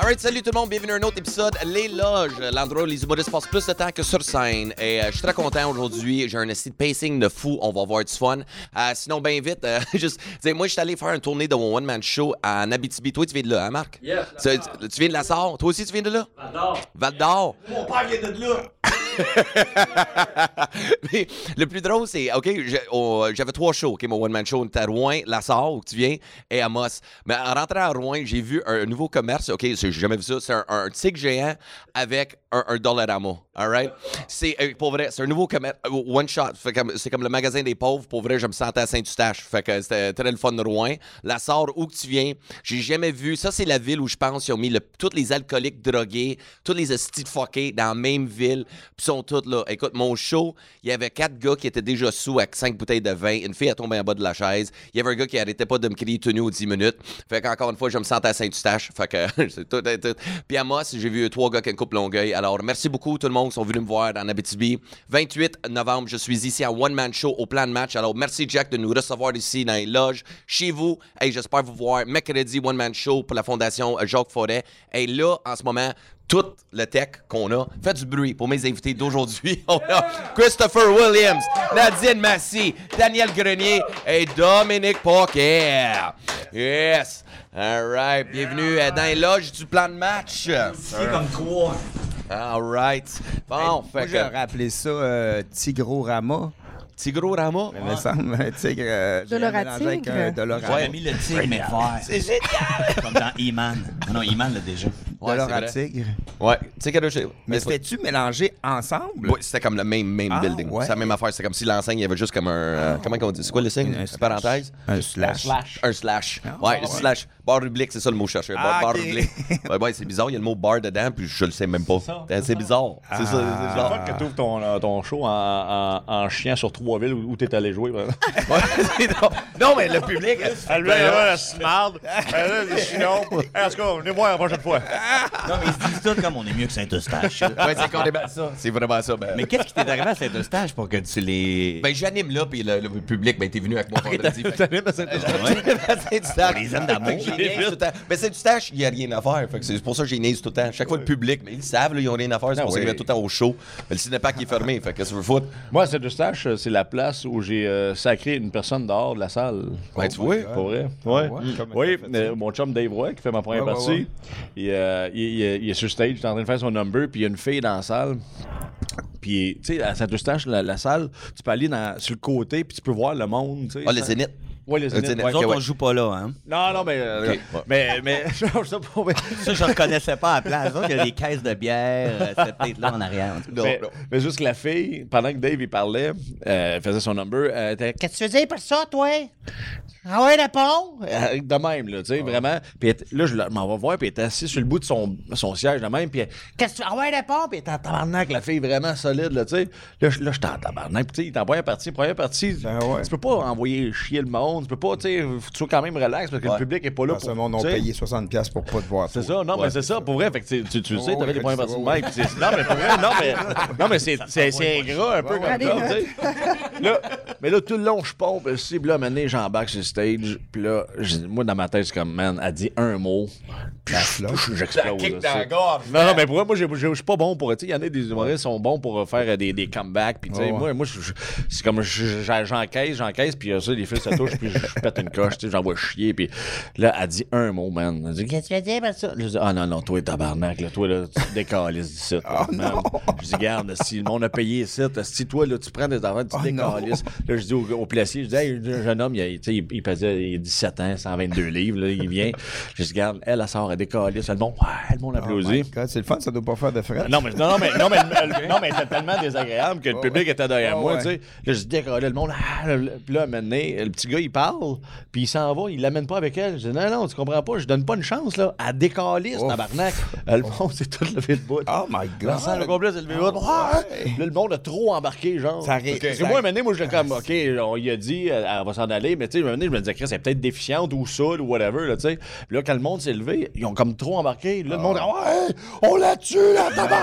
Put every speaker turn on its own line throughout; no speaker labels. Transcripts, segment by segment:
Alright, salut tout le monde, bienvenue à un autre épisode Les Loges, l'endroit où les humoristes passent plus de temps que sur scène. Et euh, je suis très content aujourd'hui, j'ai un essai de pacing de fou, on va avoir du fun. Euh, sinon, bien vite, euh, juste, tu sais, moi je suis allé faire une tournée de mon one-man show en Abitibi. Toi, tu viens de là, hein, Marc?
Yeah,
Tu, tu- tu viens de la Sarre? Toi aussi, tu viens de là?
J'adore.
Val d'Or?
Mon père vient de là.
Mais le plus drôle, c'est, OK, j'ai- oh, j'avais trois shows, OK, mon one-man show, on était à Rouen, La Sarre, où tu viens, et Amos. Mais en rentrant à Rouen, j'ai vu un nouveau commerce, OK, c'est- j'ai jamais vu ça, c'est un, un tigre géant avec un, un Dollarama, all right? C'est, euh, pour vrai, c'est un nouveau commerce, euh, one shot, Fait comme- c'est comme le magasin des pauvres, pour vrai, je me sentais à Saint-Eustache, fait que c'était très le fun de Rouen. La Sarre, où que tu viens, j'ai jamais vu, ça c'est la ville où je pense ils ont mis le- tous les alcooliques drogués, tous les hosties de fuckés dans la même ville, puis sont toutes là. Écoute, mon show, il y avait quatre gars qui étaient déjà sous avec cinq bouteilles de vin, une fille a tombé en bas de la chaise, il y avait un gars qui arrêtait pas de me crier tenu aux 10 minutes. Fait qu'encore une fois, je me sentais à Saint-Eustache, fait que c'est tout, tout. Puis à Moss, j'ai vu trois gars qui ont une coupe longueuil. Alors, merci beaucoup tout le monde qui sont venus me voir dans Abitibi. 28 novembre, je suis ici à One Man Show au plan de match. Alors, merci Jack de nous recevoir ici dans les loges, chez vous. Hey, j'espère vous voir mercredi One Man Show pour la Fondation euh, Jacques Forêt. Et là, en ce moment, tout le tech qu'on a. Faites du bruit pour mes invités d'aujourd'hui. On a Christopher Williams, Nadine Massy, Daniel Grenier et Dominique Poquet. Yes! All right. Bienvenue euh, dans les loges du plan de match.
C'est comme trois.
All right. Bon,
Moi,
fait
j'ai
que...
rappelé ça euh, Tigrorama.
Tigro Rama.
Il me semble, un tigre. euh, j'ai
Dolor à
mélangé avec euh,
tigre.
un Dolor à-
J'avais mis le tigre, mais vert. C'est génial! Comme dans E-Man. Ah non, E-Man l'a déjà.
Ouais,
Dolor
c'est
à
vrai.
tigre.
Ouais. Tigro Rama.
Mais c'était-tu mélangé ensemble?
Ouais, c'était comme le même, même
Ah,
building.
ouais.
C'est la même affaire. C'est comme si l'enseigne, il y avait juste comme un. euh, comment qu'on dit C'est quoi le signe
Un
Une
slash.
parenthèse
Un slash.
Un slash.
Ah,
ouais,
ouais.
slash. Barre publique, c'est ça le mot cherché. Barre
Ah,
barre
ok.
publique. ouais, ouais, c'est bizarre. Il y a le mot barre dedans, puis je le sais même pas. C'est c'est bizarre.
Ah.
C'est ça, c'est
C'est
bizarre.
fun que tu ouvres ton, euh, ton show en, en, en chiant sur trois villes où, tu t'es allé jouer. par exemple.
Ouais, c'est drôle. non, mais le public.
Elle veut là, elle se marde. Elle là, elle dit non. En tout cas, venez voir la prochaine fois.
Non, mais ils se disent tout comme on est mieux que Saint-Eustache.
Ouais, c'est carrément ça. C'est vraiment ça. Ben,
mais qu'est-ce qui t'est arrivé à Saint-Eustache pour que tu les.
ben, j'anime là, puis le, le public, ben, t'es venu avec moi
Ah,
vendredi. fait que-
Ouais.
Saint-Eustache.
On les aime d'amour.
Fait que j'ai niaise tout le temps. Mais Saint-Eustache, il n'y a rien à faire. Fait que c'est pour ça que j'ai niaise tout le temps. Chaque fois, le public, mais ils le savent, là, ils n'ont rien à faire.
Ah
C'est pour ça qu'ils
oui.
mettent tout le temps au show. Mais Le cinépark est fermé. Fait que qu'est-ce que tu veux foutre?
Moi, Saint-Eustache, euh, c'est la place où j'ai euh, sacré une personne dehors de la salle.
Ben, tu vois.
Pour vrai?
ouais?
Ouais. Mm.
Comment
Oui,
t'as fait ça?
euh, mon chum Dave Roy, qui fait ma première
Ouais, ouais,
partie,
ouais.
Il, euh, il- il- il est sur stage, il est en train de faire son number, puis il y a une fille dans la salle. Puis, tu sais, à Saint-Eustache, la, la salle, tu peux aller dans- sur le côté, puis tu peux voir le monde. tu sais.
Ah, le Zénith.
Ouais, les
Le Zénith.
Zénith. ouais.
Nous autres,
ouais.
on joue pas là, hein.
Non, non, mais. euh,
Ok. Ouais.
Mais, mais. je sais pas, mais-
Ça, je reconnaissais pas à la place. Nous autres, Il y a des caisses de bière, euh, c'est peut-être là en arrière. en tout cas.
mais, mais juste que la fille, pendant que Dave il parlait, euh, elle faisait son number, elle était Qu'est-ce que tu faisais par ça, toi Ah ouais, réponds Euh, De même, là, tu sais, vraiment. Puis elle était- là, je la- m'en vais voir, puis elle était assise sur le bout de son, son siège, de même, puis elle, Qu'est-ce que tu Ah ouais, réponds Puis elle était en tabarnak, la fille, vraiment solide, là, tu sais. Là, je- là, j'étais en tabarnak, puis tu sais, il est en première partie, première partie.
Ben ouais.
Tu peux pas envoyer chier le monde, tu peux pas, tu sais, faut que tu sois quand même relax, parce que
Ouais.
le public est pas là
Dans
pour.
ce monde, on
tu sais.
payé 60$ pour pas te voir.
C'est ça, non, mais c'est ça, pour vrai. Fait que tu, tu, tu le sais,
Ouais,
t'avais des
ouais,
points
ouais,
parties de
ouais,
même. puis c'est- Non, mais pour vrai, non, mais, non, mais c'est, c'est, c'est gras un peu
ouais,
comme ça, tu sais. Là, mais là, tout le long, je pompe, le cible, là, maintenant, j'embarque sur le stage, puis là, je- moi, dans ma tête, c'est comme, man, elle dit un mot, puis je- j'explose. là, c'est- non, non, mais pour vrai, moi, j'ai- j'ai- je suis pas bon pour. Tu sais, il y en a des humoristes qui sont bons pour euh, faire euh, des, des comebacks. Puis, tu sais,
Ouais, ouais.
moi, moi je- je- c'est comme je- je- j'encaisse, j'encaisse, puis euh, ça, les fils se touchent, puis je, je pète une coche, tu sais, j'envoie chier. Puis là, elle dit un mot, man. Elle dit, qu'est-ce que tu veux dire par ça? Je dis, ah non, non, toi, tabarnak, là, toi, là, tu décalisses d'ici.
Ah,
là, man. Je dis, garde, si le monde a payé ici, t'as- si toi, là, tu prends des affaires, tu
Ah,
décalisses. Là, je dis au, au placier, je dis, hey, un jeune homme, il, a- tu sais, il, il pesait il a 17 ans, 122 livres, là, il vient. Je dis, garde, elle, elle sort, elle décalisse. Le monde, ouais, le monde
Oh
applaudit.
my God, C'est le fun, ça doit pas faire de frais.
Ah Non, mais, non, non, mais, non, mais, non, mais c'était tellement désagréable que le public était derrière
Ouais,
moi,
ouais.
tu sais. Là, je dis, décolle le monde. ah, là, là. Puis là, maintenant, le petit gars, il parle, puis il s'en va, il l'amène pas avec elle. Je dis, non, non, tu comprends pas, je donne pas une chance, là, à décaler, ce
Ouf.
tabarnak. Euh, Le monde s'est tout levé de bout.
Oh my
Dans le
God.
complet, c'est levé de bout. Ouais. Là, le monde a trop embarqué, genre.
Ça arrive.
Parce que
Ça
c'est moi, maintenant, moi, je l'ai comme, OK, on lui a dit, euh, elle, elle va s'en aller, mais tu sais, un moment donné, je me disais, Chris, elle est peut-être déficiente ou saoule ou whatever, là, tu sais. Puis là, quand le monde s'est levé, ils ont comme trop embarqué. Là, le monde, ah, ouais, on l'a tué, là,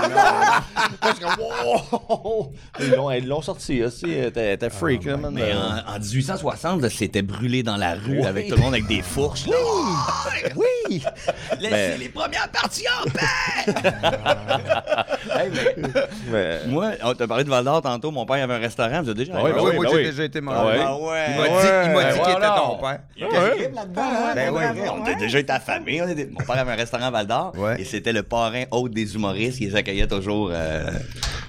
tabarnak! Moi, je suis comme, wow! Ils l'ont- Ils l'ont sorti, là, tu sais, t'es t'es freak, là, man.
Mais Ah, en, en 1860, là, c'était brûlé dans la rue avec tout le monde avec des fourches. là.
Ah, Oui!
Laissez
Mais-
les premières parties en paix!
Mais-
Moi, on t'a parlé de Val-d'Or tantôt. Mon père avait un restaurant. Vous avez déjà
Ah ouais,
Ah
bah
oui,
oui,
moi,
bah
j'ai
oui.
déjà été
Ah
mangé.
ouais.
ouais.
Il m'a dit, il m'a dit
Ouais,
qu'il était
voilà.
ton père.
Ouais.
Ah
Ben ouais.
On était déjà été affamés. On était... Mon père avait un restaurant à Val d'Or
Ouais.
et c'était le parrain hôte des humoristes qui les accueillait toujours euh,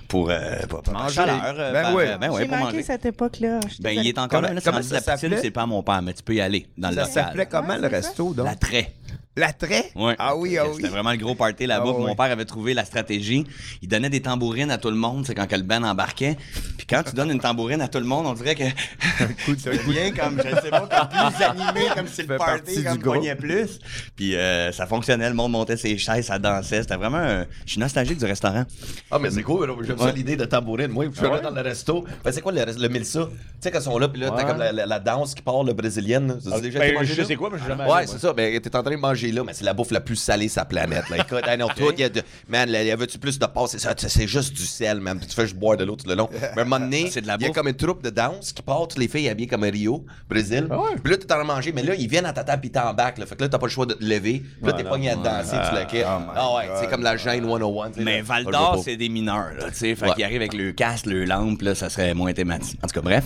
pour, euh, pour- pour-
Manger.
chaleur, euh,
Ben
par-
oui.
euh, ben
J'ai
pour
manqué
manger.
cette époque-là. je suis
Ben, il
désolée. Ah,
est encore
Comment-
là. là, c'est
comment
rendu
ça
la petite,
s'appelait?
C'est pas à mon père, mais tu peux y aller dans le
Ça
local.
s'appelait comment
Ouais,
le
c'est
resto, donc?
La Traie.
L'attrait?
Ouais.
Ah oui, ah oui.
C'était vraiment le gros party là-bas.
Ah
puis
ouais.
Mon père avait trouvé la stratégie. Il donnait des tambourines à tout le monde, c'est quand que le band embarquait. Puis quand tu donnes une tambourine à tout le monde, on dirait que
coup de-
ça devient comme, je sais pas, comme plus animé, comme si le
Fait
party
partie
comme
du groupe.
pognait plus. Puis euh, ça fonctionnait, le monde montait ses chaises, ça dansait. C'était vraiment... un- Je suis nostalgique du restaurant.
Ah, mais c'est cool. J'aime ça l'idée de tambourine. Moi, je me mets dans le resto. Ben, c'est quoi le, rest- le milsa? Tu sais, quand ils sont là, puis là, t'as comme la, la- la danse qui part, le brésilienne. Ça, c'est déjà été
Ben,
mangé
je
là?
sais quoi, mais je l'ai jamais
Ouais,
allé,
c'est
moi.
ça. Ben, t'es en train de manger là, mais c'est la bouffe la plus salée sa planète. Là. Écoute, hey, non, toi, il y a de- man, là, y avait-tu plus de passe? C'est ça, tu- c'est juste du sel, man. Puis tu fais juste boire de l'eau tout le long. Mais à un moment donné,
C'est
il
de la
y a
bouffe.
comme une troupe de danse qui part, toutes les filles habillées comme à Rio, Brésil. Puis là, t'es en train de manger, mais là, ils viennent à ta table, puis t'es en bac. Là. Fait que là, t'as pas le choix de te lever. Puis là, t'es pogné à te danser, tu le quittes.
my
Ah ouais, c'est
God.
comme la gêne 101. tu sais,
Mais
là.
Val
Ah, je
d'Or,
vois pas.
c'est des mineurs, là, tu sais. Fait
Ouais.
qu'ils arrivent avec le casque, le lampe, là, ça serait moins thématique. En tout cas, bref.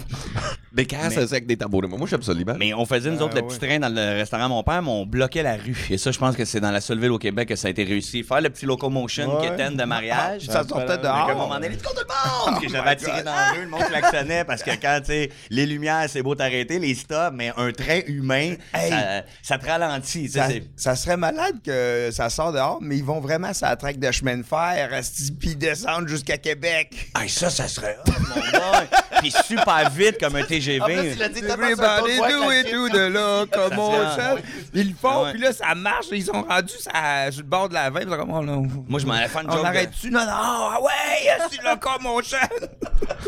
Des
Hein,
casses c'est avec des tambourins. Moi, j'aime ça, Liban.
Mais on faisait,
Ben
nous autres, le petit train dans le restaurant à mon père, mais on bloquait la rue. Et ça, je pense que c'est dans la seule ville au Québec que ça a été réussi. Faire le petit locomotion
Ouais.
kitten de mariage.
Ça sortait
Fait qu'à un
dehors. Oh
moment donné, Let's go, tout le monde! que j'avais attiré dans la rue, le monde klaxonnait parce que quand, tu sais, les lumières, c'est beau t'arrêter, les stops, mais un train humain,
Hey.
ça, ça te ralentit, tu sais.
Ça,
c'est-
ça serait malade que ça sort dehors, mais ils vont vraiment sur la traque de chemin de fer, asti, puis descendre jusqu'à Québec.
Hey, ça, ça serait hot, mon boy! Puis super vite comme un TGV.
Everybody do it, do de là, comme on
serait-
sait. Ils le font,
Ah ouais.
puis là, ça marche, ils sont rendus sur, la- sur le bord de la veine, comme on, on-
Moi, je m'en allais faire une joke
on
de-
arrête-tu? Non, non, ah ouais, asti, le locomotion!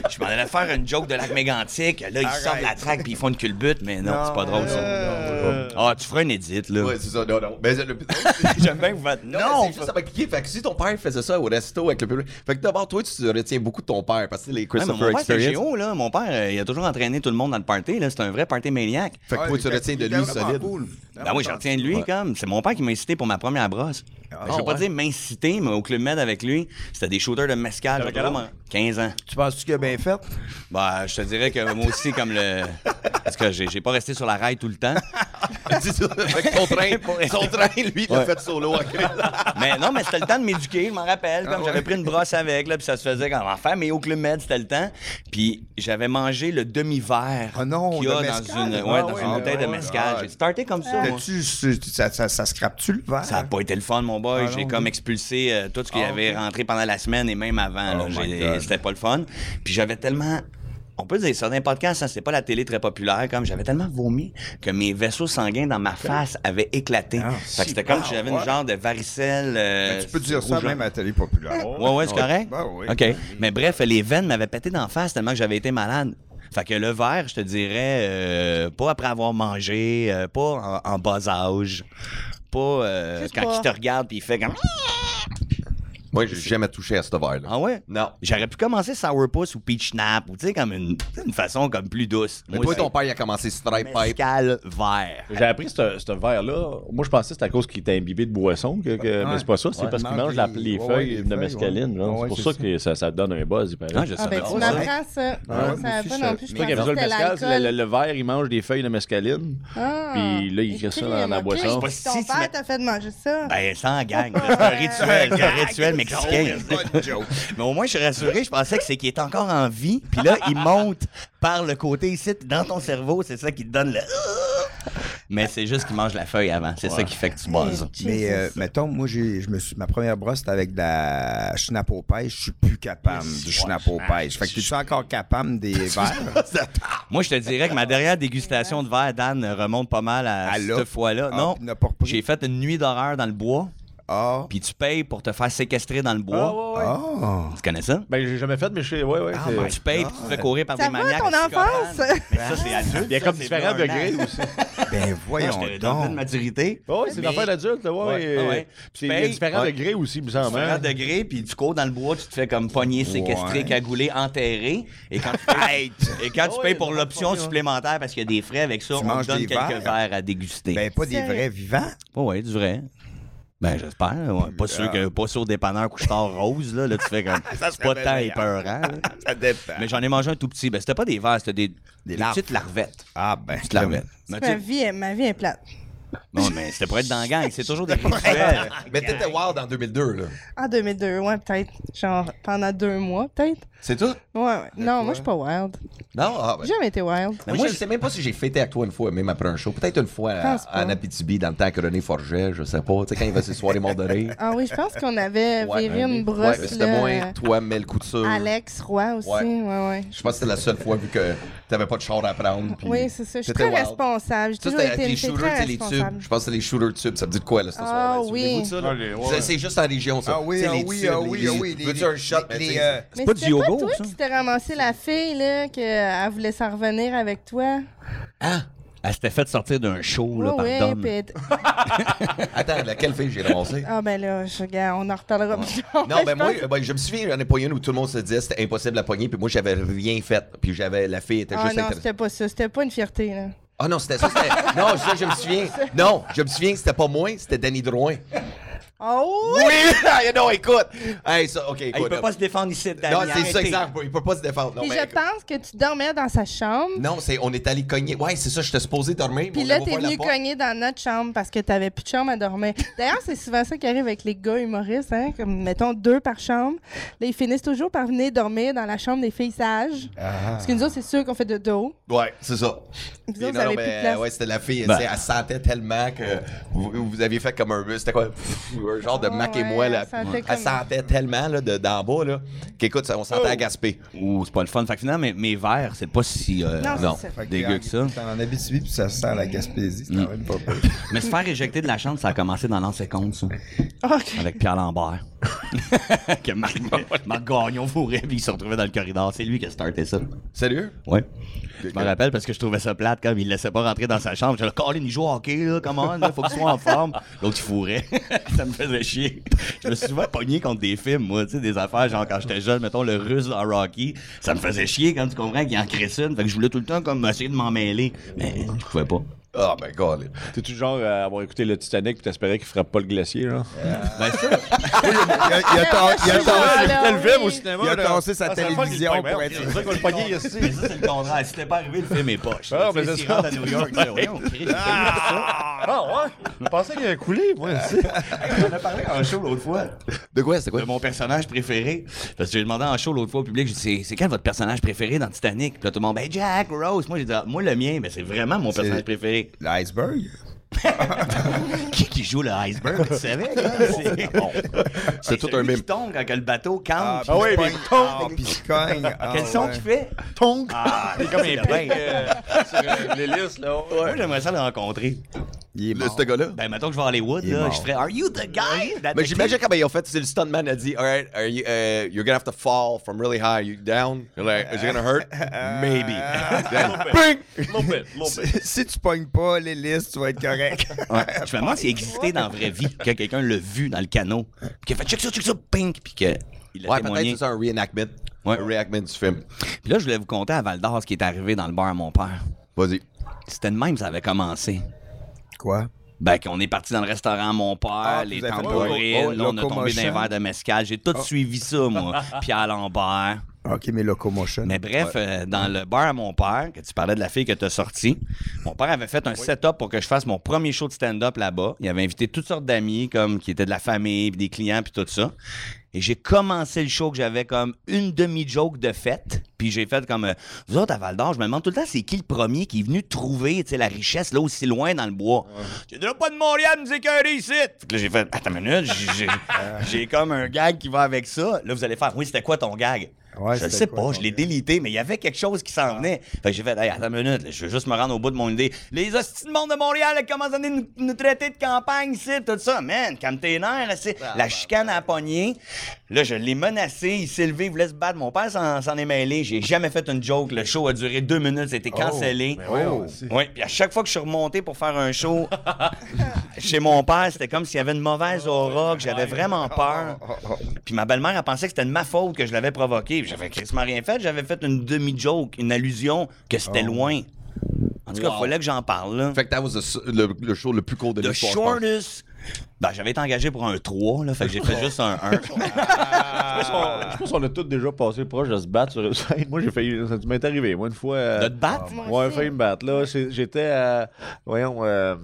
Je m'en allais faire une joke de lac mégantique. Là, ils sortent la traque puis ils font une culbute, mais non, c'est pas drôle, ça.
Euh,
Ah, tu feras une édite, là.
Ouais, c'est ça, non, non. Euh, Mais, le...
J'aime bien que vous faites.
non,
Non!
ça m'a cliqué. Fait que si ton père faisait ça au resto avec le public. Fait que d'abord, toi, tu te retiens beaucoup de ton père parce que les
Ouais, mais
Christopher
mon père, c'est
Experience.
géo, là. Mon père, euh, il a toujours entraîné tout le monde dans le party, là. C'est un vrai party maniaque.
Fait que
Ouais,
toi, tu
il
retiens de
était
lui
vraiment
solide.
cool.
Ben oui, je retiens de lui, comme. C'est mon père qui m'a incité pour ma première brosse. Ben, je veux pas
ouais.
dire m'inciter, mais au Club Med avec lui, c'était des shooters de mescal. J'avais
quel
vraiment 15 ans.
Tu penses-tu qu'il a bien fait?
Ben, je te dirais que moi aussi, comme le. Parce que j'ai j'ai pas resté sur la rail tout le temps.
Dis ça. Fait que ton train, son train, lui, il l'a fait solo. ok.
Euh, Mais non, mais c'était le temps de m'éduquer, je m'en rappelle.
Ah
Comme j'avais pris une brosse avec, là, puis ça se faisait comme enfin, mais au Club Med, c'était le temps. Puis j'avais mangé le demi-verre
Ah non,
qu'il y a
de
dans
mezcal.
une, ouais,
Ah
dans
oui,
une
ah
bouteille de
oui.
mescal.
Ah.
J'ai starté comme ça. moi.
T'as-tu- Ça, ça, ça scrape-tu le verre?
Ça n'a pas été le fun, mon boy.
Ah
J'ai
non,
comme
oui.
expulsé euh, tout ce qui
Ah,
avait
ok.
rentré pendant la semaine et même avant. là.
Oh
J'ai-
my God.
C'était pas le fun. Puis j'avais tellement. On peut dire ça d'un podcast, ça, c'est pas la télé très populaire, comme j'avais tellement vomi que mes vaisseaux sanguins dans ma face avaient éclaté.
Ah,
fait que c'était comme si j'avais une genre de varicelle. euh,
Tu peux dire ça
rougeole.
même à la télé populaire.
Ouais, ouais, c'est correct?
Ben oui.
OK. Mais bref, les veines m'avaient pété d'en face tellement que j'avais été malade. Fait que le verre, je te dirais, euh, pas après avoir mangé, euh, pas en, en bas âge, pas euh,
Juste
quand
pas.
il te regarde puis il fait comme...
Moi, j'ai jamais touché à ce verre-là.
Ah ouais?
Non.
J'aurais pu commencer Sourpuss ou Peach Snap ou tu sais, comme une, une façon comme plus douce.
Mais
Moi,
toi, ton père, il a commencé Stripe
c'est
Pipe.
Mescal vert.
J'ai appris ce, ce verre-là. Moi, je pensais que c'était à cause qu'il était imbibé de boisson. Que, que- Mais c'est pas ça. C'est
Ouais.
parce qu'il
Mange
mange
les-
la- les
ouais,
feuilles
ouais, les
de
feuilles,
mescaline.
ouais.
genre.
Ouais,
c'est pour
c'est
ça,
ça.
que ça, ça donne un buzz. Il paraît.
Ah, je
Ah,
savais
ben, tu
pas ça.
m'apprends ça.
moi
Je savais
aussi,
pas
je
non
savais.
plus. Je
C'est pas qu'il y avait
pensais que
besoin de
c'était
mescal, c'est le,
l'alcool.
le- le verre, il mange des feuilles de mescaline.
Ah.
Puis là, il crée ça dans la
Ok,
boisson.
ok.
C'est pas
Ton
si tu mets-
père t'a fait de manger ça.
Ben, sans gang. C'est un rituel, c'est un
Ah,
rituel
Oh,
mexicain.
Bonne joke.
Mais au moins, je suis rassuré. Je pensais que c'est qu'il est encore en vie. Puis là, il monte par le côté ici, dans ton cerveau. C'est ça qui te donne le. Mais c'est juste qu'il mange la feuille avant. C'est ça qui fait que tu bosses.
Mais euh,
Jesus.
mettons, moi, j'ai, je me suis, ma première brosse, c'était avec de la schnapp au pêche. Je suis plus capable du schnapp au pêche. Fait que tu es encore capable des verres?
Moi, je te dirais que ma dernière dégustation de verre, Dan, remonte pas mal à,
À là.
cette fois-là.
Ah,
non,
puis n'a pas repris.
j'ai fait une nuit d'horreur dans le bois.
Ah.
Puis tu payes pour te faire séquestrer dans le bois.
Ah, ouais, ouais.
Ah.
Tu connais ça?
Ben, j'ai jamais fait, mais je sais. Ouais, ouais. c'est-
tu payes, puis tu te fais courir par
Ça
des
va,
maniaques.
ton
et des
enfance?
psychopathes. Mais ça,
Ah,
c'est adulte.
Il y a
ça,
comme
c'est
différents
plus un
degrés
an.
aussi.
Ben
Ouais, je
voyons
te donne une
donc.
maturité.
Ouais, ouais, c'est une
Mais-
affaire d'adulte, là, ouais.
Ouais,
euh,
ouais.
puis Il y a
Paye-
différents
ouais.
degrés aussi, il me semble. hein.
Différents degrés, puis tu cours dans le bois, tu te fais comme pogner, séquestrer,
Ah, ben. Ouais.
cagouler, enterré. Et quand tu payes, et quand tu
Ouais,
payes pour
non,
l'option
pas, ouais.
supplémentaire, parce qu'il y a des frais avec ça, on te
manges
donne
des
quelques
verres.
verres à déguster.
Ben pas des
Sérieux?
vrais vivants.
Oui, ouais, du vrai. Ben, j'espère. ouais. Pas
Ah.
sûr que pas sûr au dépanneur couche-tard rose, là, là, tu fais comme. c'est pas
bien
tant
meilleur.
épeurant. là.
Ça dépend.
Mais j'en ai mangé un tout petit. Ben, c'était pas des verres, c'était des, des
larves.
petites larvettes.
Ah ben.
Petites larvettes. Mais tu
Ma
sais-
vie, est- ma vie est plate.
Non, mais c'était pour être dans la gang. C'est toujours des rituels.
Mais t'étais wild en 2002, là.
En 2002, ouais, peut-être. Genre, pendant deux mois, peut-être.
C'est tout?
Ouais, ouais. Non, moi, je suis pas wild.
Non? Ah, ben.
J'ai jamais été wild.
Moi, je sais même pas si j'ai fêté avec toi une fois, même après un show. Peut-être une fois à,
Pense pas.
en Abitibi, dans le temps que René forgeait, je sais pas. Tu sais, quand il va ses soirées mortes de rire.
Ah oui, je pense qu'on avait
Ouais,
viré
ouais,
une brosse,
C'était
là,
moins toi, Mel Couture.
euh, Alex Roy aussi,
Ouais.
ouais, ouais.
Je pense que c'était la seule fois, vu que t'avais pas de char à prendre. puis
Oui, c'est ça. Je suis
t'étais
très
wild.
responsable. J'ai
Ça,
toujours
c'était
été
avec les
une fille
shooters,
très
c'est les tubes.
responsable.
Je pense que c'est les shooters tubes. Ça me dit de quoi, là, ce
Ah,
soir?
oui.
C'est c'est juste en région, ça.
Ah oui,
C'est
ah
les
oui,
tubes,
ah
les-
oui,
les-
ah oui. les-
Veux-tu un shot?
les-
Mais
les,
c'est-
euh,
Mais
pas du
c'était pas
yogourt,
toi
ça?
qui t'es ramassé la fille, là, qu'elle voulait s'en revenir avec toi?
Elle s'était faite sortir d'un show,
Oui,
là, par
oui,
Dom.
puis elle t-
Attends, laquelle fille j'ai ramassé?
Ah ben là, je, regarde, on en reparlera plus tard.
Non, ben
Je
moi,
pense-
euh, ben, je me souviens, j'en ai pas une où tout le monde se disait c'était impossible à pogner, puis moi j'avais rien fait, puis j'avais la fille était
Ah
juste
non,
intéressée.
c'était pas ça. C'était pas une fierté, là.
Ah non, c'était ça, c'était. non, ça, je me souviens. Non, je me souviens que c'était pas moi, c'était Danny Drouin.
Oh!
Oui! non, écoute! Hey, ça, ok,
Ah, il
écoute.
peut pas se défendre ici, Dani.
non, c'est ça,
arrêtez.
exact. Il peut pas se défendre. Non,
Puis
mais
je
écoute.
pense que tu dormais dans sa chambre.
Non, c'est, on est allé cogner. Ouais, c'est ça, j'étais supposé dormir. mais
Puis
on
là,
allait
t'es
ouvrir la
venu
porte.
cogner dans notre chambre parce que t'avais plus de chambre à dormir. D'ailleurs, c'est souvent ça qui arrive avec les gars humoristes, hein, comme mettons deux par chambre. Là, ils finissent toujours par venir dormir dans la chambre des filles sages.
Ah.
Parce que nous autres, c'est sûr qu'on fait de dos.
Ouais, c'est ça.
Vous
Puis
autres,
non, non,
vous avez plus de place.
ouais, c'était la fille,
Ben.
tu sais, elle sentait tellement que vous, vous aviez fait comme un bus. C'était quoi? Un genre de
Ouais,
Mac et
ouais,
moi,
elle
là.
sentait
Elle
comme-
sentait tellement, là, de, d'en bas, là, qu'écoute, ça, on sentait à gasper.
Ouh, c'est pas le fun. Fait que finalement, mes, mes verres, c'est pas si euh,
Non, c'est ça.
Fait que
dégueu
en-
que ça.
t'es En Abitibi, puis ça sent la Gaspésie. C'est quand même pas pire.
Mais se faire éjecter de la chambre, ça a commencé dans l'an 50, ça.
Ah, OK.
Avec Pierre Lambert. que Marc, Marc Gagnon fourrait, puis il se retrouvait dans le corridor. C'est lui qui a starté ça.
Sérieux?
Ouais. Je me rappelle parce que je trouvais ça plate comme il laissait pas rentrer dans sa chambre. J'étais là, Colin, il joue au hockey, là, come on, là, faut qu'il soit en forme. L'autre, il fourrait. ça me faisait chier. Je me suis souvent pogné contre des films, moi, tu sais, des affaires, genre quand j'étais jeune, mettons le russe dans Rocky. Ça me faisait chier quand tu comprends qu'il en crisse une. Fait que je voulais tout le temps comme essayer de m'en mêler. Mais je pouvais pas.
Oh, my God.
T'es-tu le genre à avoir écouté le Titanic puis t'espérais qu'il frappe pas le glacier, là?
Ben ça,
Il a- il a
Ah,
ton- il a
je suis
ton-
là. Ah, oui.
cinéma.
Il a
là.
tassé sa
Ah, c'est le fun
télévision
qu'il le pogne,
pour
merde,
être-
C'est ça qu'on le pognait ici.
mais ça, c'est le contraire. Si t'es pas arrivé, le film est poche.
Ah,
Tu sais,
mais c'est
s'il
ça.
rentre à New York, tu sais, voyons, Chris,
Ah, ouais? Je pensais qu'il avait coulé, moi, aussi.
On en a parlé en show l'autre fois.
De quoi? C'était quoi?
de mon personnage préféré. Parce que j'ai demandé en show l'autre fois au public, j'ai dit, c'est- c'est quel votre personnage préféré dans Titanic? Puis là, tout le monde, ben Jack, Rose. Moi, j'ai dit, Ah, moi, le mien, ben, c'est vraiment mon personnage préféré.
L'iceberg?
Qui qui joue le iceberg? Tu savais, là? C'est bon.
C'est tout un
mime.
mime.
qui tombe quand que le bateau campe. puis
Ah oui,
il
mais
pogne.
Ah, puis il cogne. Ah,
Quel son
ouais.
qu'il fait?
Tonk!
Ah, c'est comme un euh,
sur l'hélice, là.
Moi, j'aimerais ça le rencontrer.
Il est
Le-
mort.
Ce gars-là?
Ben, mettons que je vais à Hollywood,
Il est
là,
mort.
je ferais, Are you the guy? that
Mais
the
j'imagine
kid-
quand ben, ils ont fait, c'est le stuntman a dit, all right, are you, uh, you're gonna have to fall from really high, you down, you're like, is it gonna hurt?
Uh,
Maybe. Then, bing!
Si- Si tu pognes pas l'hélice, tu vas être correct.
Ouais. Je me demande s'il existait dans la vraie vie, que quelqu'un l'a vu dans le canot, puis qu'il a fait check ça, check ça, pink, puis que. Il a
Ouais, peut-être
témoigné.
c'est ça un reenactment.
Ouais.
Un reenactment du film.
Puis là, je voulais vous conter à Val d'Or ce qui est arrivé dans le bar à mon père.
Vas-y.
C'était de même, ça avait commencé.
Quoi?
Ben, qu'on est parti dans le restaurant à mon père,
Ah,
les
vous avez fait
tambourines,
le- oh,
là, on a tombé dans
locomotion. Oh.
un verre de mescal. J'ai tout suivi ça, moi. Pierre Lambert.
Ah, OK, mais locomotion.
Mais bref, euh, dans le bar à mon père, que tu parlais de la fille que t'as sortie, mon père avait fait un setup pour que je fasse mon premier show de stand-up là-bas. Il avait invité toutes sortes d'amis, comme qui étaient de la famille, puis des clients, puis tout ça. Et j'ai commencé le show que j'avais comme une demi-joke de fête. Puis j'ai fait comme, euh, vous autres à Val d'Or, je me demande tout le temps c'est qui le premier qui est venu trouver tu sais, la richesse là aussi loin dans le bois. Tu diras pas de Montréal, nous écœurer ici. Fait que là, j'ai fait, attends une minute, j'ai- j'ai- j'ai comme un gag qui va avec ça. Là, vous allez faire, oui, c'était quoi ton gag?
Ouais,
je
c'était
le sais
quoi,
pas,
ton Ah.
je l'ai
gars?
délité, mais il y avait quelque chose qui s'en venait. Fait que j'ai fait, hey, attends une minute, là, je veux juste me rendre au bout de mon idée. Les hosties de monde de Montréal, ils commencent à venir nous, nous traiter de campagne, ici, tout ça. Man, calme tes nerfs, là, c'est la chicane à la poignée. Là, je l'ai menacé, il s'est levé, il voulait se battre. Mon père s'en s'en est mêlé. J'ai jamais fait une joke. Le show a duré deux minutes, c'était cancellé.
Oh.
Oui, puis à chaque fois que je suis remonté pour faire un show chez mon père, c'était comme s'il y avait une mauvaise aura, que j'avais vraiment peur. Puis ma belle-mère, elle pensait que c'était de ma faute que je l'avais provoqué. Puis J'avais quasiment rien fait, j'avais fait une demi-joke, une allusion que c'était
Oh.
loin. En tout cas, il fallait que j'en parle, là.
Fait que that was the s- le, le show le plus court de
The
l'histoire. je pense.
shortest... Ben, j'avais été engagé pour un 3, là, fait que j'ai
Oh.
fait juste un 1. Ah.
Je pense qu'on a tous déjà passé proche de se battre sur une scène. Moi, j'ai failli. Ça m'est arrivé. Moi, une fois. euh,
De te battre?
Moi
Ouais,
aussi.
failli me battre. Là, C'est- j'étais à. Voyons, euh,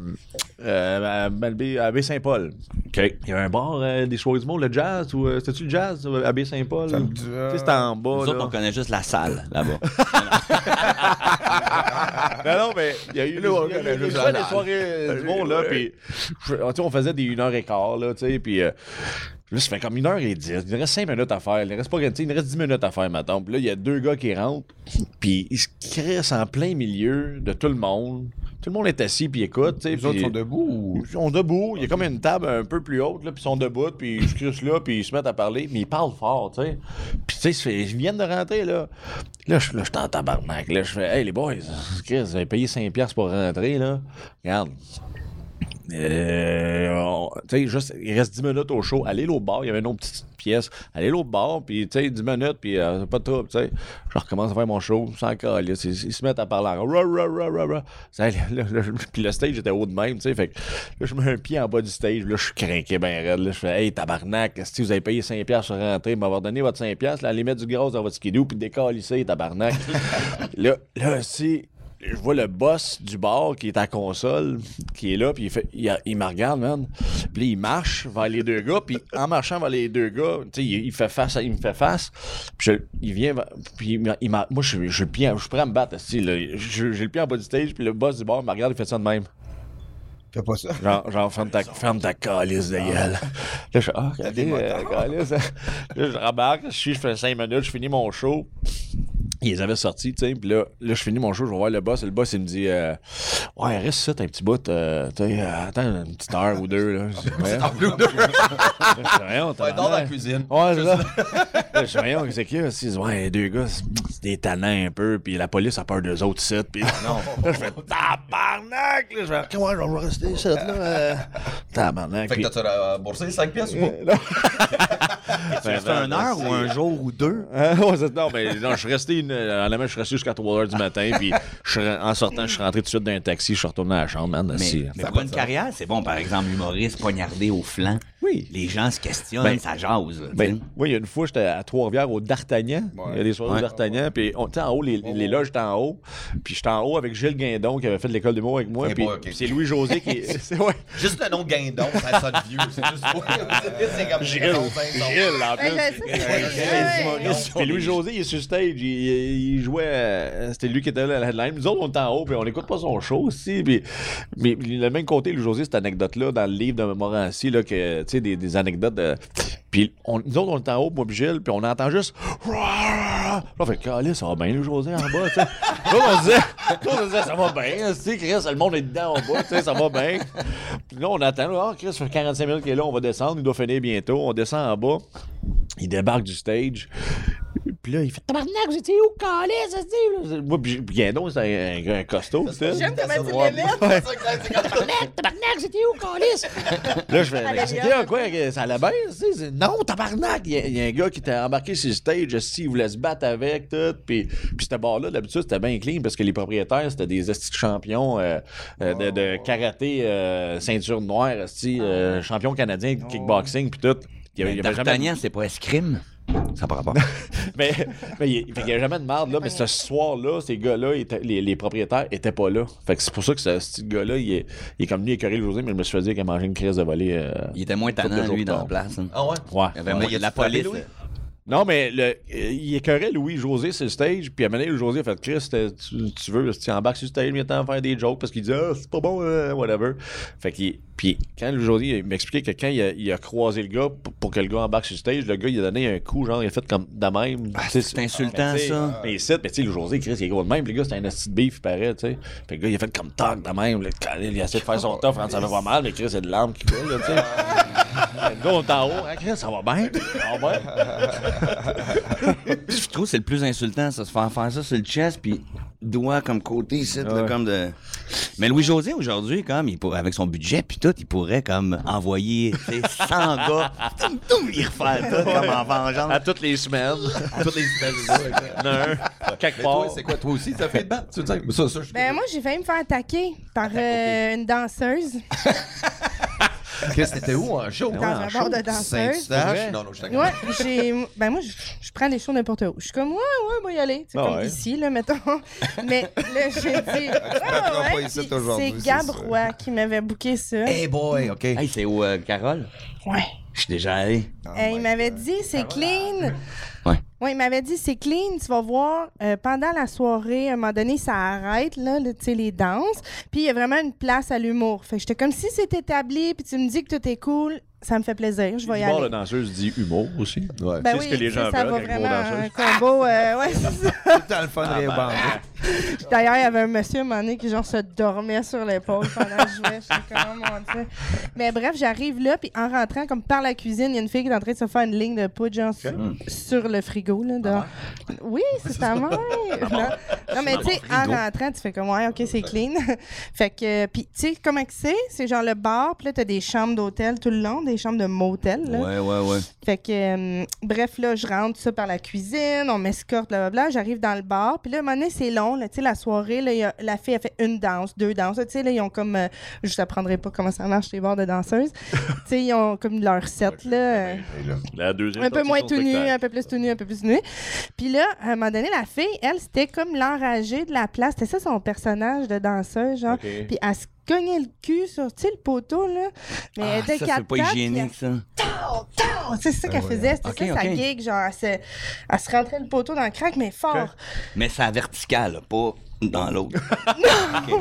euh, à Malbaie- à Baie-Saint-Paul. OK. Il y avait un bar euh, des choix du monde, le jazz. ou euh, C'était-tu le jazz euh, à Baie-Saint-Paul?
me dit-
Tu sais, c'était en bas.
Nous
là.
autres, on connaît juste la salle, là-bas.
Non, non, mais il y a eu il y a eu-
on
il y a
connaît
eu
le
des
genre.
soirées euh, du monde, là, puis je- tu sais, on faisait des 1h15, là, tu sais, puis euh, là, ça fait comme 1h10, il nous reste 5 minutes à faire, il nous reste pas, tu sais, il nous reste 10 minutes à faire, maintenant. Puis là, il y a deux gars qui rentrent, puis ils se crissent en plein milieu de tout le monde. Tout le monde est assis, puis écoute, tu sais.
Les autres
puis-
sont debout ou.
ils sont debout, il y a comme une table un peu plus haute, là, puis ils sont debout, puis ils se crissent là, puis ils se mettent à parler, mais ils parlent fort, tu sais. Puis tu sais, c'est- ils viennent de rentrer, là. Là, je là, je suis en tabarnak, là. Je fais, hey, les boys, Chris, vous avez payé 5$ piastres pour rentrer, là. Regarde. Euh, on- tu sais, juste, il reste 10 minutes au show. Allez l'autre bord, il y avait une autre petite pièce. Allez l'autre bord, puis tu sais, 10 minutes, puis euh, pas de trouble, tu sais. Je recommence à faire mon show, sans calice. Ils, ils se mettent à parler. en- Ra, ra, ra, ra, ra. Ça, là, là, je- Puis le stage était haut de même, tu sais. Fait que là, je mets un pied en bas du stage, là, je suis craqué ben raide. Là, je fais, hey, tabarnak, si vous avez payé 5$ sur rentrer, m'avoir donné votre 5$, là, allez mettre du gaz dans votre skidoo, puis décalisser, tabarnak. là, là, si je vois le boss du bar qui est à console, qui est là, puis il, fait, il, il me regarde, man. Puis là, il marche vers les deux gars, puis en marchant vers les deux gars, tu sais, il, il fait face, à- il me fait face, puis je- il vient, vers- puis il, m'a- il m'a- moi, je suis- je suis pied en- je suis prêt à me battre, esti, là. Je- j'ai le pied en bas du stage, puis le boss du bar me regarde, il fait ça de même.
Fais pas ça.
Genre, genre ferme, ta, ferme ta calice de gueule. Là, je fais, ah, regardez, euh, calice. Là, je rembarque, je suis, je fais 5 minutes, je finis mon show. Ils avaient sorti, tu sais. Puis là, là, je finis mon show, je vais voir le boss. Et le boss, il me dit, euh, ouais, reste ça, t'as un petit bout. euh, tu sais, euh, attends une petite heure ou deux, là. Je dis, Voyons. Voyons,
Ouais, dors dans la
tabarnak.
cuisine.
Ouais, c'est ça. Là, je voyons, c'est qui, là? Ils disent, ouais, les deux gars, c'est c'est des tannins un peu, puis la police a peur d'eux autres sites, puis non. Là, je fais tabarnak! Là, je fais, comment je vais rester ici, là? euh, Tabarnak.
Fait que
Puis-
t'as-tu euh, remboursé 5 pièces ou pas?
C'était un heure ou un jour ou deux?
Hein? Ouais, c'est- non, mais non, je suis resté une, euh, en la main, je suis resté jusqu'à 3 h du matin, puis je suis re- en sortant, je suis rentré tout de suite d'un taxi, je suis retourné à la chambre, man. Ben,
Mais,
assis.
mais pour une carrière, c'est bon. Par exemple, humoriste, poignardé au flanc.
Oui.
Les gens se questionnent,
Ben,
ça jase. là, tu
Ben,
sais.
moi, il y a une fois, j'étais à Trois-Rivières au D'Artagnan. Il y a des soirées
Ouais.
au D'Artagnan. Puis, on- tu sais, en haut, les, les loges étaient en haut. Puis, j'étais en haut avec Gilles Guindon qui avait fait de l'école de mots avec moi.
Eh
Et
Puis,
moi, ok.
puis c'est Louis-José qui. c'est- ouais.
Juste le nom Guindon, ça sonne vieux. C'est juste. C'est comme Gilles.
Gilles, en
Ben,
plus.
je sais, c'est- ouais, ouais.
Puis Louis-José, il est sur stage, il, il- il jouait, euh, c'était lui qui était là à la headline. Nous autres, on est en haut, puis on n'écoute pas son show aussi. Puis, mais le même côté, Louis-José, cette anecdote-là, dans le livre de Morancy, là, que, tu sais, des, des anecdotes de... Puis on- nous autres, on est en haut, moi puis Gilles, puis on entend juste... Là, on fait, calé, ça va bien, Louis-José, en bas, tu sais. Là, on se disait, là, on se disait, ça va bien, tu sais, Chris, le monde est dedans en bas, tu sais, ça va bien. Puis là, on attend, là, Ah, Chris, ça fait 45 minutes qu'il est là, on va descendre, il doit finir bientôt, on descend en bas. Il débarque du stage. Puis là, il fait Tabarnak, vous étiez où, calé, ça se dit? là? Moi, puis puis Guindon, c'est un, un- un costaud. tu sais.
J'aime comment tu Ben,
Ouais.
le mets.
Tabarnak, tabarnak, c'était où, calice? Là, je fais, c'était un quoi, que ça allait bien, tu sais? c'est- Non, tabarnak! Il y, a- il y a un gars qui était embarqué sur le stage, si, il voulait se battre avec, tout. Puis, puis ce bar-là, d'habitude, c'était bien clean parce que les propriétaires, c'était des estis champions euh, euh, de, de karaté, euh, ceinture noire, esti, euh, champion canadien de kickboxing, puis tout. Il y avait- il y avait jamais-
Ben, D'Artagnan, c'est pas escrime. Ça par rapport.
mais mais il n'y avait jamais de marde là. Mais ce soir-là, ces gars-là, étaient- les, les propriétaires étaient pas là. Fait que c'est pour ça que ce, ce petit gars-là, il est, il est comme venu écœuré le José, mais je me suis fait dire qu'il a mangé une crise de volée. euh,
Il était moins
Couple de
tannant,
jours
lui,
plus
dans la
tard.
place. hein.
Ah ouais?
Ouais.
Il y avait
Ouais,
moins
il y a
de la
du frappé,
police.
Louis?
là.
Non, mais le, euh, il écœurait Louis-José sur le stage, puis à un moment donné, Louis-José a fait « Chris, t'es- tu, tu veux, tu embarques sur le stage, viens t'en faire des jokes, parce qu'il dit Ah, c'est pas bon, euh, whatever. » Fait qu'il... Puis quand Louis-José m'expliquait que quand il a, il a croisé le gars pour, pour que le gars embarque sur le stage, le gars, il a donné un coup, genre, il a fait comme de même. Tu sais,
Ah,
ah,
c'est insultant,
mais tu sais,
ça.
Mais ici, mais tu sais, Louis-José, Chris, il est gros de même, puis le gars, c'est un asti de bif, il paraît, tu sais. Fait que le gars, il a fait comme « Tac, de même, le câlin, il a essayé de faire son tof, ça va pas mal, mais Chris, c'est de l'arme qui coule, là, tu sais. Le gars, on est en haut, Ah, Chris, ça va bien, ça
Ah,
va bien.
Je trouve que c'est le plus insultant, ça, se faire faire ça sur le chest, puis doigt comme côté, ici, là, comme de... Mais Louis-José, aujourd'hui, comme, il pour... avec son budget, puis tout, il pourrait, comme, envoyer, tu sais, 100 gars, toum, toum, il refaire tout, comme en vengeance.
À toutes les semaines.
À toutes les
Un, quelque
Mais toi,
part.
c'est quoi? Toi aussi, t'as fait de battre? Tu veux dire? Mais ça, ça, je-
Ben moi, j'ai failli me faire attaquer par euh, une danseuse
Qu'est-ce que c'était où en show?
dans un bar de danseuse.
Saint-Eustache? Non, non, je t'accorde.
Ouais, j'ai. Ben moi, je, je prends des shows n'importe où. Je suis comme, ouais, ouais, moi, y aller. C'est
Ah
comme
ouais.
ici, là, mettons. Mais là, j'ai dit.
prendras
Ah,
pas
ouais,
ici
puis
aujourd'hui,
C'est
c'est
Gab
sûr. Eh.
Roy qui m'avait booké ça.
Hey boy, OK.
Hey, c'est où, euh, Carole?
Ouais.
Je suis déjà allé.
Oh
Euh, il m'avait dit, c'est clean.
Ouais.
Ouais, il m'avait dit, c'est clean. Tu vas voir, euh, pendant la soirée, à un moment donné, ça arrête, là, le- tu sais, les danses. Puis il y a vraiment une place à l'humour. Fait que j'étais comme si c'est établi, puis tu me dis que tout est cool. Ça me fait plaisir, je vais y
Le bord de
aller.
danseuse dit humour aussi.
Ouais.
Ben
c'est ce que les gens
ça
veulent
va
avec le mot
vraiment un
danseuse.
combo. euh, ouais, c'est ça.
dans le fun de rire bandé.
D'ailleurs, il y avait un monsieur, à un moment donné, qui genre se dormait sur l'épaule pendant que je jouais. J'étais comme, Oh, mon Dieu. Mais bref, j'arrive là, puis en rentrant, comme par la cuisine, il y a une fille qui est en train de se faire une ligne de poudre, genre, sur, sur le frigo, là. dehors. Oui, c'est sa mère. non, non, mais tu sais, en rentrant, tu fais comme, ouais, OK, c'est clean. fait que, euh, puis tu sais, comment que c'est? C'est genre le bar, puis là, t'as des chambres d'hôtel tout le long, des chambres de motel, là.
Ouais, ouais, ouais.
Fait que, euh, bref, là, je rentre ça par la cuisine, on m'escorte, blablabla. J'arrive dans le bar. Puis là, à un moment donné, c'est long. là, Tu sais, la soirée, là, il y a- la fille a fait une danse, deux danses. Tu sais, là, ils ont comme. euh, je t'apprendrai pas comment ça marche, les bars de danseuses. tu sais, ils ont comme leur set, là. euh,
La deuxième
un peu
partie
moins
de son
tout nu,
spectacle.
un peu plus tout nu, un peu plus tout nu. Puis là, à un moment donné, la fille, elle, c'était comme l'enragée de la place. C'était ça son personnage de danseuse, genre.
Ok.
Puis elle se cognait le cul sur, tu sais, le poteau, là. Mais
Ah,
elle était
ça, c'est pas
capable, puis elle
hygiénique, ça.
Oh, c'est ça qu'elle faisait, c'était
Ben Ok,
ça sa
ok.
gig, genre elle se, elle se rentrait le poteau dans le crack, mais fort.
Mais c'est à verticale, là, pas dans l'autre.
Non,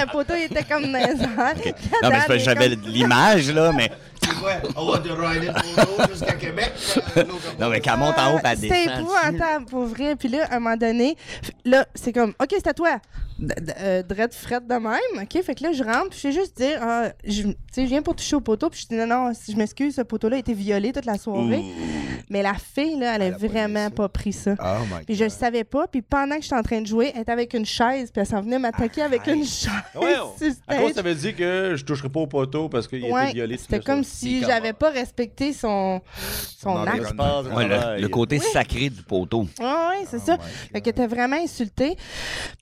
le poteau il était comme naisant.
Non, mais c'est parce que j'avais l'image, là, mais...
C'est quoi? On va de Ryan Polo jusqu'à Québec. euh, l'autre-
Non, mais qu'elle monte en haut, puis elle
Ah, C'était
descend.
épouvantable, pour vrai. Puis là, à un moment donné, là, c'est comme, OK, c'est à toi. D- d- euh, Drette frette de même, OK? Fait que là, je rentre, puis je fais juste dire, Ah, je- tu sais, je viens pour toucher au poteau, puis je dis, non, non, je m'excuse, ce poteau-là a été violé toute la soirée. Mais la fille, là,
Ah,
elle a vraiment pas pris ça.
Oh my
Puis je le savais pas. Puis pendant que j'étais en train de jouer, elle était avec une chaise. Puis elle s'en venait m'attaquer avec une chaise.
Ouais,
sur
on-
le
à
stage.
cause, ça veut dire que je toucherai pas au poteau parce qu'il a
Ouais,
été violé.
C'était comme si j'avais pas respecté son, son
environnement.
acte.
Ouais, le, le côté sacré du poteau.
Ah ouais, c'est ça. Fait qu'elle était vraiment insultée.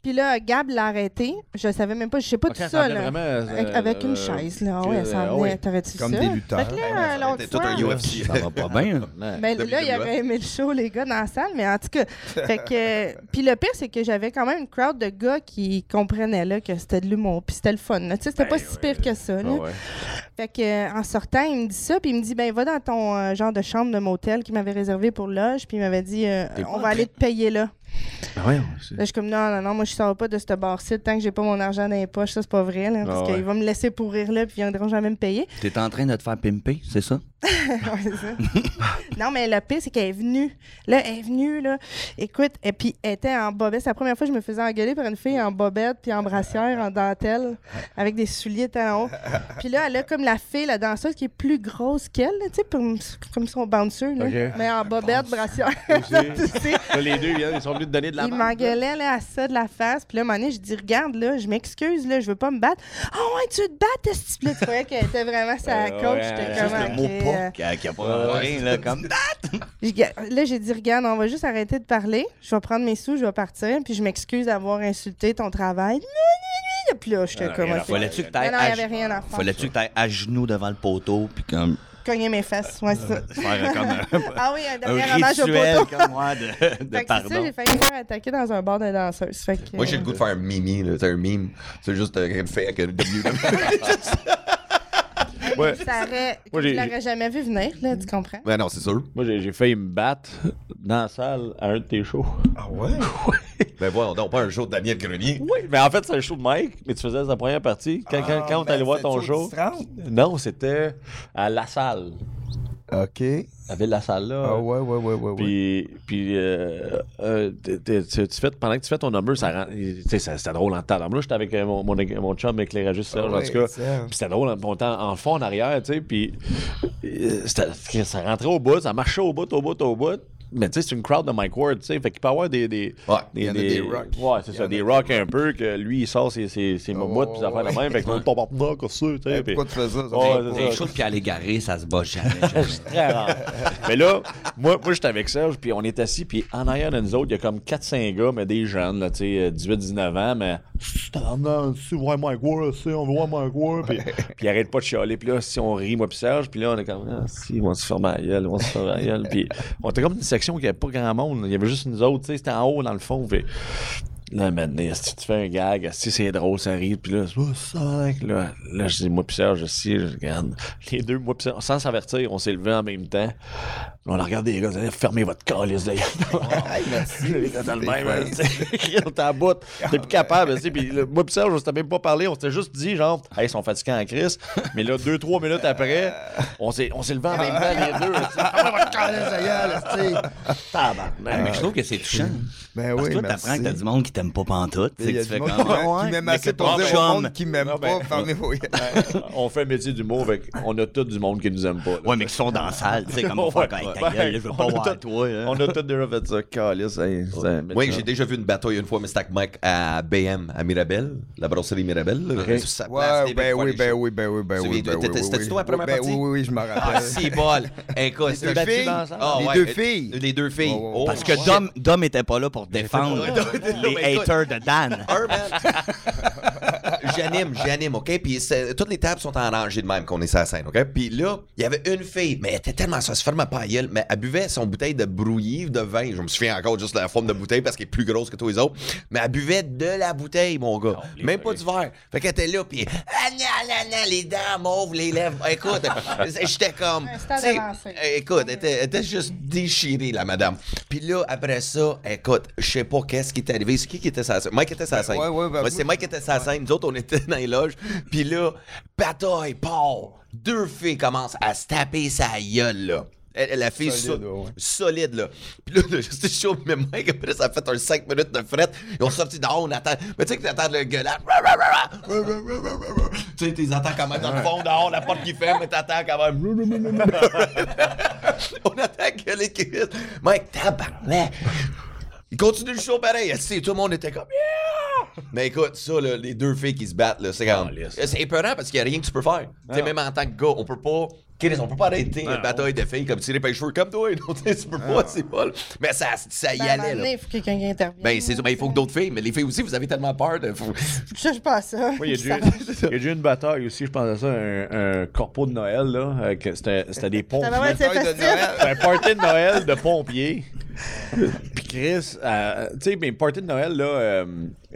Puis là, Gab l'a arrêté. Je savais même pas, je sais pas tout ça. Là. Avec,
euh,
avec une chaise, là. Ah ouais, elle s'en venait. T'aurais-tu
Comme
ça?
des lutteurs.
Fait que là, l'autre
C'était tout un
fois-
UFC.
Ça va pas bien. hein.
Mais Ben, là, il
WWE.
aurait aimé le show, les gars, dans la salle, mais en tout cas. fait que, puis le pire, c'est que j'avais quand même une crowd de gars qui comprenaient là, que c'était de l'humour, puis c'était le fun. là. Tu sais, c'était pas
Ben
si pire que ça.
Ah
là. Fait que, euh, en sortant, il me dit ça, puis il me dit ben va dans ton euh, genre de chambre de motel qu'il m'avait réservé pour loge, puis il m'avait dit euh, on va aller te payer là.
Ben
Là, je suis comme non, non, non, moi je sors pas de ce bar-ci tant que j'ai pas mon argent dans les poches, ça c'est pas vrai, là, parce
Ah ouais.
qu'il va me laisser pourrir là, puis ils viendront jamais me payer.
T'es en train de te faire pimper, c'est ça?
Ouais, c'est ça. non, mais le pire, c'est qu'elle est venue. Là, elle est venue, là. Écoute, et puis elle était en bobette. C'est la première fois que je me faisais engueuler par une fille en bobette, puis en brassière, en dentelle, avec des souliers talons hauts. Puis là, elle a comme la fille, la danseuse, qui est plus grosse qu'elle, là, tu sais, comme, comme son bouncer, là.
Ok.
Mais en bobette, brassière. Tu sais.
Là, les deux, ils viennent, ils sont venus te donner de la
Il
marde.
m'engueulait là, à ça de la face. Puis là, à un moment donné, je dis Regarde, là, je m'excuse, là, je veux pas me battre. Ah ouais, tu veux te battre, est-ce que tu Puis là, tu voyais qu'elle était vraiment sa
Ouais,
coach.
ouais,
J'étais
Euh, Juste
comme
le mot
Ok, euh,
pas qui a, qui a pas rien, là, comme...
Je ga- Là, j'ai dit, regarde, on va juste arrêter de parler. Je vais prendre mes sous, je vais partir, puis je m'excuse d'avoir insulté ton travail. Non, non, non. Puis là, j'étais comme... ok.
Fallait-tu que
Non,
t'ailles
non, il n'y avait
à...
rien à faire.
Fallait-tu que t'ailles à genoux devant le poteau, puis comme...
Cogner mes fesses, ouais, c'est ça.
Faire comme un,
Ah oui, un dernier
un
hommage au
rituel,
poteau.
comme moi, de, de
Fait que c'est ça,
pardon.
j'ai failli me faire attaquer dans un bar de danseuses. Fait que,
Moi, j'ai le goût de faire un mimi, là. C'est un mime. C'est juste euh, fait que W.
Ouais.
Ça aurait...
Moi,
je
j'ai-
l'aurais jamais vu venir, là, tu comprends?
Ben non, c'est sûr.
Moi, j'ai j'ai failli me battre dans la salle à un de tes shows.
Ah ouais?
Ben voyons donc, pas un show de Damien Grenier.
Oui, mais en fait, c'est un show de Mike, mais tu faisais sa première partie. Quand, quand, quand on est allé voir
Ah, ben,
ton show. Non, c'était à La Salle.
OK.
La ville de La Salle, là.
Ah ouais, ouais, ouais, ouais. ouais.
Puis, puis euh, euh, t'es- t'es- tu tu fais, pendant que tu fais ton number, ça rend- tu sais, ça- c'était drôle en temps. Alors, moi, j'étais avec euh, mon, mon, mon chum éclairagiste Serge,
Ah
en
ouais,
tout cas.
Serge.
Puis c'était drôle en, en, en fond, en arrière, tu sais. Puis euh, c'était- ça rentrait au bout, ça marchait au bout, au bout, au bout. Mais tu sais, c'est une crowd de Mike Ward, tu sais. Fait qu'il peut avoir des. des
Ouais, il y en a des
rocks.
rocks.
Ouais, c'est ça, des rocks un peu, que lui, il sort ses, ses, ses momouttes, puis ça fait la même. Fait que l'autre tombe en dedans, comme ça, tu sais. puis-
Pourquoi tu fais ça? ça?
Ouais, c'est ça.
Les choses puis à l'égarer, ça se bat jamais.
Très rare. mais là, moi, moi j'étais avec Serge, puis on est assis, puis en arrière de nous autres, il y a comme 4-5 gars, mais des jeunes, là, tu sais, 18-19 ans, mais tabarnak, tu vois Mike Ward, tu sais, on voit Mike Ward, puis, puis il arrête pas de chialer, puis là, si on rit, moi, puis Serge, puis là, on est comme, ah, si, ils vont se fermer la gueule, ils vont se fermer la gueule, puis on était comme une section où il n'y avait pas grand monde, il y avait juste nous autres, tu sais, c'était en haut, dans le fond, puis. Là, maintenant, si tu fais un gag, si c'est drôle, ça rit, puis là, c'est oh, cinq, là, là, je dis, moi, puis Serge, je sais, je regarde. Les deux, moi, puis Serge, sans s'avertir, on s'est levés en même temps. On a regardé les gars, on a dit, fermez votre calice, d'ailleurs.
merci.
Les gars, dans le même, hein, tu sais, on était en bout, t'es plus capable, tu sais, puis le- moi, puis Serge, on s'était même pas parlé, on s'était juste dit, genre, hey, ils sont fatigants en crise, mais là, deux, trois minutes après, on s'est on s'est levés en même temps, les deux, tu sais.
Ah, votre calice de gueule, esti.
mais je trouve que c'est touchant.
Ben
Parce
oui,
que toi,
merci.
t'apprends que t'as du monde qui t'aime pas pantoute.
Il y
que
a
tu
du
fais
monde
comme,
qui m'aime-
Ah ouais,
qui m'aime
mais
assez
c'est
pour
ton
dire au
chum.
monde qui m'aime pas, fermez vos yeux.
on fait un métier d'humour, fait qu'on a tous du monde qui nous aime pas, là.
Ouais, mais qui sont dans la salle, tu sais, comme on
Ouais,
fait ta gueule, je veux
on
pas
a
voir
tout-
toi. hein.
On a tout déjà fait ça. Calice, hein, ça, mais
Oui,
ça.
j'ai déjà vu une bataille une fois, mais c'était avec Mike à BM, à Mirabel, la brasserie Mirabel. là, sur sa place,
Ouais,
des
ben
fois,
oui,
les
ben
shows.
oui, ben oui, ben
Tu
oui.
viens-
ben oui,
t'étais-
oui,
c'était-tu
oui.
toi la première
Ben
partie?
Oui, oui, je me
Ah,
rappelle.
si, bol! Écoute,
deux
c'est-
filles?
Ah,
Les
ouais,
deux
euh,
filles?
Les deux filles.
Oh, oh, oh.
Parce que Dom, Dom était pas là pour défendre les haters de Dan.
J'anime, j'anime, OK? Puis c'est- toutes les tables sont en rangée de même qu'on est sur la scène, OK? Puis là, il y avait une fille, mais elle était tellement ça, elle se fermait pas la gueule, mais elle buvait son bouteille de brouillis de vin. Je me souviens encore juste de la forme de bouteille parce qu'elle est plus grosse que tous les autres. Mais elle buvait de la bouteille, mon gars. Même pas du verre. Fait qu'elle était là, puis ah, nan, nan, nan, les dents mauves, les lèvres. Écoute, j'étais comme.
Un stade
tu sais, euh,
avancé.
Écoute, elle était, elle était juste déchirée, la madame. Puis là, après ça, écoute, je sais pas qu'est-ce qui est arrivé. C'est qui qui était sur la scène? Mike était sur la scène.
ouais, ouais, ben,
Ouais, c'est Mike qui était sur la scène. Nous autres, on était dans les loges. Puis là, bataille, part. Deux filles commencent à se taper sa gueule, là. Elle- La fille
Solide,
so-
ouais.
solide, là. Puis là, là, c'était chaud, mais Mike, après, ça a fait un 5 minutes de fret. Ils ont sorti dehors, on attend. Mais tu sais que t'attends le gueulard. Tu sais, t'es attends quand même dans le fond, dehors, la porte qui ferme, mais t'attends quand même. on attend que les kids. Mike, tabarnak. Il continue le show pareil. esti, tout le monde était comme Yeah! Mais écoute, ça, là, les deux filles qui se battent, là, c'est comme. c'est épeurant parce qu'il n'y a rien que tu peux faire. Tu sais, même en tant que gars, on peut pas. Chris, on peut pas arrêter une bataille de filles comme tirer pêcheur comme toi. non, tu sais, tu peux pas, c'est pas. Mais ça, ça y
Ben, à un moment
allait,
donné,
là.
il faut que quelqu'un qui intervienne.
Ben, c'est ben, il faut que d'autres filles, mais les filles aussi, vous avez tellement peur de. faut-
Je sais pas à ça.
Oui, il y a
Ça-
déjà il y a déjà eu une bataille aussi, je pense à ça, un, un corpo de Noël, là. euh, que C'était c'était des
Ça
pompiers.
va être
Bataille de
festif.
Noël.
C'était un party de Noël de pompiers. Puis Chris, euh, tu sais, mais party de Noël, là, euh,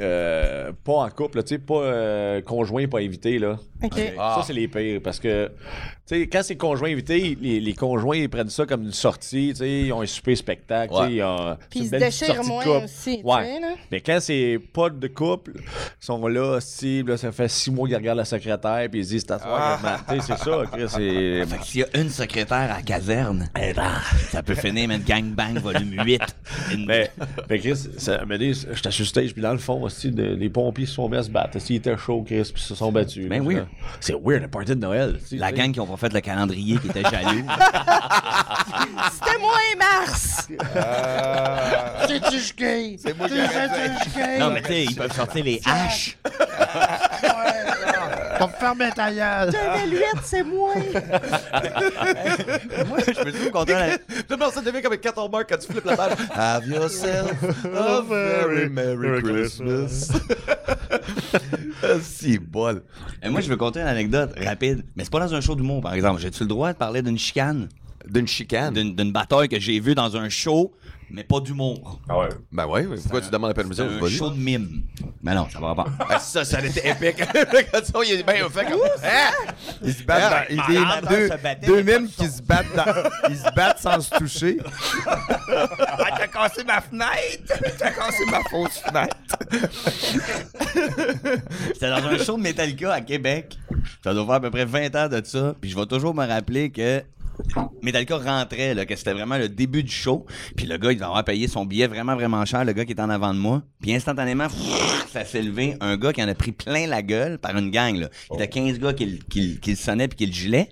euh, pas en couple, là, tu sais, pas euh, conjoint, pas invité, là.
OK.
Ça, c'est les pires parce que, tu sais, quand c'est conjoint invité, les, les conjoints, ils prennent ça comme une sortie, tu sais, ils ont un super spectacle, tu sais,
Ouais.
ils ont-
Puis
c'est
ils
une
se
belle petite
déchirent
sortie de
moins
couple.
aussi, tu
Ouais.
sais, là.
Mais quand c'est pas de couple, ils sont là, cible, ça fait six mois qu'ils regardent la secrétaire, puis ils se disent, t'as soir, maman. tu sais, c'est ça, Chris, c'est.
Fait que s'il y a une secrétaire à la caserne, ça peut finir même gangbang volume 8. Une-
Mais, mais Chris, ça m'a dit, j'étais sur stage, puis dans le fond, aussi, de- les pompiers se sont mis à se battre. Ils étaient chauds, Chris, puis ils se sont battus.
Ben
là.
oui.
C'est weird, le party de Noël. tu sais,
la
tu sais.
gang qui ont pas fait le calendrier, qui était jaloux.
C'était moi et Mars!
Ah. C'est moi qui ai fait
non, mais tu sais, ils peuvent sortir les haches.
J'avais l'huile, c'est moi!
Moi, je peux vous compter la...
Non, ça devient comme un 14 quand tu flippes la balle.
Ah,
Have yourself
Oh,
a very Merry Christmas.
Ah,
si bol.
Euh, Et Moi, je veux compter une anecdote rapide. Mais c'est pas dans un show d'humour, par exemple. J'ai-tu le droit de parler d'une chicane?
D'une
Hmm.
chicane.
d'une d'une bataille que j'ai vue dans un show, mais pas d'humour.
Ah ouais.
Ben oui, oui, pourquoi tu demandes la permission?
Un
Vas-y.
show de mime. Mais non, ça va pas.
Ah, ça, ça aurait été épique. Regarde ça, il est bien fait comme... Hein?
Ils se battent dans,
Ah,
il y a
Marc-André
deux,
se battait,
deux
mais pas
mimes
de
qui se battent dans- ils se battent sans se toucher. ah, t'as cassé ma fenêtre! T'as cassé ma fausse fenêtre!
C'était dans un show de Metallica à Québec. Ça doit faire à peu près 20 ans de ça. Puis je vais toujours me rappeler que Metallica rentrait, là, que c'était vraiment le début du show. Puis le gars, il devait avoir payé son billet vraiment, vraiment cher, le gars qui est en avant de moi. Puis instantanément, ça s'est levé. Un gars qui en a pris plein la gueule par une gang. Là. Il y a 15 gars qui, le- qui le- qui le sonnaient puis qui le gilaient.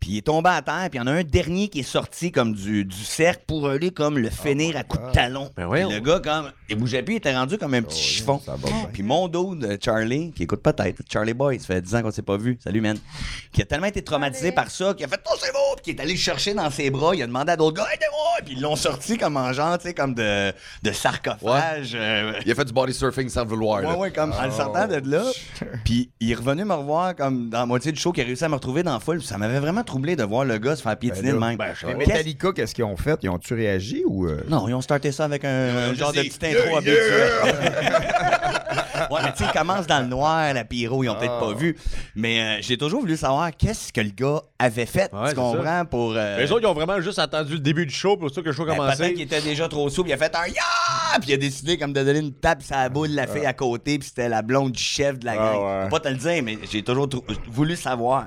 Puis il est tombé à terre, puis il y en a un dernier qui est sorti comme du, du cercle pour aller comme le finir à coups de talon.
oui,
Puis le gars, comme, il bougeait plus, il était rendu comme un petit chiffon. Puis mon dos de Charlie, qui écoute peut-être, Charlie Boy, ça fait 10 ans qu'on s'est pas vu, salut man, qui a tellement été traumatisé
Salut.
par ça, qu'il a fait « Oh, c'est beau! » Puis qui est allé le chercher dans ses bras, il a demandé à d'autres gars « Aidez-moi! » Puis ils l'ont sorti comme en genre, tu sais, comme de, de sarcophage. euh,
Il a fait du body surfing sans vouloir. là.
Ouais, ouais, comme en le sortant de là. Puis il est revenu me revoir comme dans la moitié du show, qui a réussi à me retrouver dans la foule. Puis ça m'avait vraiment troublé de voir le gars se faire piétiner de même.
ben, je
Qu'est-ce-
sais.
Metallica, qu'est-ce qu'ils ont fait? Ils ont-tu réagi ou. euh?
Non, ils ont starté ça avec un, un genre de
Euh, sais.
petit intro
Yeah,
habituel. ouais, mais tu sais, ils commencent dans le noir, la pyro, ils ont peut-être
Ah.
pas vu. Mais euh, j'ai toujours voulu savoir qu'est-ce que le gars avait fait,
Ouais,
tu
c'est
comprends, pour... euh,
Les autres, ils ont vraiment juste attendu le début du show pour ça que le show
ben,
commençait.
peut-être qu'il était déjà trop souple, il a fait un ya, puis il a décidé comme de donner une tape sur la boule de la fille à côté, puis c'était la blonde du chef de la gang.
ouais.
Faut Pas te le dire, mais j'ai toujours trou- voulu savoir.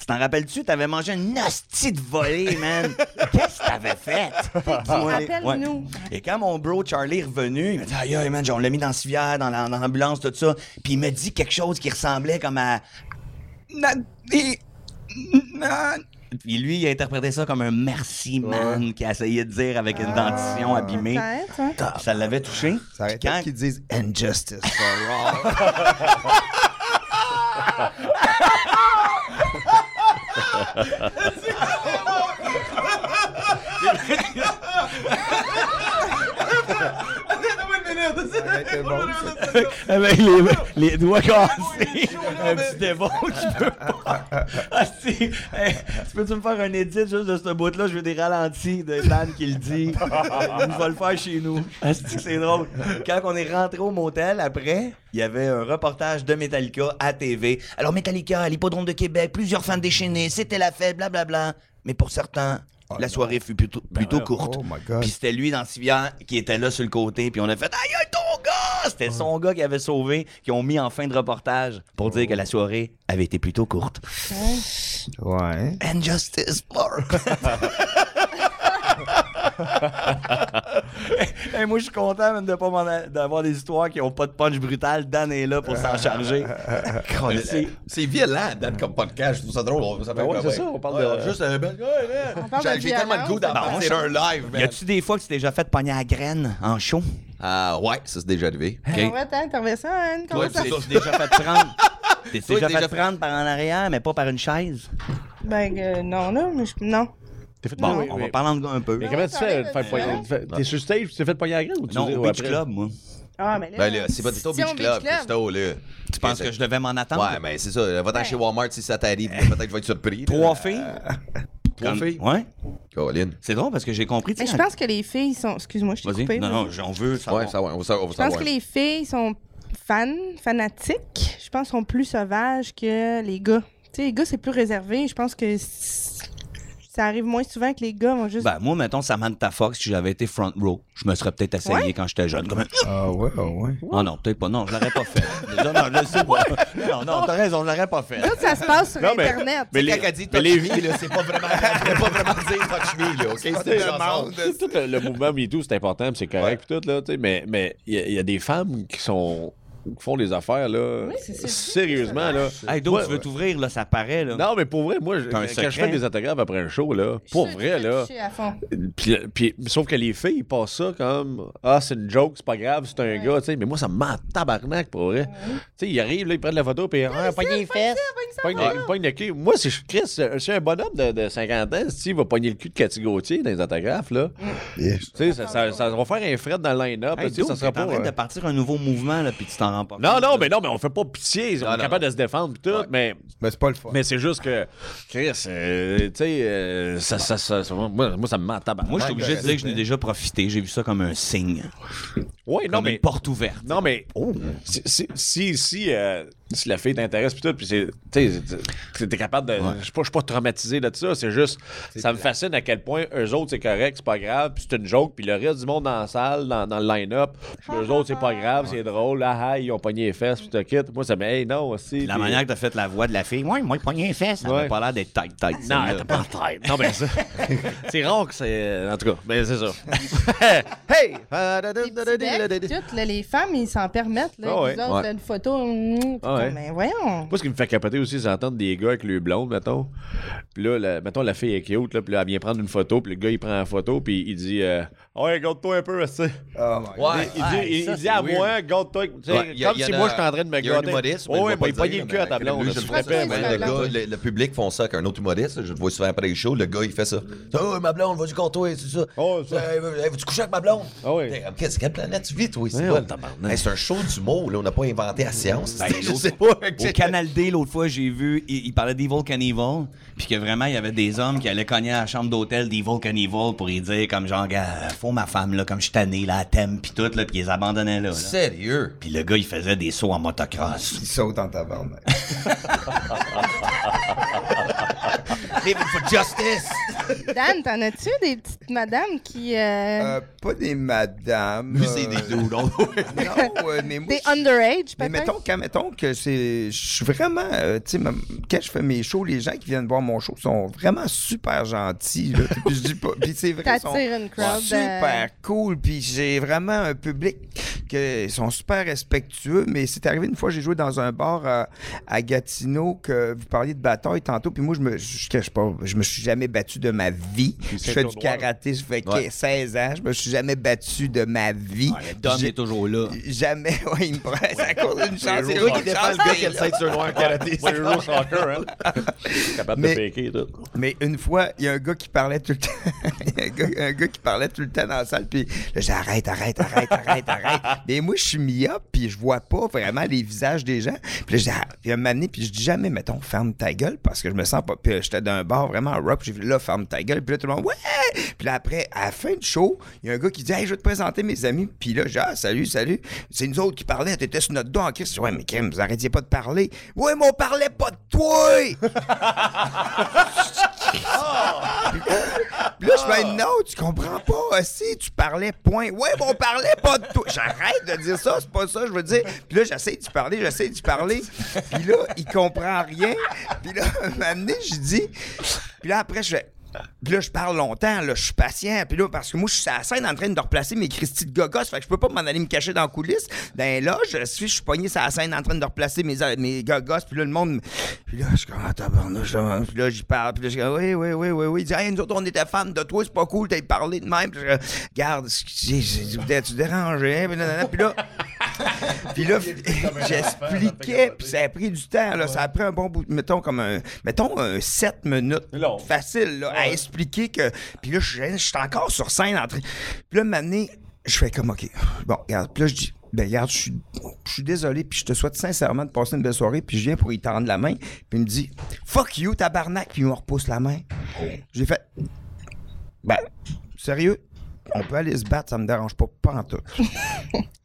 Tu t'en rappelles-tu, t'avais mangé une hostie de volée, man. Qu'est-ce que t'avais fait? Dis-moi.
Rappelle-nous.
Et quand mon bro Charlie est revenu, il m'a dit Aïe, aïe, man, on l'a mis dans la civière, dans la- dans l'ambulance, tout ça. Puis il m'a dit quelque chose qui ressemblait comme à. Na- et- na- Puis lui, il a interprété ça comme un merci, man, qu'il a essayé de dire avec une
Ah.
dentition abîmée.
Peut-être, hein.
Ça l'avait touché.
Ça arrête
Puis quand-
qu'ils disent Injustice for all.
Avec les, les doigts cassés, un petit dévot qui peut pas. Ah, si. Hey, tu peux-tu me faire un édit juste de ce bout-là? Je veux des ralentis de Dan qui le dit. Il va le faire chez nous. Ah, si, C'est drôle. Quand on est rentré au motel après, il y avait un reportage de Metallica à TV. Alors, Metallica, à l'hippodrome de Québec, plusieurs fans déchaînés, c'était la fête, blablabla. Mais pour certains, la soirée fut plutôt, plutôt courte.
Oh my God.
Puis c'était lui dans le civière qui était là sur le côté. Puis on a fait Aïe, aïe, ton gars! C'était son gars qui avait sauvé, qui ont mis en fin de reportage pour dire que la soirée avait été plutôt courte.
Ouais.
And justice for. Hey, moi, je suis content même de pas m'en a- d'avoir des histoires qui ont pas de punch brutal. Dan est là pour s'en charger. Crossé.
C'est violent, Dan, comme podcast. Je trouve ça drôle. on- Ça fait
ouais, c'est ça, on parle de-
Juste un bel- Ouais, man.
parle de
J'ai j'ai tellement le goût d'en
violence.
Bah, moi,
partir un live,
Y
man.
a-tu des fois que tu t'es déjà fait pogner à la graine en show?
Ah, ouais, ça c'est déjà arrivé. OK.
On va t'intervenir Ah, ça, hein, Anne. Comment
Ouais,
ça?
c'est-
T'es-tu déjà fait prendre? T'es-tu
Toi,
déjà
déjà
fait prendre par en arrière, mais pas par une chaise?
Ben, euh, non, là, mais je... non.
T'es fait
Bon,
pogner,
on
oui.
va parler en un peu.
Mais comment tu fais
Ouais,
de te faire
ça
pogner?
arrive.
Tu fais- T'es sur stage, tu t'es fait pogner à la grille ou tu
Non,
dis-
au
ouais,
Beach
après-
Club, moi.
Ah, mais là.
Ben là, c'est pas du tout
si on
Beach Club, Christo, là.
Tu penses que je devais m'en attendre?
Ouais, mais c'est ça. Va-t'en chez Walmart si ça t'arrive. là, Peut-être que je vais être surpris. là.
Trois filles?
Trois
Euh, Comme-
filles?
Ouais.
Colin.
C'est drôle parce que j'ai compris. tu
Mais
sais,
je pense que les filles sont. Excuse-moi, je t'ai
Vas-y.
coupé.
Non,
là.
non, j'en veux. savoir.
Ouais, ça, ouais. On va sa- on va
Je pense
savoir.
que les filles sont fans, fanatiques. Je pense qu'elles sont plus sauvages que les gars. Tu sais, les gars, c'est plus réservé. Je pense que c- ça arrive moins souvent que les gars vont juste.
Ben, moi, mettons, Samantha Fox, si j'avais été front row, je me serais peut-être essayé
Ouais.
quand j'étais jeune. Comme... un-
Ah ouais, ah ouais.
Ah non, peut-être pas. Non, je l'aurais pas fait. non, non, je le sais pas. Non, non, t'as raison, je l'aurais pas fait.
Tout ça se passe sur
mais-
Internet.
mais
Mais
les-
quand elle dit touch me, là, c'est pas vraiment. Elle pas vraiment dire touch me, là. OK? C'est une chanson.
Tout, tout le, le mouvement MeToo, c'est important, puis c'est correct, puis tout, là, tu sais, mais mais il y, a- il y a des femmes qui sont qui font les affaires, là,
Oui, c'est ça.
sérieusement, là.
Hey, d'autres, tu veux t'ouvrir, là, ça paraît, là.
Non, mais pour vrai, moi, je-
T'as un
quand
secret.
je fais des autographes après un show, là, pour vrai, là,
À fond.
puis, puis- sauf que les filles, ils passent ça comme « Ah, c'est une joke, c'est pas grave, c'est un gars », tu sais, mais moi, ça me ment tabarnak, pour vrai. Tu sais, ils arrivent, là, ils prennent la photo, puis « Ah, pas les fesses,
ça
Pogne
va.
le- pogne le cul. Moi, si je Chris, si un bonhomme de, de 50 ans, s'il va pogner le cul de Cathy Gauthier dans les autographes, là, tu sais, ça, ça- ça va faire un fret dans le line-up.
Hey,
tu sais,
dude,
ça sera
t'es en
pas.
train
euh,
de partir un nouveau mouvement, là, puis tu t'en rends pas
Non,
compte,
non,
là.
mais non, mais on fait pas pitié. On
Non,
est
non.
capable de se défendre pis tout, mais,
Ben, c'est pas le fun.
mais c'est juste que, Chris, euh, tu sais, euh, ça, ça, ça, ça- moi, moi, ça me met en tabac.
Moi, je suis obligé de dire que je n'ai déjà profité. J'ai vu ça comme un signe.
ouais, non,
Comme
mais.
une porte ouverte.
Non, mais
Oh.
si, si, si, si, euh, si la fille t'intéresse, puis tout, puis c'est- tu sais, t'es t'es capable de. Je suis pas, je suis pas traumatisé de ça, c'est juste. Ça me fascine à quel point eux autres, c'est correct, c'est pas grave, puis c'est une joke, puis le reste du monde dans la salle, dans, dans le line-up, eux autres, c'est pas grave, c'est drôle, ah, ah, ils ont pogné les fesses, puis te quitte. Moi, ça me hey, non, aussi.
La
puis-
manière que t'as fait la voix de la fille, ouais, moi, le poignet fesses, ça
Ouais.
avait pas l'air d'être tight, tight.
Non,
celle-là.
t'as pas de tête. Non, mais ça. c'est rare que c'est. En tout cas, ben, c'est ça.
Les
hey!
petits becs, tout, là, les femmes, ils s'en permettent. Là,
Ah ouais.
les autres,
Ouais.
là, une photo. mm, puis
Ah ouais.
comme, ben, voyons.
Moi, ce qui me fait capoter aussi, c'est d'entendre des gars avec le blonde, mettons. Puis là, la- mettons, la fille est cute, là, puis là, elle vient prendre une photo, puis le gars, il prend la photo, puis il dit euh, Ouais, garde-toi un peu, tu sais.
Oh my God.
Ouais.
Il dit, il-
ça,
il dit
c'est
à
weird.
moi, garde-toi. tu sais,
Ouais, y a-
comme
y a
si
de-
moi, je suis en train de
y
me
a un
garder.
humoriste, mais
Ouais,
il
ouais,
va
ben, il
pas
pognait
dire,
le cul à ta
mais lui,
blonde.
je
tu
le
ferais
ferais
pas,
peur,
moi,
Ben,
ben,
le,
la blonde.
gars, le, le public font ça qu'un autre humoriste. Je le vois souvent après les shows. Le gars, il fait ça. Oh, ma blonde, vas-y, compte-toi, c'est ça.
Oh, ça.
Euh, veux-tu coucher avec ma blonde?
Ah oui.
Hey, ok, c'est quelle planète tu vis, toi? C'est
Ouais,
quoi?
oh, tabarnak.
Hey, c'est un show d'humour. Là. On n'a pas inventé la science.
Ben,
je
l'autre-
sais pas.
Au Canal D, l'autre fois, j'ai vu, il, il parlait d'Evil Cannibal, puis que vraiment, il y avait des hommes qui allaient cogner à la chambre d'hôtel d'Evil Cannibal pour y dire, comme genre, Gars, faut ma femme, là, comme je suis tanné, là, elle t'aime, puis tout, là, puis ils les abandonnaient là. là.
Sérieux?
Puis le gars, il faisait des sauts en motocross.
Il saute en tabarnak.
David for justice!
Dan, t'en as-tu des petites madames qui. euh,
Euh, pas des madames.
Lui, c'est des
euh,
dudes. on-
Non, euh, mais moi,
des
je-
underage,
Mais
peut-être?
mettons, quand, mettons que c'est. Je suis vraiment. euh, tu sais, ma- quand je fais mes shows, les gens qui viennent voir mon show sont vraiment super gentils. là. puis je dis pas. Puis c'est vrai. ils sont
T'attires hein? une crowd, euh, ben,
Super cool. Puis j'ai vraiment un public qui sont super respectueux. Mais c'est arrivé une fois, j'ai joué dans un bar à, à Gatineau que vous parliez de bataille tantôt. Puis moi, je me. Je, je cache pas. Je me suis jamais battu de ma vie. Je fais du
Saint-Tournois.
karaté, je fais que-
Ouais.
16 ans. Je me suis jamais battu de ma vie.
Le Dom
J'ai-
est toujours là.
Jamais, ouais, il me prend. C'est à cause d'une chance.
C'est
C'est
toi
une
qui défend le
chance,
gars
il
qui a le
est là.
ceinture noire en karaté.
C'est un soccer, hein. Capable de
Mais-
faker, tout.
Mais une fois, il y a un gars qui parlait tout le temps. il y a un gars, un gars qui parlait tout le temps dans la salle. Puis là, j'ai dit, arrête, arrête, arrête, arrête, arrête. Mais moi, je suis myope, puis je vois pas vraiment les visages des gens. Puis là, j'ai dit, Ah, il va m'amener, puis je dis jamais, mettons, ferme ta gueule, parce que je me sens pas. Puis euh, j'étais dans un bar vraiment rock, puis j'ai dit, là, ferme ta gueule. Puis là, tout le monde, ouais! Puis là, après, à la fin du show, il y a un gars qui dit, hey, je vais te présenter mes amis. Puis là, j'ai dit, ah, salut, salut. C'est nous autres qui parlaient, t'étais sur notre dos en crise. Je dis, Ouais, mais Kim, vous arrêtiez pas de parler. Ouais, mais on parlait pas de toi! Puis là, je fais non, tu comprends pas aussi, tu parlais point. Ouais, mais on parlait pas de toi. J'arrête de dire ça, c'est pas ça, je veux dire. Puis là, j'essaie d'y parler, j'essaie d'y parler. Puis là, il comprend rien. Puis là, à un moment donné, je dis. Puis là, après, je fais. Puis là, je parle longtemps, là, je suis patient. Puis là, parce que moi, je suis à la scène en train de replacer mes Christy de gogos. Fait que je peux pas m'en aller me cacher dans la coulisse. Dans les loges, je suis, je suis pogné sur la scène en train de replacer mes, mes gogos. Puis là, le monde. me- Puis là, je suis comme, ah, tabarnouche, là. Puis là, j'y parle. Puis là, je suis comme, oui, oui, oui, oui, oui. Il dit, hey, nous autres, on était fans de toi, c'est pas cool, t'as parlé de même. Puis je regarde, tu dérangeais. Puis là, puis là. Puis là, j'expliquais, puis ça a pris du temps. Là, Ça a pris un bon bout, mettons, comme un, mettons, un 7 minutes.
Long.
Facile, là, à expliquer que. Puis là, je je suis encore sur scène. En train... Puis là, m'amener, je fais comme, OK, bon, regarde. Puis là, je dis, ben, regarde, je suis- je suis désolé, puis je te souhaite sincèrement de passer une belle soirée. Puis je viens pour y tendre la main. Puis il me dit, fuck you, tabarnak. Puis il me repousse la main. J'ai fait, ben, sérieux? On peut aller se battre, ça me dérange pas, pas en tout.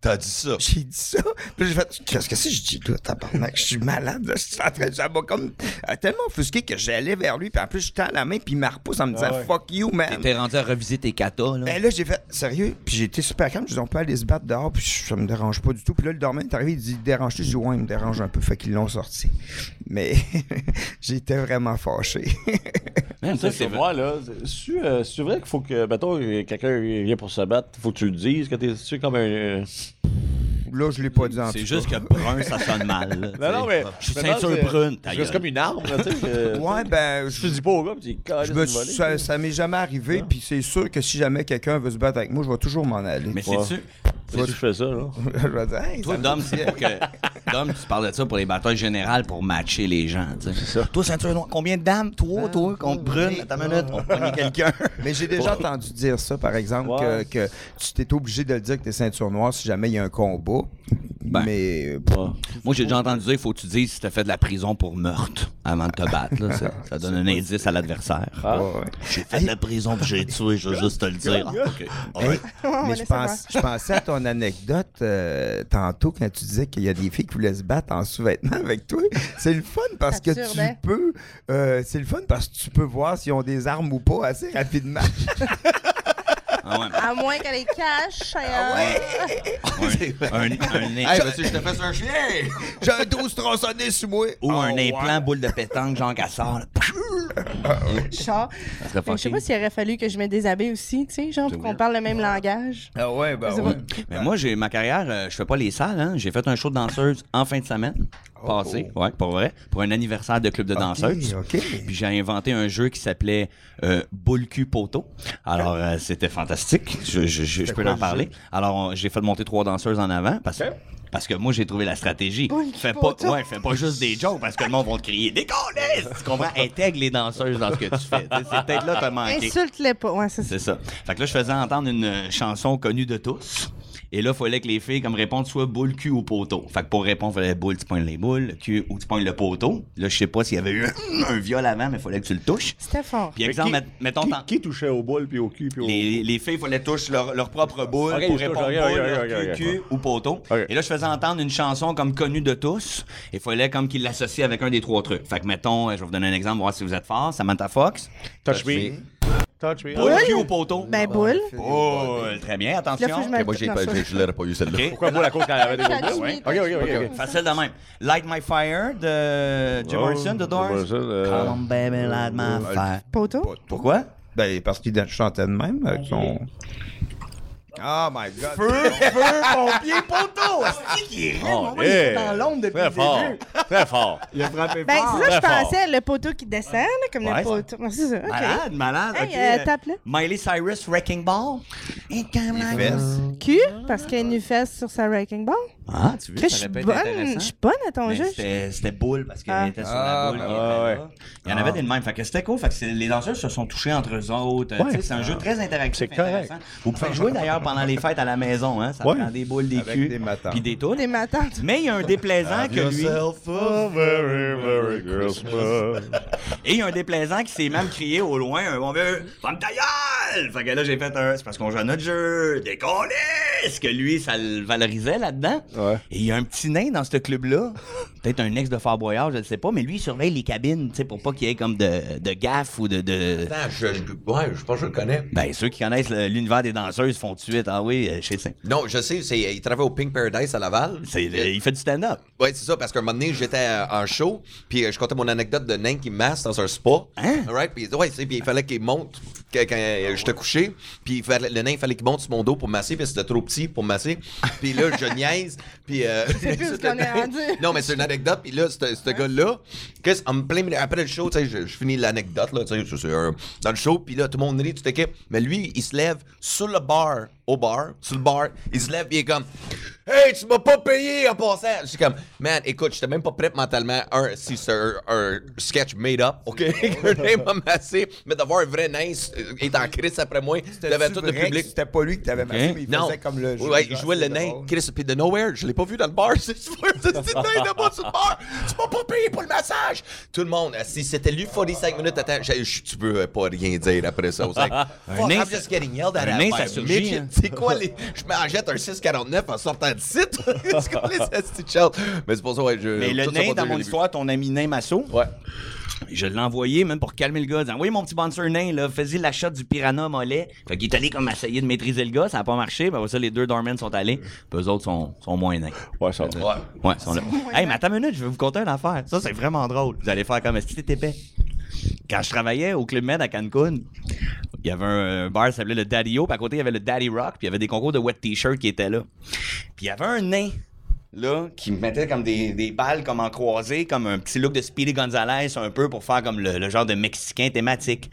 T'as dit ça.
J'ai dit ça. Puis j'ai fait, qu'est-ce que c'est? Je dis, là, tabarnak, je suis malade. là. Je suis en train de ça m'a comme euh, tellement offusqué que j'allais vers lui. Puis en plus, je tends la main, puis il me repousse en me disant, fuck you, man.
T'es rendu à reviser tes katas, là.
Ben là, j'ai fait, sérieux? Puis j'ai été super calme. Je dis, on peut aller se battre dehors, puis je- ça me dérange pas du tout. Puis là, le dormant est arrivé, il dit, dérange-tu? Je dis, ouais, il me dérange un peu. Fait qu'ils l'ont sorti. Mais j'étais vraiment fâché.
Man, ça,
Ça, c'est
c'est
moi, là. C'est euh, c'est vrai qu'il faut que, mettons, quelqu'un vient pour se battre, faut que tu le dises, que t'es tu es comme un. euh,
là, je l'ai pas dit en
C'est
tout
juste
cas.
que brun, ça sonne mal. là,
Non, non,
tu sais.
mais.
Je suis
mais non,
ceinture
ah, c'est-
brune, ta
C'est juste
gueule.
comme une arme, là, tu sais. euh,
Ouais, ben, je
Tu dis pas au gars, puis tu
Je me suis- ça, ça m'est jamais arrivé, puis c'est sûr que si jamais quelqu'un veut se battre avec moi, je vais toujours m'en aller.
Mais
Ouais.
c'est-tu,
Faut que je fais ça, là.
je vais dire, hey,
Toi,
ça me
Dom,
dit-
c'est pour que. Dom, tu parles de ça pour les batailles générales pour matcher les gens. C'est ça. Toi, ceinture noire, combien de dames? Trois, toi, qu'on te brûle. Attends une minute, on prend quelqu'un.
Mais j'ai déjà entendu dire ça, par exemple,
Ouais.
que, que tu t'es obligé de le dire que t'es ceinture noire si jamais il y a un combat. Mais euh,
Moi, j'ai déjà entendu dire, il faut que tu dises si t'as fait de la prison pour meurtre avant de te battre. là. Ça, ça donne un indice à l'adversaire.
Ouais, ouais.
J'ai fait de la prison puis j'ai tué, je veux juste te le dire. Ah, OK. All right.
On
Mais
va
je,
laisser
pense, je pensais à ton anecdote euh, tantôt quand tu disais qu'il y a des filles qui voulaient se battre en sous-vêtements avec toi. C'est le fun parce que
Absurde,
tu
hein?
peux. euh, c'est le fun parce que tu peux voir s'ils ont des armes ou pas assez rapidement.
Ah ouais,
À moins qu'elle euh, les cache.
Ah,
Ah
ailleurs.
un, un, un-
Hey, monsieur, je te fais un chien!
J'ai un 12 tronçonné sous moi.
ou un
Oh,
implant boule de pétanque, genre qu'elle sort. là.
Genre. Fait que Je sais pas s'il aurait fallu que je me déshabille aussi, tu sais, genre, pour qu'on parle le même langage.
Ah ouais, ben
C'est
ouais.
bon.
Mais moi, j'ai ma carrière, euh, je fais pas les salles. Hein. J'ai fait un show de danseuse en fin de semaine passé, ouais, pour vrai, pour un anniversaire de club de danseuses.
Oh, ok.
Puis j'ai inventé un jeu qui s'appelait euh, Boule cul poteau. Alors euh, c'était fantastique. Je, je- je- je peux en parler. Alors on- j'ai fait monter trois danseuses en avant parce que. Parce que moi, j'ai trouvé la stratégie.
Boule cul
Fais pas,
poteau.
ouais, fais pas juste des jokes parce que le monde va te crier Décollez! Tu comprends? Intègre les danseuses dans ce que tu fais. Tu sais, C'est peut-être là que t'as manqué.
Insulte-les pas. Ouais, c'est ça.
C'est ça. Fait que là, je faisais entendre une euh, chanson connue de tous. Et là, il fallait que les filles, comme répondent, soit boule, cul ou poteau. Fait que pour répondre, il fallait boule, tu pognes les boules, cul ou tu pognes le poteau. Là, je sais pas s'il y avait eu un, un viol avant, mais il fallait que tu le touches.
C'était fort.
Puis, exemple, met- mettons,
Qui,
t'en-
qui touchait au bol puis au cul puis au.
les, les filles, il fallait toucher leur, leur propre boule
Ok,
pour
ils touchent,
répondre
ok,
boule,
ok,
leur
ok,
cul,
ok.
cul ou poteau.
Ok.
Et là, je faisais entendre une chanson comme connue de tous. Il fallait comme qu'ils l'associent avec un des trois trucs. Fait que, mettons, euh, je vais vous donner un exemple, voir si vous êtes fort. Samantha Fox.
Touch me. Touch me.
Boule, cul ou poteau.
ah
Ben, boule.
Boule. Très bien, attention.
Là, faut que je me.
moi, j'ai
non,
pas,
ça,
j'ai- je l'aurais pas eu celle-là.
OK.
Pourquoi moi, la cause qu'elle avait des
Touch
gros
me,
ouais.
touch
Ok, ok,
me.
ok. ok.
Facile de même. Light My Fire de Jim
Oh,
Morrison, The Doors.
Jim Morrison, euh,
Come on, baby, light my fire.
Poteau?
Pourquoi?
Ben, parce qu'il chantait de même euh, avec son. Oh my god.
Feu, pompier, poteau!
Ah,
C'est qui est
Oh,
il est
yeah.
dans l'ombre depuis
Très
le
fort.
début.
Très fort.
Il a frappé
Ben, c'est ça, que je
Très fort.
pensais, le poteau qui descend, là, comme
Ouais,
le poteau. Ouais, C'est ça, ok.
Malade, malade.
Hey,
ok.
euh, tape-le.
Miley Cyrus, Wrecking Ball. Et comme la-
Q, parce qu'il y a une fesse sur sa wrecking ball.
Ah, tu veux,
Que je
ça
suis
aurait pu être
bonne, je
intéressant.
suis bonne à ton
Mais
jeu.
C'était c'était boule parce qu'elle
Ah.
était sur
Ah,
la boule.
ben
qui
ouais,
était
ouais. Ah.
là. Il y en avait des de même. Fait que c'était cool. Fait que c'est- les danseurs se sont touchés entre eux autres. Tu sais, C'est un jeu très interactif.
Ah. C'est correct. Ah.
intéressant. Vous pouvez jouer d'ailleurs pendant les fêtes à la maison. Hein. Ça
Ouais.
prend des boules, des
Avec
culs,
des matins.
puis des toules.
Des matantes.
Mais il y a un déplaisant que lui. Et il y a un déplaisant qui s'est même crié au loin un bon vieux Femme ta gueule! Fait que là, j'ai fait un. C'est parce qu'on joue à notre jeu. Décollez! Ce que lui, ça le valorisait là-dedans.
Ouais.
Et il y a un petit nain dans ce club-là. Peut-être un ex de Fort Boyard, je ne sais pas. Mais lui, il surveille les cabines, tu sais, pour pas qu'il y ait comme de, de gaffe ou de. de...
Attends, je, je- ouais, je pense que je le connais.
Ben, ceux qui connaissent le- l'univers des danseuses font tout de suite. Ah oui, euh, chez Saint.
Non, je sais, c'est, il travaille au Pink Paradise à Laval.
C'est- Il fait du stand-up.
Ouais, c'est ça, parce qu'un moment donné, j'étais euh, en show, puis euh, je comptais mon anecdote de nain qui me masse dans un spa.
Hein?
Right? Puis, ouais, c'est- puis il fallait qu'il monte que- quand euh, j'étais couché, puis il fallait- le nain, il fallait qu'il monte sur mon dos pour me masser, parce que c'était trop petit pour me masser. Puis là, je niaise, puis... euh,
sais plus où
le
qu'on est
nain-
rendu.
Non, mais c'est une anecdote, puis là, ce ce gars-là, qu'est-ce, en plein milieu- après le show, tu sais, je, je finis l'anecdote, là, tu sais, c'est, euh, dans le show, puis là, tout le monde rit, toute équipe, mais lui, il se lève sur le bar, au bar, sur le bar, il se lève, puis il est comme... Hey, tu m'as pas payé en passant! Je suis comme, man, écoute, j'étais même pas prêt mentalement. Un, si c'est un, un sketch made up, OK? Qu'un nain m'a massé, mais d'avoir un vrai nain euh, est en crise après moi devant tout le public.
C'était pas lui que t'avais massé,
Hein?
mais il
Non.
faisait comme le jeu.
ouais, il jouait le
C'est
nain.
drôle.
Chris, puis de nowhere, je l'ai pas vu dans le bar. C'est c'est c'est le petit nain là-bas sur le bar. Tu m'as pas payé pour le massage. Tout le monde, si c'était lui, 45 minutes, attends, je- je- tu peux euh, pas rien dire après ça. I was like, fuck,
nain,
I'm
ça-
just getting yelled at
un
by
nain, ça
a
surgit,
midget.
hein.
C'est quoi les. Je m'en jette un 6,49 en sortant de site. C'est quoi les astuces de Charles? Mais c'est pour ça, ouais, je.
Mais le
tout ça
nain,
pour dire
dans
que
mon
j'ai
histoire, ton ami nain Masso,
vu. Ouais.
je l'ai envoyé même pour calmer le gars. Disant, oui, mon petit bouncer nain, là, fais-y l'achat du piranha mollet. Fait qu'il est allé comme essayer de maîtriser le gars, ça a pas marché. Ben, après ça, les deux Dormen sont allés. Puis eux autres sont, sont moins nains.
Ouais, ça
Ouais.
Ouais, ils sont là. Hey, mais attends une minute, je vais vous conter une affaire. Ça, c'est vraiment drôle. Vous allez faire comme est-ce que t'es épais? Quand je travaillais au Club Med à Cancun, il y avait un, un bar qui s'appelait le Daddy O, puis à côté, il y avait le Daddy Rock, puis il y avait des concours de wet t-shirt qui étaient là. Puis il y avait un nain là, qui me mettait comme des, des balles comme en croisée, comme un petit look de Speedy Gonzalez un peu pour faire comme le, le genre de Mexicain thématique.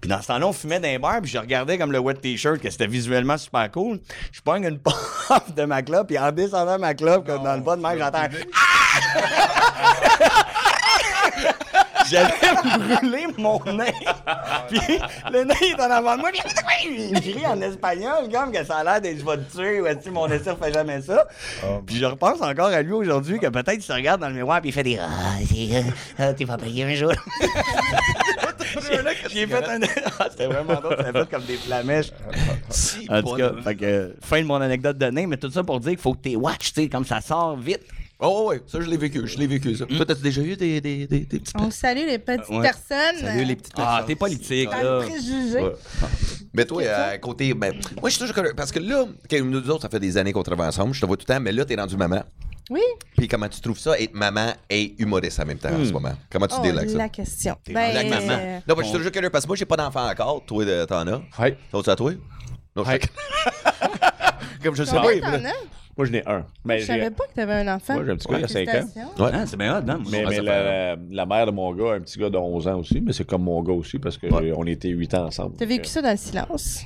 Puis dans ce temps-là, on fumait d'un bar, puis je regardais comme le wet t-shirt, que c'était visuellement super cool. Je pogne une pompe de ma clope, puis en descendant ma clope, comme dans le bas de mer, j'entends... J'allais me brûler mon nez. Puis le nez est en avant de moi. Il crie en espagnol, comme que ça a l'air d'être je vais te tuer. ou est-ce que mon dessert fait jamais ça. Puis je repense encore à lui aujourd'hui que peut-être il se regarde dans le miroir puis il fait des Ah, c'est, euh, ah, tu vas payer un jour. J'ai fait un. Ah, C'était vraiment drôle, c'était fait comme des flamèches.
Si,
En tout
bonne-
cas, fait que, fin de mon anecdote de nez, mais tout ça pour dire qu'il faut que t'es watch, tu sais, comme ça sort vite.
Oh, ouais, ça, je l'ai vécu. Je l'ai vécu, ça.
Mm.
Toi, t'as-tu déjà eu des, des, des, des petits.
On salue les petites
Ouais.
personnes.
petites
Ah, t'es politique,
Par
là.
préjugés.
Mais toi, à côté, ben, moi, je suis toujours curieux, Parce que là, ok, nous autres, ça fait des années qu'on travaille ensemble. Je te vois tout le temps, mais là, t'es rendu maman.
Oui.
Puis comment tu trouves ça, être maman et humoriste en même temps en
Hmm.
ce moment? Comment tu
Oh,
délègues ça?
la question.
La
Ben,
maman.
euh,
Non, mais je suis toujours curieux parce que moi, j'ai pas d'enfant encore. Toi, euh, t'en as.
Ouais.
T'as-tu à toi? Non, je
Ouais.
sais-
Comme je sais
Combien
pas.
t'en
là-
as?
Moi, je n'ai un. Mais
hein? Je
j'ai
savais pas que t'avais un enfant.
Moi, j'ai un petit gars, il a 5 ans.
Félicitations.
Ouais.
Ah, c'est bien hot, non? Moi,
Mais,
Ouais,
mais
ça
la, la mère de mon gars a un petit gars de 11 ans aussi, mais c'est comme mon gars aussi parce qu'on
Ouais.
était 8 ans ensemble.
T'as vécu ça dans le silence.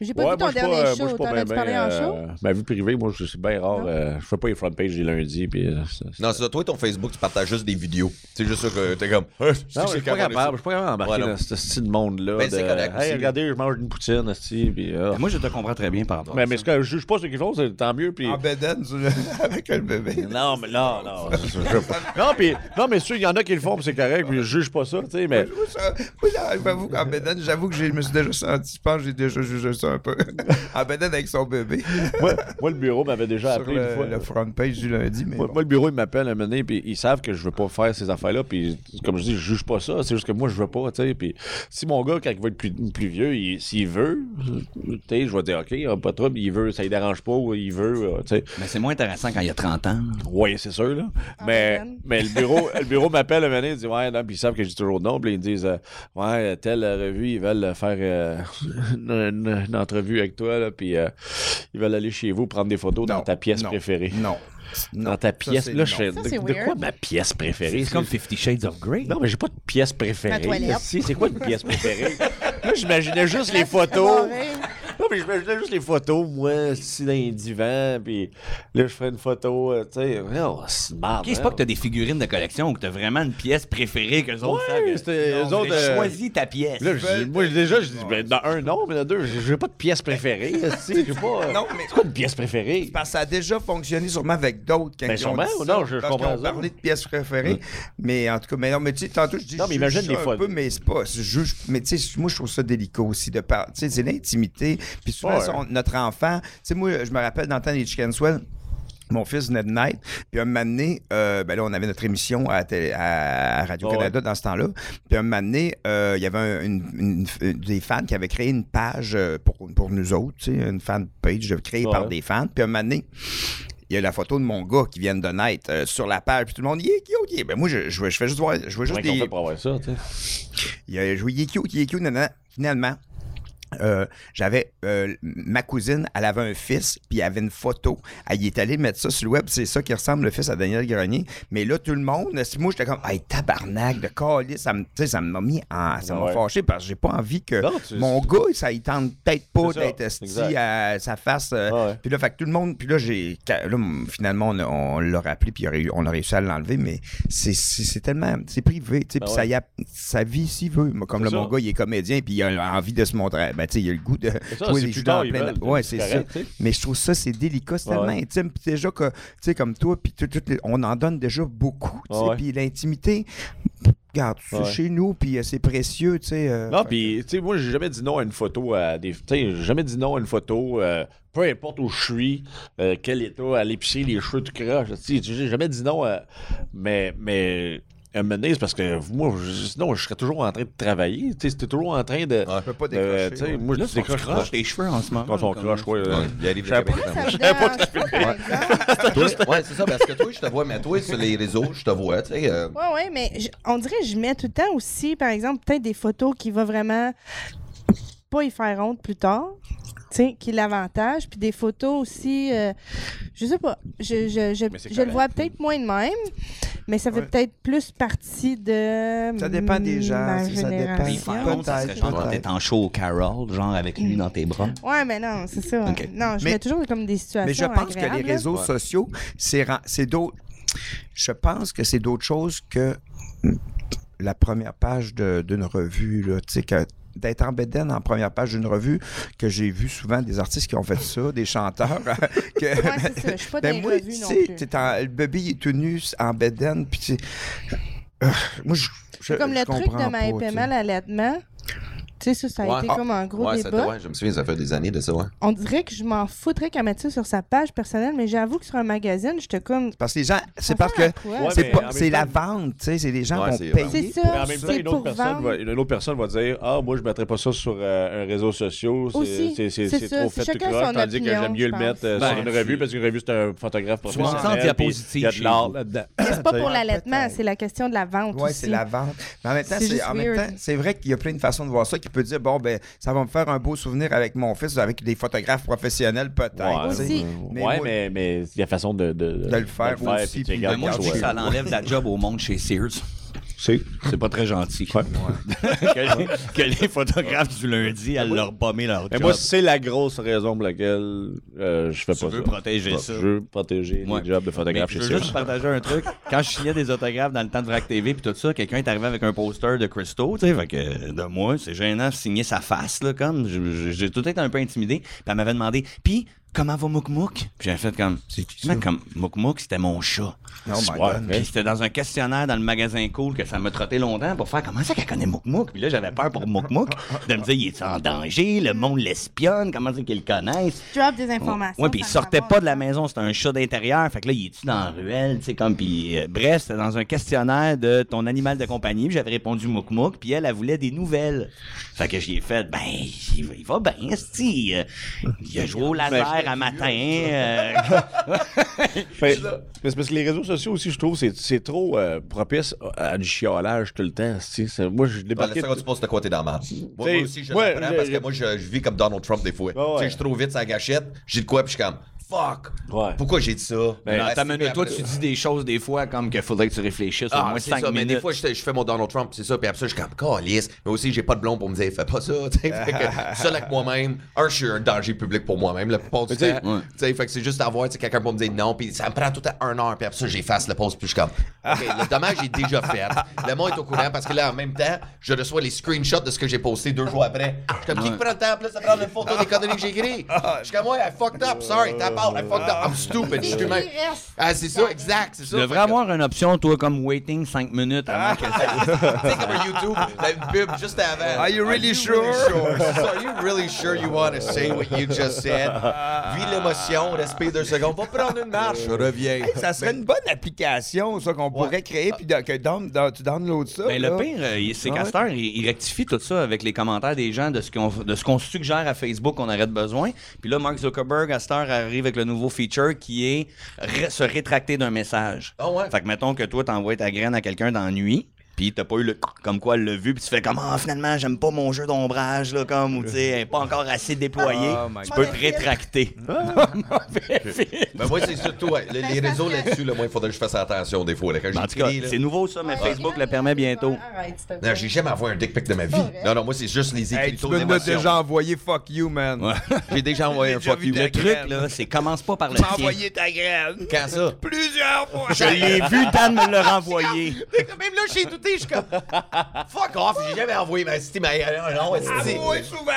J'ai pas
Ouais,
vu ton
moi, je suis
dernier
pas, euh, moi, je
show.
suis
T'en
pas
as-tu
ben,
parlé
ben,
en show?
euh, ma vie privée, moi, je- c'est bien rare.
Non.
euh, je fais pas les front pages les lundis. Puis, euh, ça- ça-
Non, c'est ça. Toi, ton Facebook, tu partages juste des vidéos. C'est juste ça que t'es comme. Hey, c'est que
Non, je suis
c'est
pas
capable.
capable. Je suis pas capable d'embarquer
Voilà.
dans ce style de monde-là.
Ben,
de,
c'est correct aussi,
Hey,
là.
regardez, je mange une poutine, esti, puis, ah.
Moi, je te comprends très bien par rapport
Mais,
à
mais
ça.
ce que je juge pas ceux qui font, c'est tant mieux. Puis...
Ah,
En
ben,
bedaine, tu- avec le bébé.
Non, mais non, non. je- je- je- non, puis, non, mais ceux, il y en a qui le font, puis c'est correct, puis je juge pas ça, tu sais, mais.
Moi, ça- moi, ça- j'avoue qu'en bedaine, j'avoue que je me suis déjà senti, je pense que j'ai déjà jugé ça un peu. en bedaine avec son bébé.
moi, moi, le bureau m'avait déjà
Sur
appelé une fois.
le, le front page du lundi, mais
Moi,
bon.
moi, le bureau, il m'appelle un moment donné, puis ils savent que je veux pas faire ces affaires-là, puis comme je dis, je juge pas ça, c'est juste que moi, je veux pas, tu sais, puis si mon gars, quand il va être plus, plus vieux, il- s'il veut, tu sais, je vais dire, OK, hein, pas de trouble, il veut, ça lui dérange pas, ou il veut, euh, tu sais.
Mais c'est moins intéressant quand il y a 30 ans.
Oui, c'est sûr, là.
Ah,
Mais,
man.
mais le bureau, le bureau m'appelle un moment donné, il dit, ouais, non, puis ils savent que j'ai toujours non, puis ils me disent, euh, ouais, telle revue, ils veulent faire euh, une, une- une entrevue avec toi, là, puis euh, ils veulent aller chez vous prendre des photos dans
Non,
ta pièce
non,
préférée.
Non. non.
Dans ta
Ça,
pièce,
c'est
là, je fais,
Ça,
de,
c'est
de quoi
weird.
ma pièce préférée? C'est-
Fifty Shades of Grey.
Non, mais j'ai pas de pièce préférée.
Ma toilette.
Si, c'est quoi une pièce préférée? là, j'imaginais juste les
Là, c'est
photos.
barré.
Non, mais j'imaginais juste les photos, moi, assis dans les divans, puis là, je ferais une photo, euh, tu sais, non, c'est marre.
c'est pas que t'as des figurines de collection ou que t'as vraiment une pièce préférée que les autres savent
Ouais,
que-
c'était
Non,
eux autres, euh,
Choisis ta pièce.
Là, je dis- moi, déjà, je dis, ben, dans un, non, mais dans deux, j'ai j'ai pas de pièce préférée, tu sais, j'ai pas...
Non, mais-
C'est quoi une pièce préférée?
Parce que ça a déjà fonctionné sûrement avec d'autres quand
Ben,
ils ont
sûrement,
dit
ou
ça,
non, je- je
parce qu'ils
comprends
ont
ça.
parlé de pièces préférées. Mais en tout cas, mais non, mais tu sais, tantôt je dis
Non, mais
je
imagine
juge
des
ça
fois-
un peu, mais c'est pas. je juge- mais tu sais, moi je trouve ça délicat aussi de parler. Tu sais, c'est l'intimité. Puis souvent,
Ouais.
son- notre enfant, tu sais, moi, je me rappelle dans le temps des Chicken Swell. Mon fils venait de naître, puis un moment donné, euh, ben là, on avait notre émission à, télé- à Radio-Canada dans ce temps-là. Puis un moment donné, euh, il y avait un- une- une- une- des fans qui avaient créé une page euh, pour, pour nous autres, tu sais, une fan page créée
Ouais.
par des fans. Puis un moment donné, il y a la photo de mon gars qui vient de naître euh, sur la page, puis tout le monde, il est cute, il est- Ben moi, je, je, veux- je fais juste voir, je vois juste
Comment qu'on
des...
fait pour avoir ça, tu sais?
Il, y a, je vois, il est cute, il est cute, nanana. Finalement, euh, j'avais... euh, ma cousine, elle avait un fils, puis il avait une photo. Elle y est allée mettre ça sur le web, c'est ça qui ressemble le fils à Daniel Grenier. Mais là, tout le monde... si Moi, j'étais comme, hey, tabarnak, de calice, ça me- tu sais, ça m'a mis en... Ça m'a
Ouais.
fâché, parce que j'ai pas envie que
Non, tu-
mon gars, ça il tente peut-être pas
C'est ça,
d'être esti
exact.
à sa face. euh,
Ouais.
Puis là, fait que tout le monde. Puis là, j'ai. ca- Là, m- finalement, on, a- on l'a rappelé, puis il aurait eu- on a réussi à l'enlever, mais c'est- c'est c'est tellement. C'est privé, tu sais.
Ben
puis
ouais.
ça y a. Sa vie, s'il veut. Moi, Comme
C'est
là,
ça.
mon gars, il est comédien, puis il a envie de se montrer. Ben, tu sais, il a le goût de.
ça,
Toi,
c'est
les
plus
joues
tard,
en
ils
plein-
veulent,
Ouais,
c'est
c'est ça.
correct, tu sais.
Mais je trouve ça, c'est délicat, c'est
Ben Ouais.
tellement intime. Puis déjà, que, tu sais, comme toi, puis tout- tout les- on en donne déjà beaucoup, tu sais.
Ben Ouais.
Puis l'intimité. Regarde, c'est
Ouais.
chez nous, puis euh, c'est précieux, tu sais. euh,
Non, puis, tu sais, moi, j'ai jamais dit non à une photo, à des... Tu sais, j'ai jamais dit non à une photo, euh, peu importe où je suis, euh, quel état, à l'épicerie, les cheveux du croche, tu sais, j'ai jamais dit non à... Mais, mais... À un moment donné, c'est parce que moi, je- sinon, je serais toujours en train de travailler. Tu sais, c'était toujours en train
Ah,
de.
Je peux pas
de-
décrocher,
euh, tu sais,
ouais.
Moi, je
tu
décroche pas.
tes cheveux en ce moment.
Quand on
hein, comme-
croche, ouais. euh,
Il arrive
Je savais pas.
Ça me
J'avais pas
dérange pas, par exemple.
Toi, ouais, c'est ça, parce que toi, je te vois, mais toi, sur les réseaux, je te vois, tu sais. euh,
Oui, oui, mais je- on dirait que je mets tout le temps aussi, par exemple, peut-être des photos qui vont vraiment pas y faire honte plus tard. tu sais, qui est l'avantage. Puis des photos aussi, euh, je sais pas, je, je, je,
Mais
je
c'est
le
correct.
vois peut-être moins de même, mais ça fait
Ouais.
peut-être plus partie de.
Ça dépend des gens,
ma
si ça dépend.
Puis
génération.
par contre, ça serait genre
peut-être.
d'être en show au Carol, genre avec lui dans tes bras.
Ouais, mais non, c'est ça.
Ok.
Non, je
Mais-
mets toujours comme des situations.
Mais je pense que les
agréables, là.
réseaux sociaux, c'est ra- c'est d'autres. Je pense que c'est d'autres choses que la première page de- d'une revue. là. Tu sais, que d'être en bedaine en première page d'une revue, que j'ai vu souvent des artistes qui ont fait ça, des chanteurs. euh, que,
Ouais, c'est ça. Je suis pas
Ben
des
moi,
revues
tu
non
sais,
plus.
t'es en- le bébé il est tout nu en bedaine, puis tu Euh, moi, je. je-
C'est comme
je
le truc
comprends
de ma
pas, tu sais.
mal à l'allaitement. Tu sais, ça, ça a
Ouais.
été
Ah.
comme un gros
ouais, ça,
débat.
ouais, je me souviens, ça fait des années de ça, hein. ouais.
On dirait que je m'en foutrais qu'elle mette ça sur sa page personnelle, mais j'avoue que sur un magazine, j'étais comme.
Parce que les gens, c'est
Ça
parce
sert
que
à quoi?
Ouais,
c'est
mais
pas-
en
c'est
même
la
temps-
vente, tu sais, c'est les gens
Ouais,
qui
c'est-
ont
C'est
payé.
Mais
ça,
en même temps,
c'est
une autre,
pour
personne
vendre.
va, une autre personne va dire Ah, moi, je ne mettrais pas ça sur euh, un réseau social,
Aussi,
c'est- c'est c'est-
c'est
c'est
ça,
trop
c'est
fait tout
chacun
croche,
son
tandis
opinion,
que j'aime mieux
je
le mettre euh,
pense.
sur une
Ben,
revue,
tu-
parce qu'une revue, c'est un photographe
Tu vas en
professionnel.
centre
puis Il y
diapositive
a
chez
de l'art
vous.
là-dedans.
Mais c'est pas pour l'allaitement,
peut-être.
c'est la question de la vente.
Oui,
aussi.
c'est la vente. Mais en même temps,
C'est
c'est,
juste
en même
weird.
temps, c'est vrai qu'il y a plein de façons de voir ça qui peut dire bon, ben, ça va me faire un beau souvenir avec mon fils, avec des photographes professionnels, peut-être.
Ouais,
tu sais.
Aussi.
mais,
moi,
ouais, mais, mais il y a façon de, de,
De le faire aussi,
puis tu
puis
regardes
de
Ben, moi, je
ouais.
dis que
ton
ça
choix.
l'enlève de la job au monde chez Sears. C'est pas très gentil. que, les, que les photographes du lundi, elles leur bommer leur
Mais
job.
moi, c'est la grosse raison pour laquelle euh, je fais
Tu
pas
veux
ça.
protéger
Ouais,
ça.
Je veux protéger
Ouais.
les jobs de
Mais
photographe
je
chez
veux
Sears.
juste partager un truc. Quand je signais des autographes dans le temps de Vrac TV puis tout ça, quelqu'un est arrivé avec un poster de Christo, tu sais, fait que de moi, c'est gênant de signer sa face, là, comme. Je- je- J'ai tout été un peu intimidé. Puis elle m'avait demandé, puis comment va Mouk Mouk? Puis j'avais fait comme, c'est qui ça? ben, Comme, Mouk Mouk, c'était mon chat.
Oh my
Ouais,
God.
mais-
Puis c'était dans un questionnaire dans le magasin Cool que ça m'a trotté longtemps pour faire comment ça qu'elle connaît Mouk Mouk. Puis là, j'avais peur pour Mouk Mouk de me dire, il est en danger, le monde l'espionne, comment c'est qu'ils le connaissent?
Drop des informations.
Ouais, puis il
sans
sortait
savoir.
pas de la maison, c'était un chat d'intérieur. Fait que là, il est-tu dans la ruelle, tu sais, comme. Puis, euh, bref, c'était dans un questionnaire de ton animal de compagnie. puis j'avais répondu mouk mouk, puis elle, elle voulait des nouvelles. Fait que j'y ai fait, ben, il va, il va bien, si. il a joué au laser à matin.
hein.
euh,
Mais, Ben, mais c'est parce que les réseaux sociaux aussi, je trouve, c'est, c'est trop euh, propice à, à du chiolage tout le temps. tu sais. C'est- moi, je
Dans la
débarquais.
seconde, tu penses de quoi t'es dans la merde. Moi,
T'sais,
moi aussi, je
ouais,
l'apprends
le-
parce
le-
que moi, je, je vis comme Donald Trump des fois.
ouais.
Tu sais, je suis trop vite sur la gâchette, j'ai de quoi, puis je suis comme fuck.
Ouais.
Pourquoi j'ai dit ça?
non,
Ah,
t'as
si,
même
puis
toi,
après-
Ben, tu dis des choses des fois comme qu'il faudrait que tu réfléchisses au
Ah,
moins
c'est
5
ça,
minutes.
mais des fois, je, je fais mon Donald Trump, c'est ça, puis après ça, je suis comme, calice. Mais aussi, j'ai pas de blond pour me dire, fais pas ça, tu sais. Fait que, seul avec moi-même, un, je suis un danger public pour moi-même, la plupart du temps.
Mais tu sais,
Tu sais, fait que c'est juste avoir, tu sais, quelqu'un pour me dire non, puis ça me prend tout à un heure, puis après ça, j'efface le post, puis je suis comme, OK, le dommage est déjà fait. Le monde est au courant, parce que là, en même temps, je reçois les screenshots de ce que j'ai posté deux jours après. Je suis comme, qui prend le temps, puis là, ça prend une photo des conneries que j'ai écrites.
Ah.
Je suis comme, ouais, I fucked up, sorry, t'as part, I fucked up, I'm stupid, je suis humain. Ah, c'est ça, exact, c'est ça.
Tu devrais
Fait que- Ah!
avoir une option, toi, comme waiting 5 minutes avant que ça.
tu sais, comme un YouTube, t'as une pub juste avant.
Are you really sure?
C'est ça, Are you really sure you want to say what you just said? Vis l'émotion, respire deux secondes, va prendre une marche, reviens.
Ça serait une bonne application, ça, qu'on pourrait créer, puis de- que donne- don- tu downloads ça.
Ben,
Oh, là.
le pire, euh, il- c'est
Ouais.
qu'Astor, il, il rectifie tout ça avec les commentaires des gens de ce qu'on de ce qu'on suggère à Facebook qu'on aurait de besoin. Puis là, Mark Zuckerberg, Astor, arrive avec le nouveau feature qui est ré- se rétracter d'un message.
Ah ouais.
Fait que mettons que toi, t'envoies ta graine à quelqu'un dans la nuit. Puis t'as pas eu le comme quoi elle l'a vu, puis tu fais comme ah finalement j'aime pas mon jeu d'ombrage là comme ou tu sais elle est pas encore assez déployée,
Oh my
tu peux te rétracter.
Mais moi, c'est surtout ouais, les, les réseaux là-dessus, là, moi, il faudrait que je fasse attention des fois. là, quand
en tout cas,
j'écris, là.
c'est nouveau ça, mais
Ouais,
Facebook
non,
le
non,
permet
non,
bientôt.
Arrête, s'il te
Ben,
Non,
plaît.
j'ai jamais envoyé un dick pic de ma vie. Non, non, moi, c'est juste les écrits
Hey, tu me l'as déjà envoyé, fuck you, man.
J'ai déjà envoyé un
déjà
fuck
vu
you.
ta
Le
Le
truc,
truc là, c'est commence pas par le
Tu m'as
tien.
envoyé ta graine.
Quand ça?
Plusieurs fois.
Je l'ai vu, Dan me l'a renvoyé.
Même là, j'ai douté, je suis comme. Fuck off, j'ai jamais envoyé ma cité, mais euh, non, esti.
Avouez souvent.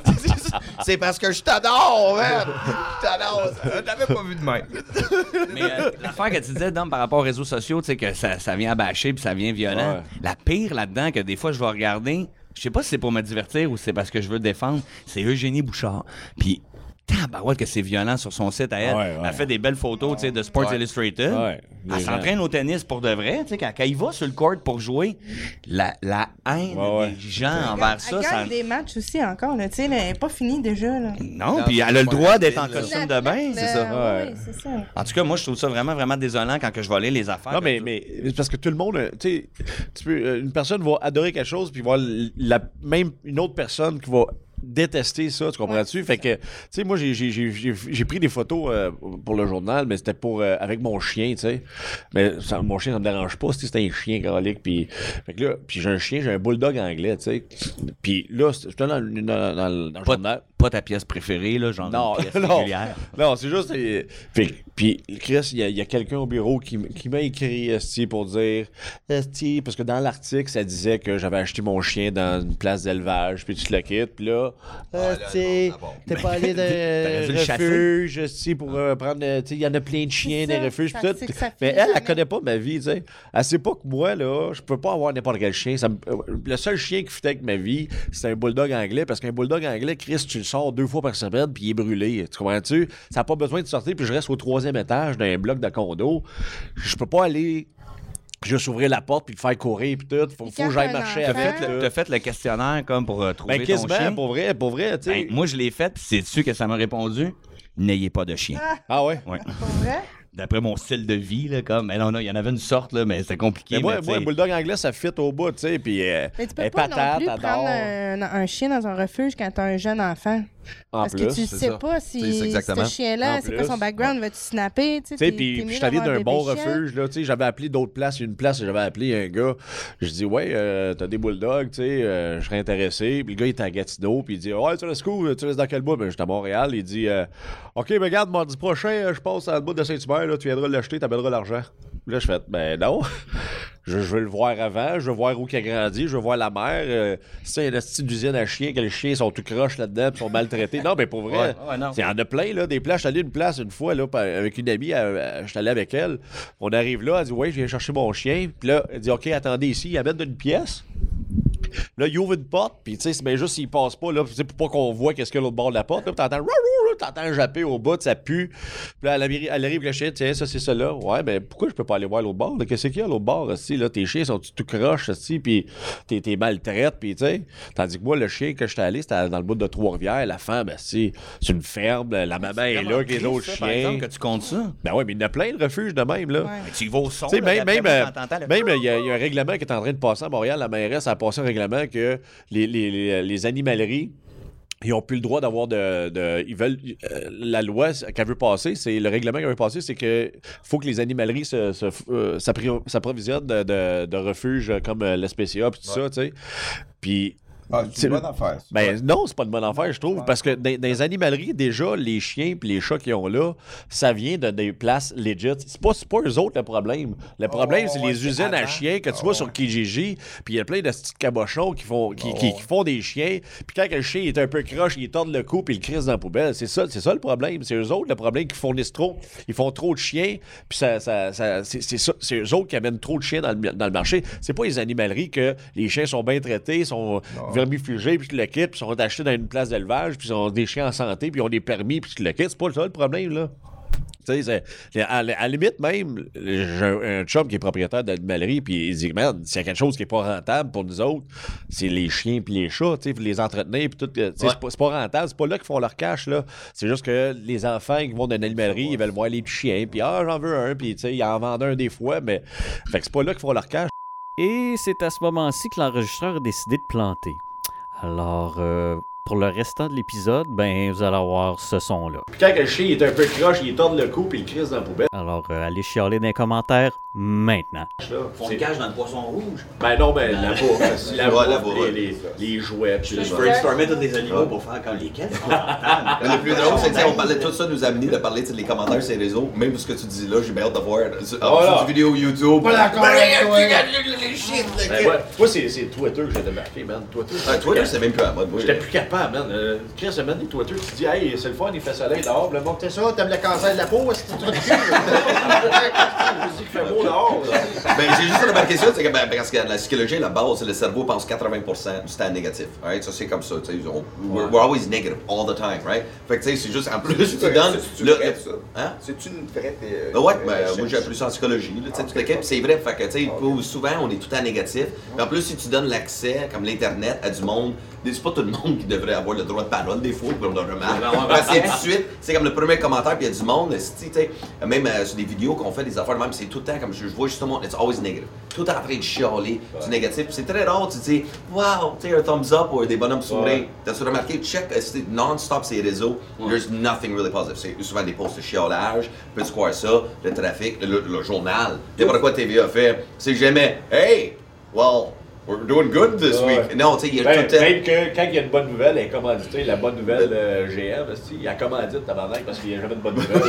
C'est parce que je t'adore, man! Je t'adore!
Je t'avais pas vu de même.
Mais euh, l'affaire que tu disais, Dom, par rapport aux réseaux sociaux, tu sais, que ça, ça vient abâcher puis ça vient violent.
Ouais.
La pire là-dedans, que des fois, je vais regarder, je sais pas si c'est pour me divertir ou si c'est parce que je veux défendre, c'est Eugénie Bouchard. Puis, tabarouette que c'est violent sur son site à elle.
Ouais, ouais.
Elle fait des belles photos, tu sais, de Sports Illustrated.
Ouais,
Elle
des gens.
s'entraîne au tennis pour de vrai, tu sais, quand, quand il va sur le court pour jouer, la, la haine
Ouais, ouais.
des gens envers ça,
Elle
ça...
gagne des matchs aussi encore, là. Tu sais, là, elle n'est pas finie déjà, là.
Non,
Non,
puis
c'est
elle a le
pas
droit
rapide,
d'être en
là.
costume de bain, c'est ça.
Oui,
ouais.
c'est ça.
En tout cas, moi, je trouve ça vraiment, vraiment désolant quand que je vais lire les affaires.
Non,
de
mais,
tout-
mais c'est parce que tout le monde, euh, tu sais, tu peux, euh, une personne va adorer quelque chose, puis voir la même, une autre personne qui va détesté ça, tu comprends-tu? fait que, tu sais, moi, j'ai- j'ai- j'ai j'ai- j'ai pris des photos euh, pour le journal, mais c'était pour euh, avec mon chien, tu sais. Mais ça- mon chien, ça me dérange pas, tu sais, c'était un chien calique. Puis, fait que là, puis j'ai un chien, j'ai un bulldog anglais, tu sais. Puis là, c'était j'étais dans, le- dans- dans- dans le
Pas,
journal.
pas ta pièce préférée, là, genre
Non,
une pièce
non,
régulière.
non c'est juste. euh, fait- puis, Chris, il y a, il y a quelqu'un au bureau qui, m- qui m'a écrit esti, pour dire esti, parce que dans l'article, ça disait que j'avais acheté mon chien dans une place d'élevage, puis tu le quittes, puis là, esti, t'es pas allé dans
T'aurais dû le
un
chasser.
refuge, esti, pour euh, prendre. euh, tu sais, Il y en a plein de chiens,
C'est
des
ça,
refuges, puis
ça-
tout.
c'est que ça
Mais
finit
elle, elle
jamais.
connaît pas ma vie, tu sais. Elle sait pas que moi, là, je peux pas avoir n'importe quel chien. Ça me- euh, Le seul chien qui fitait avec ma vie, c'était un bulldog anglais, parce qu'un bulldog anglais, Chris, tu le sors deux fois par semaine, puis il est brûlé. Tu comprends-tu? Ça n'a pas besoin de sortir, puis je reste au troisième étage d'un bloc de condo. Je peux pas aller. Juste ouvrir la porte puis le faire courir puis tout. Faut, faut
quand
que j'aille
t'as un
marcher
enfant-
avec.
T'as
là.
T'as fait le questionnaire comme pour euh, trouver
Ben,
ton chien.
quasiment, pour vrai, pour vrai, tu sais.
Ben, moi, je l'ai fait, puis c'est-tu que ça m'a répondu? N'ayez pas de chien.
ah ouais?
Ouais.
Pour vrai?
D'après mon style de vie, là, comme, mais non, non, il y en avait une sorte, là, mais c'était compliqué.
Mais Ben, moi,
mais,
moi, un
t'sais,
bulldog anglais, ça fit au bout, tu sais. Puis, euh,
Mais tu
elle
peux
est
pas non
patate,
plus
elle
prendre
dort.
un, un chien dans un refuge quand t'as un jeune enfant.
En
Parce
plus.
que tu
c'est
sais
ça.
pas
C'est ça,
si
exactement.
ce
En
chien-là, c'est quoi son
plus,
background, va tu snapper? Tu
Tu sais, puis puis je suis allé d'un bon refuge, là, tu sais, j'avais appelé d'autres places, une place, j'avais appelé un gars, je dis, ouais, euh, t'as des bulldogs, tu sais, euh, je serais intéressé, puis le gars, il était à Gatineau, puis il dit, ouais, tu restes cool, tu restes dans quel bout? Ben, j'étais à Montréal, il dit, euh, ok, ben, regarde, mardi prochain, euh, je passe à le bout de Saint-Hubert, là, tu viendras l'acheter, t'amèneras l'argent. Puis là, je fais, ben, non, je, je veux le voir avant, je veux voir où il a grandi, je veux voir la mère, euh, si c'est une petite d'usine à chiens, que les chiens sont tout croches là-dedans, puis sont maltraités. Non, mais pour vrai,
Ouais, ouais, non.
il y en a plein, là, des places. Je suis allé à une place une fois, là, par- avec une amie, elle- elle- je suis allé avec elle. On arrive là, elle dit, ouais, je viens chercher mon chien. Puis là, elle dit, OK, attendez ici, il amène une pièce. Là, il ouvre une porte, puis tu sais, c'est bien juste s'il passe pas, là, tu sais, pour pas qu'on voit qu'est-ce qu'il y a l'autre bord de la porte. Là, puis t'entends, rou, rou, rou, t'entends japper au bout, ça pue. Puis là, elle arrive, elle arrive, le chien, tiens, ça, c'est ça là. Ouais, mais pourquoi je peux pas aller voir l'autre bord? là? Qu'est-ce qu'il y a à l'autre bord, aussi? Là, tes chiens sont tout croches, aussi, puis t'es, t'es maltraite, puis tu sais. Tandis que moi, le chien que j'étais allé, c'était dans le bout de Trois-Rivières, la femme, si c'est une ferme, la maman est là,
vraiment
avec les
triste,
autres
ça,
chiens.
Par exemple, que tu comptes ça.
Ben ouais, mais il y en a plein de refuges de même, là.
Ouais.
Tu y vas au son.
Tu sais,
là,
même,
d'après
même,
moi,
euh,
t'entends, là,
même, il y, a- il y a un règlement qui est en train de passer à Montréal. La mairesse a passé un règlement que les, les- les- les animaleries. Ils ont plus le droit d'avoir de, de- Ils veulent. euh, la loi qu'elle veut passer, c'est. Le règlement qu'elle veut passer, c'est que faut que les animaleries se- se- euh, s'appro- s'approvisionnent de, de- de refuges comme euh, l'SPCA puis tout ça, tu sais. Puis.
Ah,
C'est-
c'est une bonne affaire. ça.
Ben non, c'est pas une bonne affaire, je trouve, parce que dans, dans les animaleries, déjà, les chiens puis les chats qu'ils ont là, ça vient de des places legit. C'est pas, c'est pas eux autres le problème. Le problème, c'est
Oh, ouais,
les
c'est
usines à
avant.
chiens que tu vois sur Kijiji, puis il y a plein de petits cabochons qui font, qui, qui- qui font des chiens, puis quand le chien est un peu croche, il tord le cou puis il le crisse dans la poubelle. C'est ça, c'est ça le problème. C'est eux autres le problème qui fournissent trop. Ils font trop de chiens, puis ça, ça- ça- c'est, c'est ça- c'est eux autres qui amènent trop de chiens dans le, dans le marché. C'est pas les animaleries que les chiens sont bien traités, sont vermifugés, puis tu le quittes, puis sont achetés dans une place d'élevage, puis sont des chiens en santé, puis ils ont des permis, puis tu le quittes. C'est pas ça le problème, là. Tu sais, c'est- à, la- à la limite, même, j'ai un, un chum qui est propriétaire d'animalerie, puis il dit, man, s'il y a quelque chose qui n'est pas rentable pour nous autres, c'est les chiens puis les chats, tu sais, puis les entretenir, puis tout. euh, tu sais, C'est pas, c'est pas rentable, c'est pas là qu'ils font leur cash, là. C'est juste que les enfants qui vont dans une animalerie, ils veulent voir les petits chiens, puis ah, j'en veux un, puis tu sais, ils en vendent un des fois, mais. Fait que c'est pas là qu'ils font leur cash.
Et c'est à ce moment-ci que l'enregistreur a décidé de planter. Alors, euh, pour le restant de l'épisode, ben, vous allez avoir ce son-là.
Puis quand le chien est un peu croche, il tord le cou, puis il crisse dans la poubelle.
Alors, euh, allez chialer dans les commentaires maintenant.
Font le cache dans le poisson rouge.
Ben non, ben la bouffe, la
Ouais, la
bouffe,
bouffe.
les, les- les jouets, puis les-
Je brainstormais tous les animaux pour faire comme les quêtes.
Mais le plus drôle, c'est que tu sais, on parlait de tout ça, nous a amené de parler tu sais, des commentaires sur les réseaux. Même ce que tu dis là, j'ai bien hâte de voir. Sur,
Voilà.
sur du vidéo YouTube.
Pas d'accord avec toi.
Ben ouais, moi, c'est c'est Twitter que j'ai démarqué, man. Twitter.
Ah, toi, là, c'est même plus à la mode. Moi,
J'étais plus capable, man. Euh, Chris, semaine des Twitter, tu te dis, hey, c'est le fun, il fait soleil dehors. Le monde, t'es ça, t'aimes le cancer de la peau, est-ce que tu te dis, je dis qu'il fait beau dehors. là.
ben, j'ai juste remarqué ça, c'est que, ben, parce que la psychologie, la base, le cerveau pense 80% du temps négatif. Right? Ça, c'est comme ça. tu sais, on- we're, we're always negative all the time, right? Fait que, tu sais, c'est juste, en plus, tu
C'est-tu
donnes.
c'est-tu
le-
vrai, ça?
Hein?
C'est-tu une vraie...
Ben ouais, ben, moi j'ai appris ça en psychologie, là, tu sais, tout Ah, le kit. Puis c'est vrai, fait que, tu sais, pour- souvent on est tout en négatif. Puis en plus, si tu donnes l'accès, comme l'Internet, à du monde, c'est pas tout le monde qui devrait avoir le droit de parole, des fois, pour le remarque. Parce que tout de suite, c'est comme le premier commentaire, puis il y a du monde, si, tu sais, même euh, sur des vidéos qu'on fait, des affaires de même, c'est tout le temps, comme je, je vois justement, it's always negative. Tout est en train de chialer du négatif. Puis C'est très rare, tu dis, wow, tu sais, un thumbs up ou des bonhommes sourires. T'as-tu remarqué, check, euh, c'est non-stop ces réseaux, there's nothing really positive. C'est souvent des posts de chiolage, peux-tu croire ça, le trafic, le, le journal. N'importe quoi TVA fait, c'est jamais, hey, well, we're doing good this
Ouais.
week. Non, tu sais, il y a
Ben,
tout le temps-
même que quand il y a une bonne nouvelle, elle est commanditée. La bonne nouvelle euh, GM, esti, il a commandité tabarnak parce qu'il n'y a jamais de bonne nouvelle.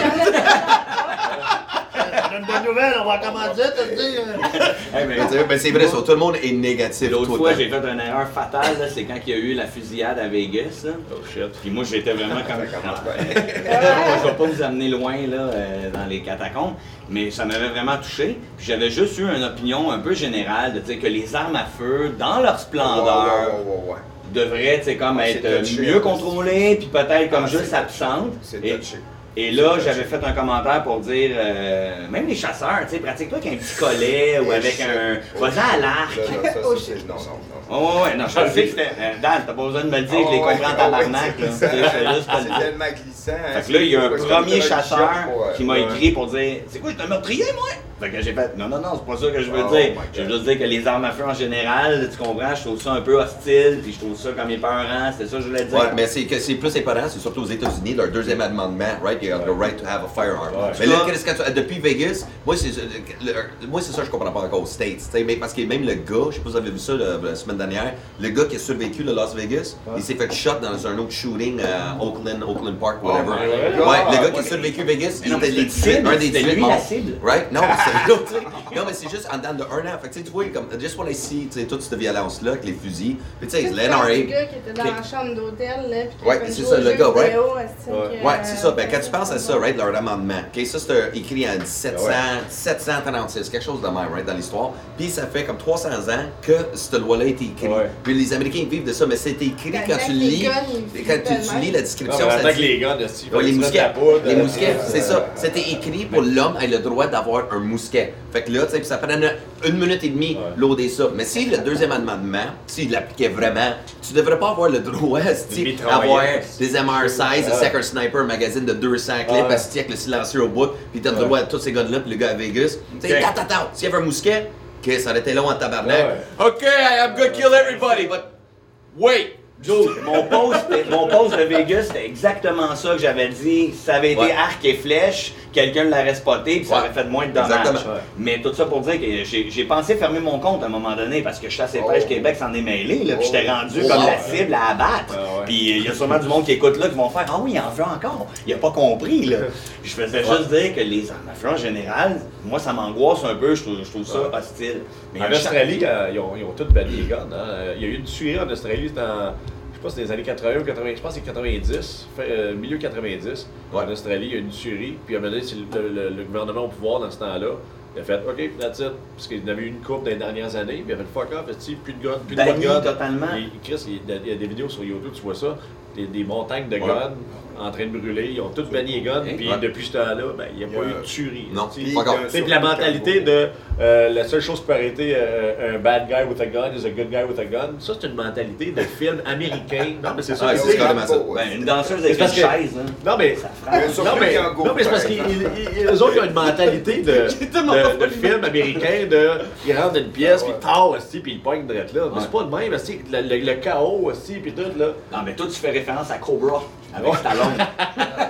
J'ai une bonne nouvelle, on va commander, t'as dit. euh.
Hey, mais-
Mais tu sais, ben, c'est vrai, ça, tout le monde est négatif. tout
L'autre
le
fois,
temps.
j'ai fait une erreur fatale, là, c'est quand il y a eu la fusillade à Vegas. là.
Oh shit.
Puis moi, j'étais vraiment comme. je vais pas vous amener loin là, euh, dans les catacombes, mais ça m'avait vraiment touché. Puis j'avais juste eu une opinion un peu générale de dire que les armes à feu, dans leur splendeur,
Ah, Ouais, ouais, ouais, ouais.
devraient tu sais, comme
Ouais,
être
c'est
euh,
touché,
mieux
en plus.
contrôlées, puis peut-être comme
Ah,
juste
c'est touché.
absentes.
C'est
Et-
touché.
et là, j'avais fait un commentaire pour dire, euh, même les chasseurs, tu sais, pratique-toi avec un petit collet ou
Eh,
avec
shit.
un. Vas-y à l'arc.
Là, là, ça, ça, c'est- non, non, non.
Oh, ouais, ouais, non, je le sais Oh, que c'était. euh, Dan, t'as pas besoin de me le dire,
Ah
que les comprends en tabarnak, là. Tu sais, je fais juste pas le
C'est
dire.
tellement glissant.
Fait que là, il y a un
Parce que
premier
t'as
chasseur
le choix,
qui m'a
ouais.
écrit pour dire C'est quoi, je suis un meurtrier, moi Fait que j'ai fait Non, non, non, c'est pas ça que je veux
Oh
dire.
my God.
Je veux juste dire que les armes à feu en général, tu comprends, je trouve ça un peu hostile, puis je trouve ça comme épeurant, c'est ça que je voulais dire.
Ouais, mais c'est que c'est plus épeurant, c'est surtout aux États-Unis, leur deuxième amendement, right? You have the right to have a firearm. Mais là, qu'est-ce que tu- depuis Vegas, moi, c'est euh, le- moi, c'est ça, je comprends pas encore aux States, tu sais, mais parce que même le gars, je sais pas si vous avez vu ça le- la semaine dernière, le gars qui a survécu le Las Vegas, il s'est fait shot dans un autre shooting à Oakland, Oakland Park, whatever.
Oh my God.
ouais, le gars qui a survécu Vegas, il
non, mais
était les
c'était
18,
lui,
un des
c'était
18
lui la
morts.
cible.
Right? Non, c'est l'autre, tu sais. Non, mais c'est juste en dedans de un an. Fait que, tu sais, tu vois, comme, just when I see, tu sais, toute cette violence-là, avec les fusils, puis tu sais, l'NRA.
Le gars qui était dans
Click.
la chambre d'hôtel, là. puis qui
Ouais,
a comme
c'est
joué
ça,
aux
le
jeux
gars,
vidéo, est-ce que,
Ouais.
Ouais,
euh,
c'est ça. Ben, quand tu penses à ça, right, leur amendement, OK, ça, c'est euh, écrit en 1700,
Ah Ouais.
736, quelque chose de même, right, dans l'histoire. Puis ça fait comme 300 ans que cette loi-là a été écrite.
Ouais.
Puis les Américains vivent de ça, mais c'est écrit
Ben,
quand
avec
tu
les
lis,
guns, ils
quand
font
tu, tu
tellement.
lis la
Non,
description,
mais
ça
attaque
dit-
les gars, esti, faut
Ouais,
que
les
tu mettes la
mousquets,
poudre,
les
euh,
mousquets,
euh,
c'est ça. C'était écrit pour l'homme ait le droit d'avoir un mousquet. Fait que là, tu sais, puis ça prenait une minute et demie loader ça. Mais si le deuxième amendement, s'il l'appliquait vraiment, tu devrais pas avoir le droit
Des
esti,
mitraillettes.
d'avoir des MR16, des
Ouais.
Second Sniper, un magazine de 200 clips,
Ouais.
esti, avec le silencieux au bout, puis t'as le droit à tous ces gars-là, puis le gars à Vegas. Tu sais,
Ok.
tata, tata, s'il y avait un mousquet, que ça aurait été long en tabarnak.
Ouais.
OK, I'm gonna kill everybody, but wait!
Dude, mon post, mon post de Vegas, c'était exactement ça que j'avais dit. Ça avait été
Ouais.
arc et flèche, quelqu'un l'aurait spoté, puis ça
Ouais.
aurait fait moins de dommages.
Exactement.
Mais tout ça pour dire que j'ai j'ai pensé fermer mon compte à un moment donné, parce que Chasse et
Oh.
Pêche Québec s'en est mêlé, là, puis j'étais rendu
Oh,
comme
ouais.
la cible à abattre.
Ah, ouais.
Puis il y a sûrement du monde qui écoute là qui vont faire « Ah oui, il en veut encore! » Il a pas compris, là. Je faisais juste dire que les armes à feu en général, moi, ça m'angoisse un peu, je trouve, je trouve ça
Ouais.
hostile. Mais
En
un chat-
Australie, euh, ils ont, ils ont tous banni les guns. hein. Euh, Il y a eu une tuerie en Australie, c'était en, je sais pas, c'est dans les années 80 ou 80, je pense que c'est 90, fin- euh, milieu 90.
Ouais.
En Australie, il y a eu une tuerie, puis à un moment donné, c'est le, le- le gouvernement au pouvoir dans ce temps-là. Il a fait OK, that's it, parce qu'il y en avait eu une coupe dans les dernières années, puis il a fait fuck off, esti, plus de guns, plus de
Banni
guns.
totalement.
Et Chris, il y a- il y a des vidéos sur YouTube, tu vois ça, des, des montagnes de guns en train de brûler, ils ont tous banni les guns,
Hein?
puis
Ouais.
depuis ce temps-là, ben, il n'y a pas
Il y
eu
a-
de tuerie.
Non,
esti.
pas encore.
Tu sais, puis la mentalité de euh, la seule chose qui peut arrêter euh, un bad guy with a gun is a good guy with a gun, ça c'est une mentalité de film américain. Non, mais c'est ça.
Ah,
que
c'est
c'est.
carrément ça.
Ben, une danseuse
C'est
avec une
parce que-
chaise, hein. là.
Non, mais.
Il y a un surplus
Non, mais,
qui en go,
non, mais c'est parce
par
qu'ils
exemple.
ils- ils- eux autres, ils ont une mentalité de, de, de film américain de. Ils rentrent dans une pièce,
Ah,
puis ils tarent, esti, puis ils pognent direct là. Mais c'est pas de même, esti, le, le, le chaos, esti, puis tout, là.
Non, mais toi, tu fais référence à Cobra avec Stallone.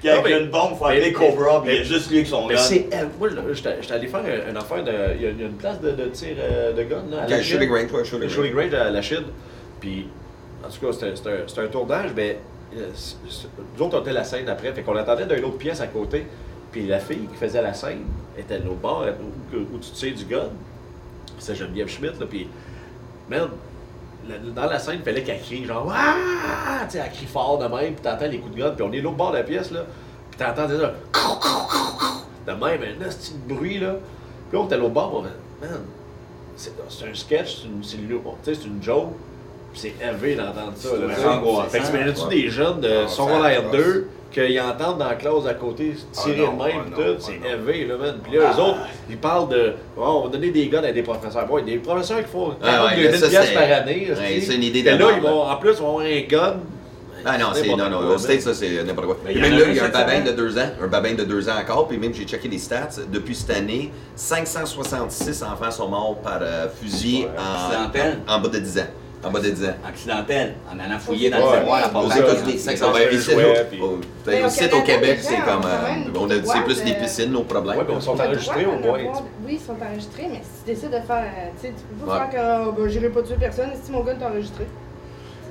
Qui a
Non, mais-
une bombe, faut appeler Cobra, puis il y a juste lui qui son
Mais
gun.
c'est. elle- Moi, là, j'étais j'étais allé faire un- une affaire de. Il y a, il y a une place de, de tir euh, de gun, là. à la
Un shooting
Chine.
range, ouais, shooting
Le
range.
shooting range à la Chine. Puis, en tout cas, c'était- c'était un- c'était un, tournage, mais euh, c'est- c'est- nous autres, on était à la scène après. Fait qu'on l'attendait d'une autre pièce à côté. Puis la fille qui faisait la scène était à l'autre bord, où, où- où tu tires du gun. C'est Geneviève Schmidt, là. Puis, man, la- dans la scène, il fallait qu'elle crie, genre, ah! Tu sais, elle crie fort de même, puis t'entends les coups de gun. Puis on est l'autre bord de la pièce, là. Puis t'entends dire, de même, un petit bruit, là. Puis là, on était à l'autre bord, on fait, man, c'est c'est un sketch, c'est une, c'est une, bon, tu sais, c'est une joke. puis C'est élevé d'entendre ça.
C'est
Là, tu sais.
angoissant.
Fait que t'imagines-tu
Ouais.
des jeunes de
Non,
secondaire
ça,
2 qu'ils entendent dans la classe à côté se tirer
Ah
de
non,
même
ah
pis
non,
tout?
ah
C'est
non. Ah.
élevé, là, man. Puis là, eux autres, ils parlent de. oh, on va donner des guns à des professeurs. Bon, il y a des professeurs qui font
Ah ouais,
42 000
ça,
piastres
c'est-
par année.
ouais,
tu sais.
c'est une idée
Et là,
d'abord,
ils vont, en plus, ils vont avoir un gun.
Ah non, c'est, non, non, au States, ça, c'est n'importe quoi.
Mais
Et
il y
même
en a
là,
eu
il y a un
cette
babin
année.
de deux ans, un babin de deux ans encore, puis même j'ai checké les stats, depuis cette année, 566 enfants sont morts par euh, fusil
Accidentel.
en, en bas de 10 ans. En bas de 10 ans.
Accidentel, en allant fouiller dans
Ouais.
le tiroir à
Aux
Portland.
États-Unis,
ça,
500
ça,
ben,
ça,
ici,
ça,
au-
ça, puis-
au-
Mais au
ici,
Canada,
au Québec,
déjà,
c'est comme.
on a quand même
euh, On a
des
c'est plus
boîtes,
les
euh,
piscines, nos problèmes.
Ouais, mais ils sont
T'as le
enregistrés
droit
au
d'en
moins.
avoir- Oui, ils sont enregistrés, mais si tu décides de faire. euh, Tu sais, tu peux pas
Ouais.
faire que oh, ben, j'irai pas tuer personne si mon gars est enregistré.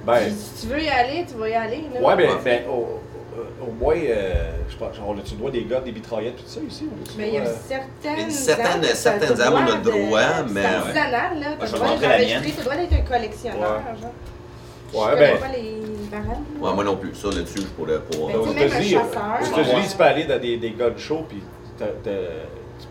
Ben,
Si tu veux y aller, tu vas y aller. là.
ouais, ben, mais
Ouais.
mais au, au- au moins, euh, je pense, on a-tu le droit des gars, des mitraillettes, tout ça ici? ou tu
Mais il y a
vois, euh,
certaines.
Une certaine-
armes,
certaines
t'as le
armes, on a le
de-
droit,
c'est
mais-
artisanal, là. T'as
je
le
vais
droit
montrer
d'être
la
enregistré,
mienne.
t'as le droit d'être un collectionneur, genre. Je
Ouais,
connais
ben.
pas les barrages.
Ouais, moi non plus. Ça, là-dessus, je pourrais pas. euh,
Ben,
euh, Aux
tu sais, même un
États-Unis,
chasseur,
aux États-Unis, tu peux aller dans des, des gun shows, puis t'as- t'as-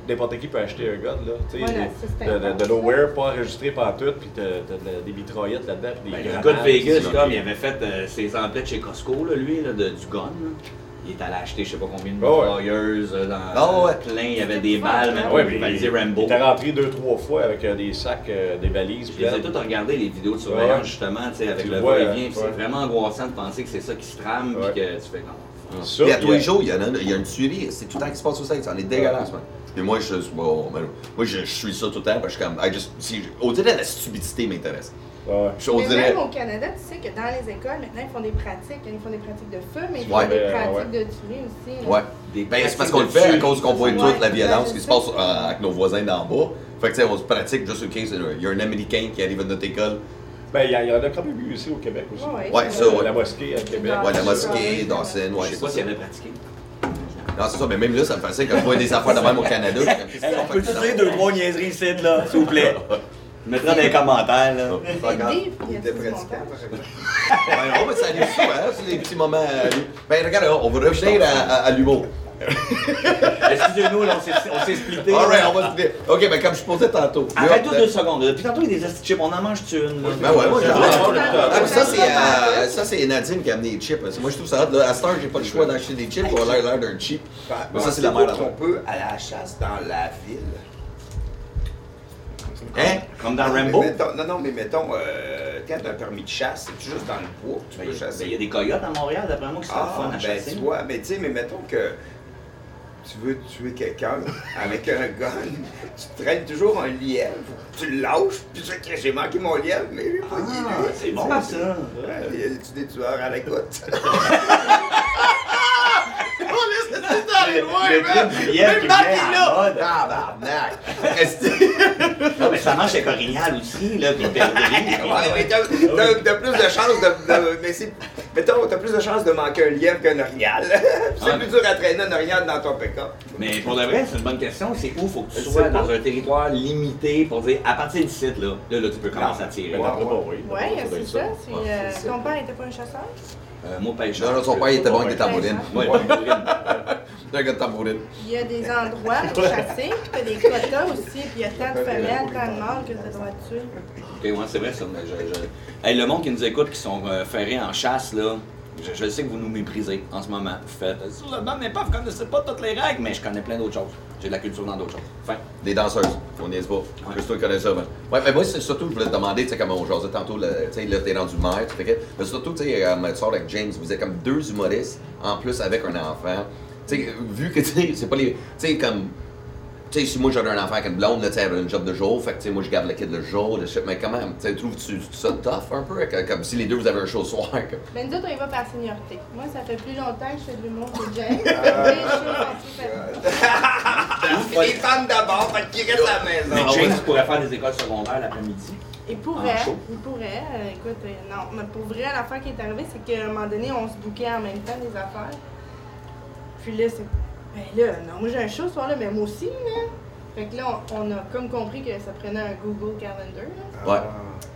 n'importe qui peut acheter un gun, là. tu sais,
Voilà,
des-
ça, c'est
de, de-
important,
de nowhere, pas enregistré, pas en tout, puis t'as t'as de la- des mitraillettes là-dedans, puis des
Ben, il y a un
grenades,
gars de Vegas,
puis-
comme, il avait fait euh, ses emplettes chez Costco, là, lui, là, de, du gun. là. Il est allé acheter, je sais pas combien de
Oh, ouais.
broyeuses euh, dans
Ah, ouais.
plein. Il y avait des balles, même,
Ah Ouais,
Ah il
mais
rivalisait
il,
Rambo.
il était rentré deux, trois fois avec euh, des sacs, euh, des valises.
Je les ai
pleines.
toutes regardées, les vidéos de surveillance, justement, tu sais, avec
Tu
le
vois,
va-et-vient.
euh,
puis C'est
ouais.
vraiment angoissant de penser que c'est ça qui se trame,
Ouais.
puis que tu fais comme.
Ça,
Puis à
puis,
tous
euh,
les jours, il y, en a, il y a une tuerie. C'est tout le temps qui se passe au States. On est dégueulasse, man. Puis moi, je, suis- bon, ben, moi je, je suis ça tout le temps. Parce que je suis comme. I just- si- on dirait la stupidité m'intéresse.
euh, ouais.
Je- On
mais
dirait.
même au Canada, tu sais que dans les écoles, maintenant, ils font des pratiques. hein, Ils font des pratiques de feu, mais ils font
Ouais.
des
Euh,
pratiques
ouais.
de tuer aussi. là.
Ouais.
Des
Ben, c'est parce
pratiques
qu'on le
de
fait à
tuerie.
cause qu'on voit
Ouais,
toute la
ouais,
violence
je
qui se
sais.
passe euh, avec nos voisins d'en bas. Fait que, tu sais, on se pratique juste au case. Il y a un Américain qui arrive à notre école.
Ben, il y, en- il y en a quand même eu ici au Québec aussi. Euh,
Ouais,
Ouais, ça, ouais.
La mosquée à Québec.
Ah,
Ouais, la
c'est
mosquée,
ça.
Dawson.
Je
Ouais,
sais
c'est
pas
ça.
s'il avait pratiqué.
Non, c'est ça, mais même là, ça me fascine quand je vois des affaires de même au Canada. je suis comme, qu'est-ce qu'ils ont fait dedans?
trois niaiseries ici, là, s'il vous plaît? Je mettrai dans les commentaires,
Ah,
là.
C'est
Fuck off.
deep, il y a
Des
du
pratiques.
montage.
Ouais, non, mais ça arrive souvent, hein, c'est des petits moments. euh, Ben, regarde, on va revenir à, à- à l'humour.
Excusez-nous, là, on s'est- on s'est splitté.
Alright, on va se dire. Ok, ben, comme je posais tantôt.
Arrête-toi
Là,
deux secondes. là. Depuis tantôt, il y a des astuces chips. On en mange-tu une? là?
Ben ouais, moi j'en
Ouais,
Ah, mais ça, c'est, euh,
Ouais.
ça, c'est Nadine qui a amené les chips. Moi, je trouve ça hot. là. À cette heure, j'ai pas le choix d'acheter des chips. On a l'air d'un chip. Mais ça, c'est la merde.
On peut à la chasse dans la ville.
Hein?
Comme dans
Mais
Rambo. Ben,
mettons- non, non, mais mettons, euh, quand t'as un permis de chasse, c'est juste dans le bois que
Il
tu peux
y a- ben,
chasser.
il y a des coyotes à Montréal, d'après moi, qui sont le
ah,
fun à
ben,
chasser.
tu vois, mais tu sais, mais mettons que tu veux tuer quelqu'un avec un gun, tu traînes toujours un lièvre, tu le lâches, puis tu sais que j'ai manqué mon lièvre, mais j'ai pas
Ah, c'est bon, ça.
Ouais, il y a le- tu des tueurs à la goutte.
Le clip du lièvre qui vient en mode. ah,
Tabarnak!
Non, mais ça marche chez Corignal aussi, là, puis Bergerie.
Ouais, mais t'as t'as- t'as plus de chances de. de- mais c'est. Mettons, t'as plus de chances de manquer un lièvre qu'un orignal. c'est
Ouais.
plus dur à traîner un orignal dans ton pick-up.
Mais pour de vrai, c'est une bonne question. C'est où faut que tu
Je
sois
sais pas.
dans un territoire limité pour dire à partir du site, là, là, là, tu peux commencer à tirer.
Ben,
Moi,
d'après moi, oui.
Ouais,
doit
c'est
être
ça. c'est,
Ouais,
euh,
c'est ça.
Ton père était pas un chasseur?
Euh, Moi, pêcheur.
Non, non, son père, il était bon, il était tambourine.
Ouais, tambourine.
C'est un gars de tambourine.
Il y a des endroits pour chasser, puis t'as des quotas aussi, puis il y a tant de femelles, tant de mâles que t'as le droit de tuer.
Ok, ouais, c'est vrai ça. mais je- je- Hey, le monde qui nous écoute, qui sont euh, ferrés en chasse, là, je, je sais que vous nous méprisez en ce moment. Vous faites, euh, sur le banc, mais pas, vous connaissez pas toutes les règles, mais je connais plein d'autres choses. J'ai de la culture dans d'autres choses. Fin.
Des danseuses, on n'y est pas. Juste toi qui connais ça, man. Ouais, mais moi, c'est surtout, je voulais te demander, tu sais, comme on jasait tantôt, le- tu sais, là, t'es rendu maire, tu fais que- Mais surtout, tu sais, euh, tu sors avec James, vous êtes comme deux humoristes, en plus avec un enfant. Tu sais, vu que, tu sais, c'est pas les. Tu sais, comme. Tu sais, si moi j'aurais un enfant avec une blonde, là, tu sais, elle aurait une job de jour, fait que, tu sais, moi je garde le kid le jour, le shit, mais comment, tu sais, trouves-tu ça tough un peu, comme, comme si les deux vous avez un show le soir, comme.
Ben nous autres, on y va par seniorité. Moi, ça fait plus longtemps que je fais de l'humour que James. Mais
Ah.
je suis Ah,
Les femmes d'abord, fait qu'ils restent à la maison.
Mais James pourrait faire des écoles secondaires l'après-midi.
Il pourrait,
Ah, chaud.
il pourrait. euh, écoute, euh, non, mais pour vrai, l'affaire qui est arrivée, c'est qu'à un moment donné, on se bouquait en même temps des affaires. Puis là, c'est. Ben là, non, moi j'ai un show ce soir-là, mais moi aussi, là. Fait que là, on, on a comme compris que ça prenait un Google Calendar, là.
Ah.
Ouais.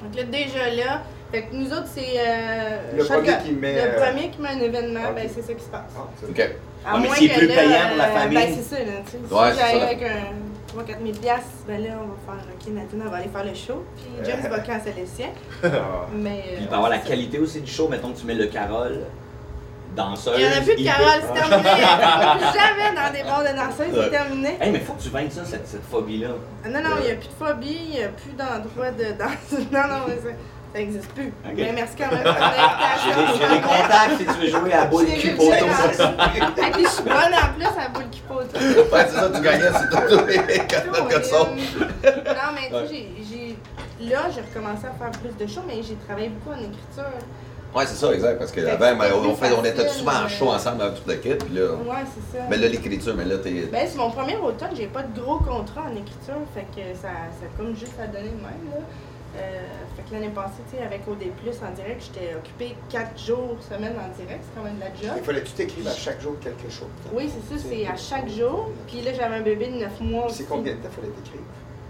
Donc là, déjà là, fait que nous autres, c'est. euh,
Le premier
chaque-
qui met,
Le
euh,
premier qui met un événement,
ok.
ben c'est ça qui se passe.
Ok.
À
Ouais, mais
moins
c'est
que
plus
là,
payant pour la
euh,
famille.
Ben, c'est ça, là. Tu sais,
Ouais,
si
c'est
j'arrive
ça.
avec un 3-4 000 piastres, ben là, on va faire, OK, Nathan, on va aller faire le show. Puis James va canceller le sien.
Ah,
Mais.
Euh. Puis
euh,
il peut avoir la
c'est ça.
qualité aussi du show. Mettons que tu mets le Carole, danseuse.
Il y en a plus de
peut-
Carole, c'est terminé. Jamais dans des bars de danseurs, c'est terminé.
Hey, mais faut que tu vainques ça, cette, cette phobie-là.
Ah Non, non, il n'y a plus de phobie, il n'y a plus d'endroit de danse. Non, non, mais c'est- Ça n'existe plus. Mais merci quand même pour l'invitation.
J'ai des, j'ai des contacts si tu veux jouer à la boule
J'ai vu
cupoto.
que j'ai- Et puis, je suis bonne en plus à la boule qui pote.
Ouais, c'est ça, tu gagnais, c'est tout, les
Non,
quatre
mais,
quatre sons.
euh, non, mais tu sais, j'ai- j'ai- là, j'ai recommencé à faire plus de shows, mais j'ai travaillé beaucoup en écriture.
Ouais, c'est ça, exact, parce que
Fait que
avant,
c'était
ben, on,
plus
fait- on était
facile, euh,
souvent en
mais-
show ensemble avec tout le kit, puis là.
Ouais, c'est ça.
Mais là, l'écriture, mais là, t'es.
Ben, c'est mon premier automne, j'ai pas de gros contrat en écriture, fait que ça, ça a comme juste à donner de même, là. Euh, fait que l'année passée, tu sais, avec OD+, en direct, j'étais occupée 4 jours semaine en direct, c'est quand même de la job.
Il fallait que tu t'écrives à chaque jour quelque chose.
Oui, c'est ça, c'est à chaque jour. Puis là, j'avais un bébé de 9 mois aussi.
C'est combien de temps fallait t'écrire?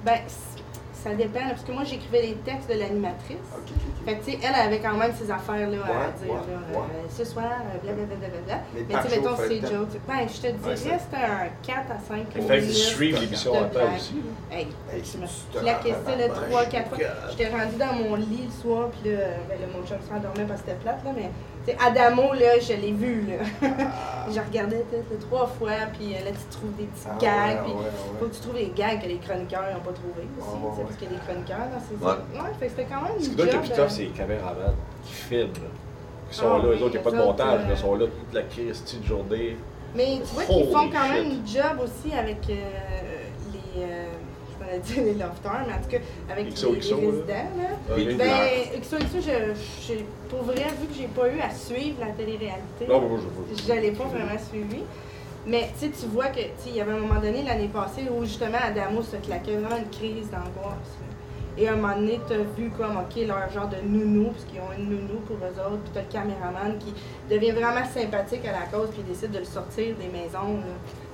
Ben, c- ça dépend, là, parce que moi, j'écrivais les textes de l'animatrice.
Ah, Ok, ok, ok.
Fait que, tu sais, elle avait quand même ses affaires, là, à
Ouais,
dire,
ouais,
là,
ouais.
euh, ce soir, euh, blablabla.
Mais
Mais,
par
tu sais,
jour,
mettons,
fallait
c'est
le temps.
Joe. Ben, je te dirais,
c'est-
c'était un 4 à 5
Il
minutes.
fallait que tu suives l'émission en temps aussi.
Hey,
Hey,
je me
c'est du
claquais ça là,
tabarnak.
trois, quatre fois. J'étais rendue dans mon lit le soir, puis là, ben, là, mon chum s'endormait parce que c'était plate, là, mais tu sais, Adamo, là, je l'ai vu, là. je regardais peut-être là, trois fois, puis euh, là, tu trouves des petits
Ah ouais,
gags, puis
ouais, ouais.
faut que tu trouves des gags que les chroniqueurs n'ont pas trouvé
Ouais,
aussi,
ouais,
tu sais,
ouais.
parce qu'il y a des chroniqueurs dans ces
Ouais.
Ouais, fait que c'était quand même
Ce qui
une
doit être
job,
le plus tough,
euh,
c'est les caméramans qui filment. Qui sont
Ah
là,
oui,
les autres,
les
il n'y a pas de
autres,
montage,
euh,
mais ils sont là toute la Christie de journée.
Mais tu vois qu'ils font
Holy
quand même
shit.
une job aussi avec euh, les. euh, je m'en ai dit les lofters, mais en tout cas, avec les,
XOXO,
les
là.
résidents. Là.
Ah,
Ouais, les
ben, XOXO, je, j'ai- pour vrai, vu que j'ai pas eu à suivre la télé-réalité,
Non, moi, je- je-
j'allais pas vraiment suivi. Mais tu sais, tu vois que tu sais, il y avait un moment donné l'année passée où justement Adamo se claquait vraiment une crise d'angoisse. là. Et à un moment donné, t'as vu comme, OK, leur genre de nounou, parce qu'ils ont une nounou pour eux autres, puis t'as le caméraman qui devient vraiment sympathique à la cause, puis il décide de le sortir des maisons. là.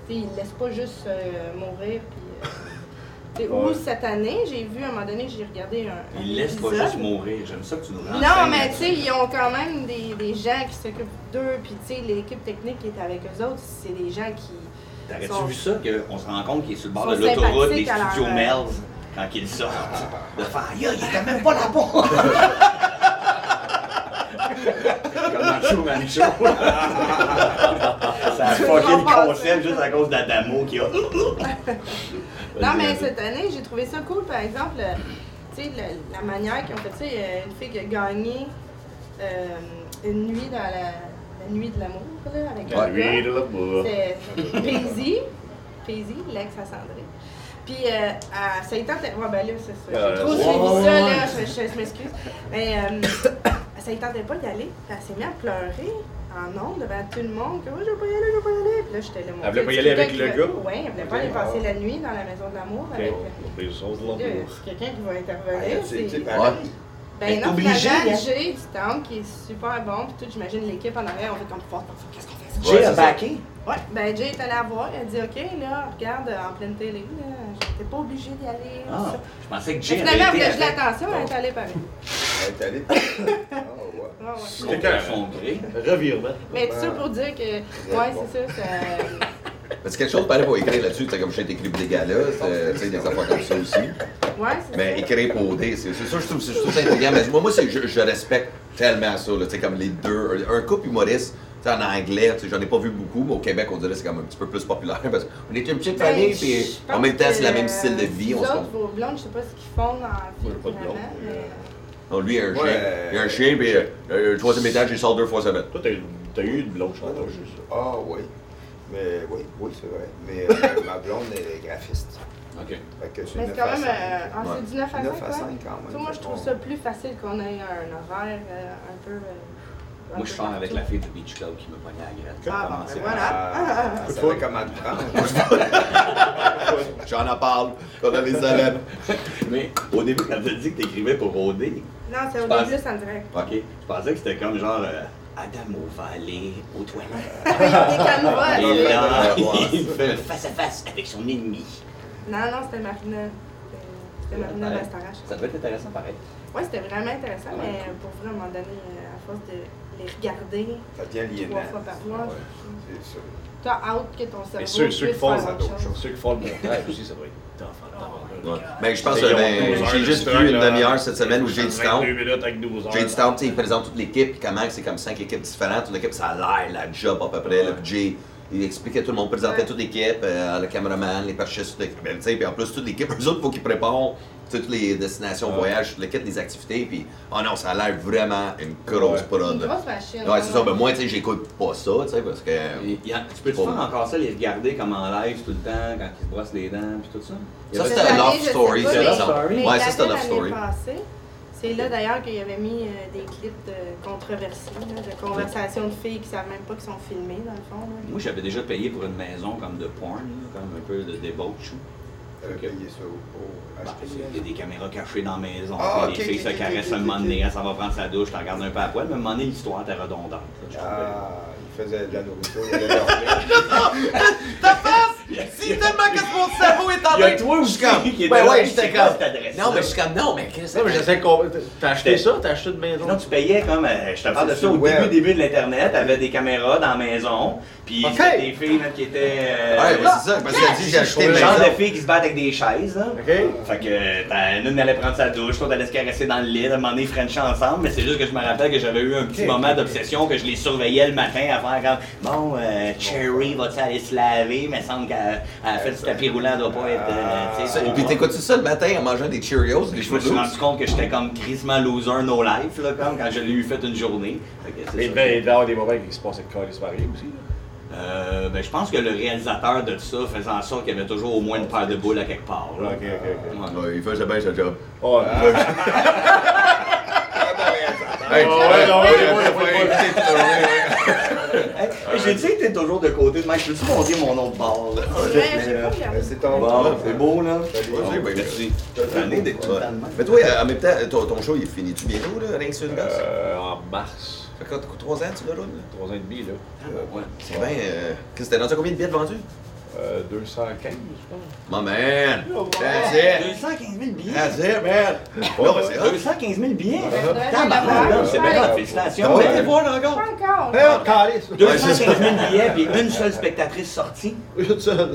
Tu sais, il le laisse pas juste euh, mourir, puis... euh, tu sais, Ou
Ouais.
cette année, j'ai vu, à un moment donné, j'ai regardé un, un
Il laisse pas
épisode.
juste mourir. J'aime ça que tu nous renseignes.
Non, mais tu
là-dessus.
sais, ils ont quand même des, des gens qui s'occupent d'eux, puis tu sais, l'équipe technique qui est avec eux autres, c'est des gens qui...
T'aurais-tu
sont-
vu ça qu'on se rend compte qu'il est sur le bord de
sont
l'autoroute des
sympathiques à leur-
studios Mel's quand il sort de faire Aïe, il était même pas là-bas! Comme dans True Man Show. Ça a fucké le concept juste à cause d'Adamo qui a.
Non, mais cette année, j'ai trouvé ça cool, par exemple, euh, tu sais, le- la manière qu'ils ont fait ça. Il y a une fille qui a gagné euh, une nuit dans la, la nuit de l'amour, là, avec un gars. C'est Paisy, Paisy, l'ex à Sandrine. Puis, euh, à saint Ouais, ben là, c'est ça. J'ai
Euh,
trop
ouais,
suivi
ouais,
ça,
ouais.
là. Je, je- je m'excuse. Mais, euh, ça tentait pas d'y aller. Puis Elle s'est mise à pleurer en ondes devant tout le monde. Que, oh, je veux pas y aller, je veux pas y aller. Puis là, j'étais là. mon
Elle voulait
Dieu,
pas y
c'est
aller avec
quelqu'un qui va-
le gars?
Ouais, elle voulait pas aller passer la nuit dans la maison de l'amour
Ok, Ah,
avec.
on- les autres de
Là,
l'amour.
C'est quelqu'un qui va
Hey,
intervenir.
c'est-
c'est-
c'est pareil.
ben non,
obligé,
finalement,
hein.
Jay du temple qui est super bon, puis tout, j'imagine l'équipe en arrière, on fait comme fort, qu'est-ce qu'on fait ça?
J'ai backé.
Ouais, ben Jay est allé la voir, elle a dit ok là, regarde euh, en pleine télé, là, j'étais pas obligée d'y aller. tout
Ah,
ça.
je pensais que
Mais
Jay avait
finalement, elle
été
voulait juste
avec
l'attention, elle est allée pareil.
Elle est allée. Ah, ouais.
Ouais, ouais.
son- son gré.
Revirement.
Mais tout ça pour dire que, ouais, c'est ça, ça.
Mais c'est quelque chose pareil pour écrire là-dessus, c'est comme je sais, t'écris pour des galas, c'est- tu sais, des affaires comme ça aussi.
Ouais, c'est
Mais
ça.
écrire pour OD, c'est c'est ça, je trouve, je trouve ça intriguant. Mais moi, moi c'est- je, je respecte tellement ça, là, tu sais, comme les deux. Un couple humoriste, tu sais, en anglais, tu sais, j'en ai pas vu beaucoup, mais au Québec, on dirait que c'est comme un petit peu plus populaire parce qu'on est une petite
Ben,
famille,
je
puis
pense
en même temps, c'est
que,
le même style de vie.
euh,
On
vous
se
autres, vos blondes, je sais pas ce qu'ils font dans la vie,
Moi, j'ai pas de blonde,
vraiment,
mais,
mais-
Non, lui, il a un
Ouais.
chien. Il a un chien, puis euh, euh, le troisième étage, il sort deux fois semaine.
Toi, t'as eu- t'as eu une blonde chanteuse.
Ah oui. Mais oui, oui, c'est vrai. Mais euh, ma blonde est graphiste.
Ok.
Fait que
Mais c'est
neuf
quand
à
même. euh,
cinq.
ah, c'est du 9 à 5.
9 à
ouais.
5 quand même.
Tu sais, moi, je trouve ça plus facile qu'on ait un horaire euh, un peu. euh, un
Moi, je
peu
sors avec
partout.
la fille du Beach Club qui me pognait à la graine.
Ah, bon,
Commencer
ben
par-
voilà.
Ah, elle savait comment te prendre.
J'en en parle, quand on a les élèves.
Mais au début, quand t'as dit que t'écrivais pour OD,
Non, c'est au
Je pense-
début, ça me dirait.
Ok, je pensais que c'était comme genre euh, Adamo va aller aux toilettes.
Il y a des canevas.
Et
là.
là, il fait le face à face avec son ennemi.
Non, non, c'était Marina. Euh, C'était Marina
Ouais.
Bastarache.
Ça devait être intéressant pareil.
Ouais, c'était vraiment intéressant,
Ouais,
mais pour vrai, à un moment donné, euh, à force de les regarder
Ça devient liénant.
trois fois par mois,
Ouais, c'est sûr.
t'as hâte que ton cerveau.
Mais ceux, ceux qui
puisse
font,
faire autre chose.
ceux qui font le montage aussi, ça doit être tough en tabarnak.
Ouais. Mais je pense
Ils
que
ont
ben,
12 heures
j'ai
de
juste
stock,
vu une
là.
demi-heure cette semaine où j'ai du temps.
22 minutes avec 12 heures.
J'ai du temps, tu sais, il présente toute l'équipe, puis comment c'est comme cinq équipes différentes, toute l'équipe, ça a l'air la job à peu près. Là, puis Jay, il expliquait tout le monde, présentait
Ouais.
toute l'équipe, euh, le caméraman, les perchistes, toute l'équipe. Ben, tu sais, Puis en plus, toute l'équipe, eux autres, faut qu'ils préparent tu sais, toutes les destinations, voyages, l'équipe des activités. Puis, oh non, ça a l'air vraiment une grosse prod.
Une
là.
grosse machine.
Ouais, c'est ça. Ben, moi, tu sais, j'écoute pas ça, tu sais, parce que.
Il- il y a- tu peux-tu
Pour-
faire encore ça, les regarder comme en live tout le temps, quand ils se brossent les dents, puis tout ça? Il y
Ça,
avait-
c'était un love story,
c'est
par exemple.
Mais
Ouais,
il
ça, c'était un love
l'avait
story.
l'année passée. C'est là d'ailleurs qu'il avait mis euh, des clips de controversés, là, de conversations de filles qui savent même pas qu'ils sont filmées, dans le fond. là.
Moi, j'avais déjà payé pour une maison comme de porn, là, comme un peu de débauche.
T'avais payé Euh, ça au- au
Bah,
acheter.
c'est- Il y a des caméras cachées dans la maison.
Ah,
puis
ok,
les filles
ok,
se
ok,
caressent
ok,
un moment
ok.
donné, ça va prendre sa douche, t'en regardes un peu à poil, mais à un moment donné, l'histoire était redondante. ça, je trouvais.
Ah, il faisait de la nourriture, il allait dormir.
Ta face! C'est tellement que mon cerveau est en
Il y a
train-
toi aussi
comme-
qui est
Ben
dedans,
ouais,
je
j'étais
sais pas
comme.
cette adresse-là.
Non, mais je suis comme, non, mais qu'est-ce
Non, mais
que.
j'essaie de comprendre. T'as acheté ça, t'as acheté une maison.
Non, tu payais comme, euh, je te parle de
C'est
ça au
sur le
début,
web.
début de l'Internet, t'avais des caméras dans la maison, puis
Ok.
c'était des filles là, qui étaient... euh,
Ouais, mais c'est ça, parce qu'il a dit, Ah! j'ai acheté
C'était
une
le genre
maison.
de filles qui se battent avec des chaises, là.
OK?
Fait que, ben, une allait prendre sa douche, l'autre allait se caresser dans le lit, à un moment donné, ils frenchaient ensemble, mais c'est juste que je me rappelle que j'avais eu un petit moment d'obsession que je les surveillais le matin avant, quand, bon, euh, Cherry va-tu aller se laver, mais semble qu'elle elle fait du tapis roulant, elle doit pas être, euh, tu sais,
Ça,
trop
Ah. Puis
propre.
t'écoutes ça le matin en mangeant des Cheerios, des
Je me
cheveux
suis
lourds.
rendu compte que j'étais comme crissement loser no life, là, comme, quand je l'ai eu fait une journée. Fait que c'est
Mais
ça.
ben, il doit y avoir des moments qui se passent avec Carlis Marie aussi. là.
Euh, ben, je pense que le réalisateur de ça faisait en sorte qu'il y avait toujours au moins une paire de boules à quelque part. là.
Ok, ok,
Ouais.
Ouais, il faisait bien sa job.
ok. Oh, là.
Hey,
Ah ouais, non, ouais, ouais, ouais, ouais.
Hey, J'ai dit que t'es toujours de côté de Mike. Je peux-tu montrer mon autre bar? là?
Ouais, j'ai pas regardé.
Mais C'est ton
Bon, c'est beau, là.
Ouais, ouais,
Merci.
ouais. Mais toi, en même temps, ton, ton show, il finit-tu bientôt, là, rien que sur une gosse?
Euh, en mars,
Fait que t'as trois ans, tu le roules, là?
trois ans et demi, là.
C'est bien, euh, qu'est-ce que t'as rendu combien de billets de vendus?
Euh, 215, je pense.
My man! That's it!
215 000 billets.
That's it, man! Ouais, bah, Ah, c'est hot!
215 000 billets.
Ouais.
Tabarnak, là, c'est bien. hot. Félicitations.
Ouais, t'es fort, là, encore!
Pas encore.
Ah, Carlis!
215 000 billets, puis une seule spectatrice sortie.
Une seule.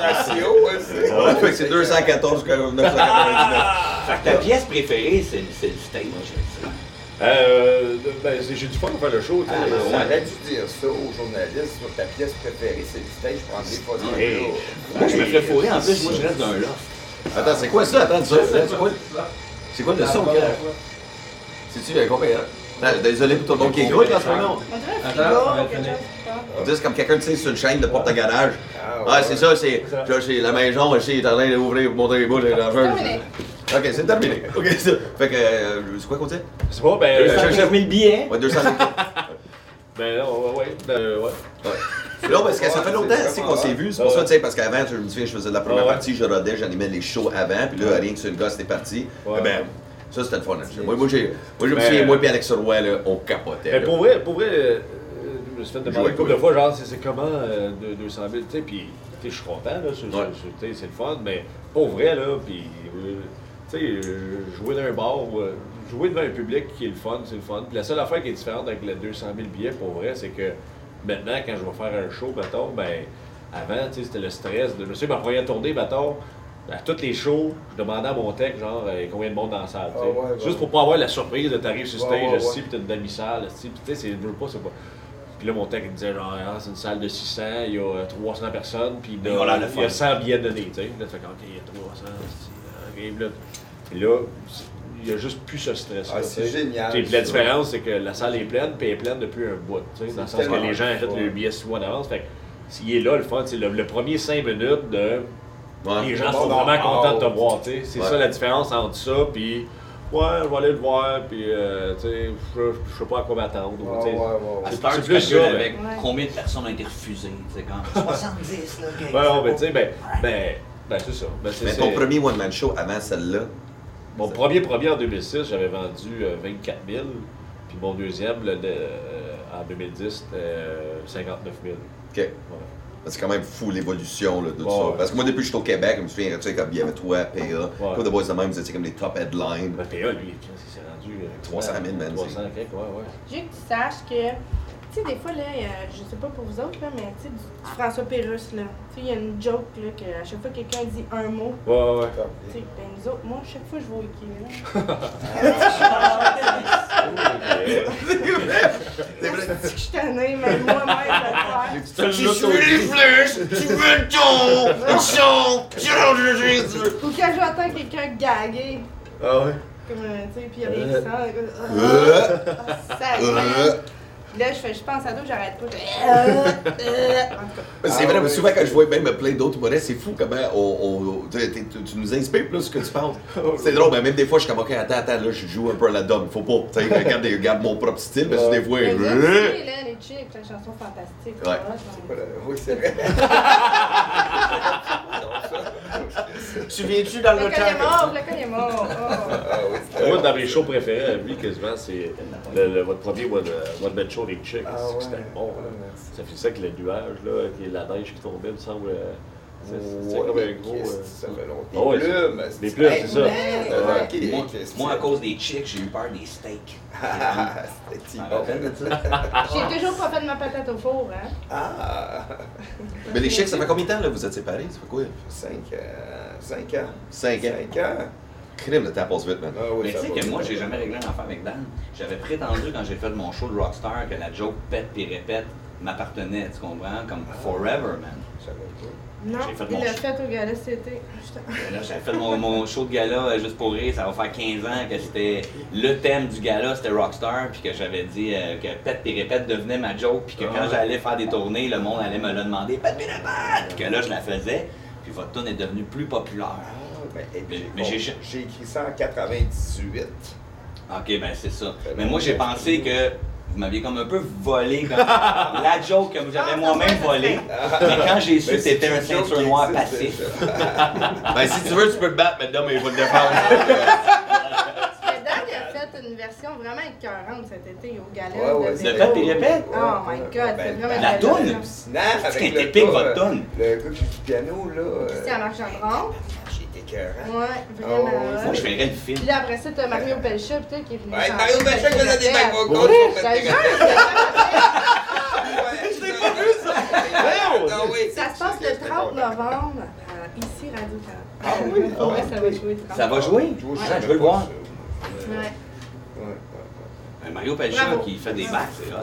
Ouais, fait que c'est 214 999.
Fait que ta pièce préférée, c'est c'est le stage. je sais.
Euh, ben, c'est- j'ai du fun à faire le show,
Ah,
tu sais.
ben,
On
Ouais.
aurait dû dire ça aux journalistes sur ta pièce préférée, c'est le stage, prendre des photos.
Hey. Moi, je me fais fourrer. En plus, moi, je reste dans un loft.
Attends, c'est quoi ça? Attends, ça, c'est quoi? C'est quoi le son qu'il y a? C'est-tu euh, combien? hein? Attends, Désolé pour tout le monde qui écoute, là, en ce moment.
On dirait un frigo ou quelque chose. je sais pas.
On dirait c'est comme quelqu'un, tu sais, sur une chaîne de porte à garage.
Ah,
Ah, c'est ça, c'est. Là, c'est la maison, ici, il est en train d'ouvrir, monter les boules, les rangeurs.
terminé.
Ok, c'est terminé. Ok, ça. Fait que. euh, C'est quoi qu'on dit?
C'est pas, ben, euh,
215 000 billets.
Ouais, 200
ben, non, ouais, ouais, euh, ouais.
Ouais. Non, parce que ça fait longtemps tu sais, qu'on s'est vu. C'est pour ça, tu sais, parce qu'avant, je me souviens, je faisais de la première
Ouais.
partie, je rodais, j'animais les shows avant, puis là, rien que sur le gars, c'était parti.
Ouais.
Eh Ben, ça, c'était le fun. hein. Moi, moi, j'ai, moi, je me
Mais-
souviens, moi, puis Alex Roy, là, on capotait.
Mais
là.
pour vrai, pour vrai, euh, euh, je me suis fait demander
Jouer
une couple
quoi?
de fois, genre, c'est- c'est comment euh, de- 200 000, tu sais, puis tu sais, je suis content, là, c'est-
Ouais.
c'est- tu sais, c'est le fun, mais pour vrai, là, puis, euh, tu sais, euh, jouer dans un bar, ou, euh, jouer devant un public qui est le fun, c'est le fun. Puis la seule affaire qui est différente avec les 200 000 billets, pour vrai, c'est que maintenant, quand je vais faire un show, mettons, ben, avant, tu sais, c'était le stress. De, je sais, ma première tournée, mettons, à toutes les shows, je demandais à mon tech, genre, euh, combien de monde dans la salle, tu sais.
Ah ouais, ouais.
Juste pour pas avoir la surprise de t'arriver sur
Ouais,
stage,
ouais,
assis,
ouais.
puis t'as une demi-salle, assis, puis tu sais, c'est veux pas, c'est pas. Puis là, mon tech, il me disait, genre, Ah, c'est une salle de 600, il y a euh, 300 personnes, puis il y
Ils ont l'air
a,
le
il y a
fun.
100 billets donnés, tu sais. Là, tu fais, comme, OK, il y a 300, c'est ok, là. Puis là, c'est- il y a juste plus ce stress-là.
Ah, c'est
tu sais.
génial,
Puis la
ça.
différence, c'est que la salle est pleine, puis elle est pleine depuis un bout, tu sais, dans le sens que
tellement
les gens
cool.
achètent le billet six mois d'avance. Fait que, s'il est là, le fun, c'est le, le premier 5 minutes de.
Ouais.
Bon,
Les gens sont
bon,
vraiment
bon.
contents de te voir, tu sais. C'est
Ouais.
ça la différence entre ça, puis ouais, je vais aller le voir, puis euh, tu sais, je je sais pas à quoi m'attendre. ou,
Ah, Ouais,
tu sais.
ouais, ouais, ouais.
À cette heure,
C'est
tu
plus
calcules
ça,
avec
ben.
combien de personnes ont été refusées, tu sais, quand 70, là, ok.
Ouais, ouais, ben, tu sais, ben, ben, ben, c'est ça. Ben, c'est-
Mais
c'est-
ton premier one-man show avant celle-là,
Mon premier premier en 2006, j'avais vendu euh, 24 000, puis mon deuxième, le- le- euh, en 2010, c'était euh, 59 000.
OK. C'est quand même fou l'évolution là, de tout
Ouais,
ça.
ouais.
Parce que moi, depuis que je suis au Québec, je me souviens, tu sais, comme il y avait toi, PA, toi, de Boys de même, vous étiez comme les top headlines.
Ben, PA, lui, qu'est-ce qu'il s'est E, rendu? euh,
300 000, man,
300 000, ouais, ouais.
Juste que tu saches que Tu sais, des fois, là, il y a- je sais pas pour vous autres, là, mais tu sais, du, du François Pérusse, là. Tu sais, il y a une joke, là, que à chaque fois que quelqu'un dit un mot,
Ouais, ouais, ouais.
tu sais, ben nous autres, moi, à chaque fois, je vois Ikea.
C'est vrai.
Je suis tannée, mais moi-même, je le
Je
fais.
suis les flèches, tu veux le ton, on chante, tu le Jésus.
Ou quand j'entends quelqu'un gaguer,
Ah ouais.
comme, euh, tu sais, puis il y a rien qui sort, comme, Ah,
Euh,
ah, sacrément. Puis là, je fais, je pense à toi, j'arrête pas. je fais, Euh, euh. En tout cas.
C'est vrai, mais souvent quand je vois même plein d'autres humoristes, c'est fou comment on, on- t'es- t'es- tu, tu nous inspires plus que tu penses. C'est drôle, mais même des fois, je suis comme, ok, attends, attends, là, je joue un peu à la dame, faut pas. Tu sais, regarde, des- regarde mon propre style, parce que des fois,
Mais là, tu
euh,
sais, là, les chips, la chanson fantastique.
Ouais.
voilà, j'en-
Voilà, Euh, Oui, c'est vrai.
tu viens-tu dans
Le cogne est mort, le oh, cogne est mort.
Ah,
Moi, dans mes shows préférés à lui, quasiment, c'est le, le- votre premier one, euh, one Man Show avec Chick.
Ah
C'est que
ouais.
C'était bon. hein. là.
Ouais, merci.
Ça finissait avec le nuage, là, et la neige qui tombait, il me semble. euh, c'est- C'est c'est
Ouais,
comme
mais
un gros.
qu'est-ce
euh,
que Ça fait
Ah
longtemps.
ouais,
Des plumes.
c'est- des plumes, c'est ça.
Ouais,
Ouais.
ok,
Moi,
qu'est-ce que
moi, à
c'est?
cause des chicks, j'ai eu peur des steaks.
Ah, c'était bon.
Ah. J'ai toujours pas fait de ma patate au four, hein.
Ah,
Mais les chèques, ça fait combien de temps, là, vous êtes séparés? Ça fait quoi?
5 ans. 5 euh, ans.
Cinq ans.
5 ans.
Crime, le temps passe vite, man.
Ah oui,
Mais
ça
tu sais
va.
que moi, j'ai jamais réglé un affaire avec Dan. J'avais prétendu quand j'ai fait mon show de Rockstar que la joke pète puis répète m'appartenait, tu comprends? Comme forever, man.
Je savais pas.
Non,
J'ai fait
il
mon
l'a
ch-
fait au gala cet été. Putain.
Et Euh, Là, j'avais fait mon, mon show de gala euh, juste pour rire, ça va faire 15 ans que c'était le thème du gala, c'était Rockstar, puis que j'avais dit euh, que Pète et répète devenait ma joke, puis que
Ah
quand j'allais faire des tournées, le monde allait me le demander, Pète et répète, que là je la faisais, puis votre tune est devenue plus populaire.
Ah, ben, et puis,
Mais- mais
bon,
j'ai-
j'ai écrit ça en 98.
Ok, ben c'est ça. Mais moi j'ai pensé que vous m'aviez comme un peu volé, comme la joke que
Ah,
j'avais
ça
moi-même
va, ça
volée. Mais quand j'ai su
Mais
que
c'est
c'était un
une joke
ceinture
qui
noire
existe,
passif,
déjà.
Ben, si tu veux, tu peux te battre, madame, mais il va te défendre.
Mais Dan, il a fait une version vraiment écœurante cet été au gala.
Ouais, ouais,
de-
c'est-
Le fait et répète?
Ouais,
Ah, Oh my
ouais.
God, c'est
Ben,
vraiment
la
une belle
toune?
version.
Snap avec
qu'elle
le
était pique,
gars,
votre
euh,
tonne.
Le gars qui joue du piano, là. euh,
Christian Marchandron.
J'étais écœurant.
Ouais,
Oh, ouais.
vraiment.
moi je
ouais.
verrais le film.
Puis là, après ça, t'as Mario Pelcha, putain, qui est venu.
Ouais,
chanter
Mario Bachelot
Pète et
faisait des
répète.
bagues au
Oui,
gauche.
je te jure,
Ah, Je l'ai pas vu, ça! Ah oui,
Ça se passe le 30 novembre, euh, ici, Radio Canada. Ah
oui? Ah
Ouais,
ouais.
ça va jouer le 30
Ça va jouer?
Je vois,
Ah,
savais
je veux le
pas
voir.
ça. Ouais,
Ouais.
ouais, ouais.
Un Mario Pelcha
Bravo.
qui fait des bacs, c'est hot.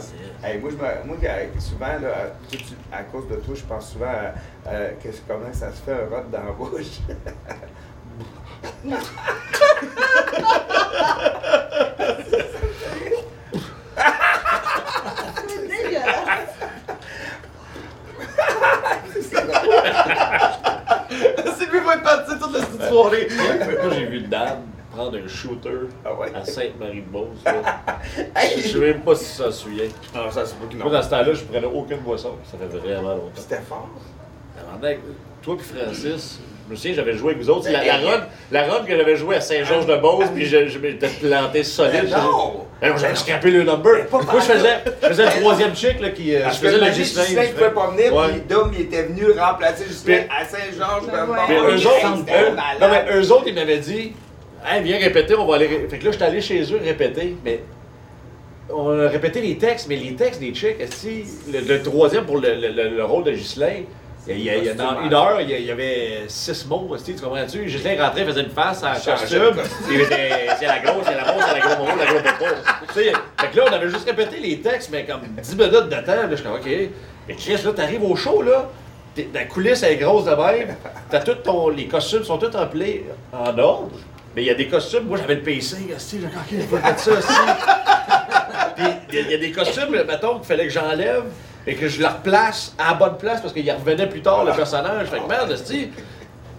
Hey, moi, je me- moi, euh, souvent, là, à, tout de suite, à cause de toi, je pense souvent à, à- que c'est comment ça se fait un rot dans la bouche.
C'est dégueulasse.
Sylvie va être partie toute la petite soirée.
Moi, j'ai vu Dan prendre un shooter
Ah ouais?
à Sainte-Marie-de-Beauce. là.
Hey!
Je sais même pas si ça se souvient.
Non, ça, c'est pas qu'il
Moi, dans ce temps-là, je prenais aucune boisson. Ça fait vraiment longtemps.
C'était fort.
Tabarnak, Toi puis Francis, je me souviens, j'avais joué avec vous autres. La, la run, la run que j'avais joué à Saint-Georges-de-Beauce, puis je, je m'étais planté solide.
Mais non!
Mais non, J'avais scrappé le number. Moi, je faisais, je faisais le troisième chick là, qui. euh,
Je
je faisais le
le
Ghislain.
Gislain, je pouvais pas venir,
Ouais.
puis Dom, il était venu remplacer Gislain
Puis-
à Saint-Georges. de
Ouais.
Puis
Montréal.
eux autres,
C'était
eux-
malade.
non, mais eux autres, ils m'avaient dit Hey, viens répéter, on va aller. ré- Fait que là, j'étais allé chez eux répéter, mais. On a répété les textes, mais les textes des chicks, si le, le troisième pour le, le- le- le rôle de Ghislain, il y a- il y a- dans une heure, il y a- il y avait six mots, esti, tu comprends-tu? Ghislain rentrait, faisait une face en
Changeait
costume,
de
il était c'est la grosse, c'est la grosse, c'est la grosse, c'est la grosse, c'est la grosse, Tu sais, fait que là, on avait juste répété les textes, mais comme 10 minutes de temps, là, je suis comme, OK. Mais Chris, là, t'arrives au show, là, t'es- la coulisse, elle est grosse de même, t'as tout ton, les costumes sont tous en, pla- en ordre, mais il y a des costumes, moi, j'avais le PC, esti, j'ai dit, OK, je vais mettre ça, esti. Puis il y a- il y, a des costumes, là, mettons, qu'il fallait que j'enlève et que je le replace à la bonne place parce qu'il revenait plus tard, le
Ah.
personnage. Fait que merde, esti,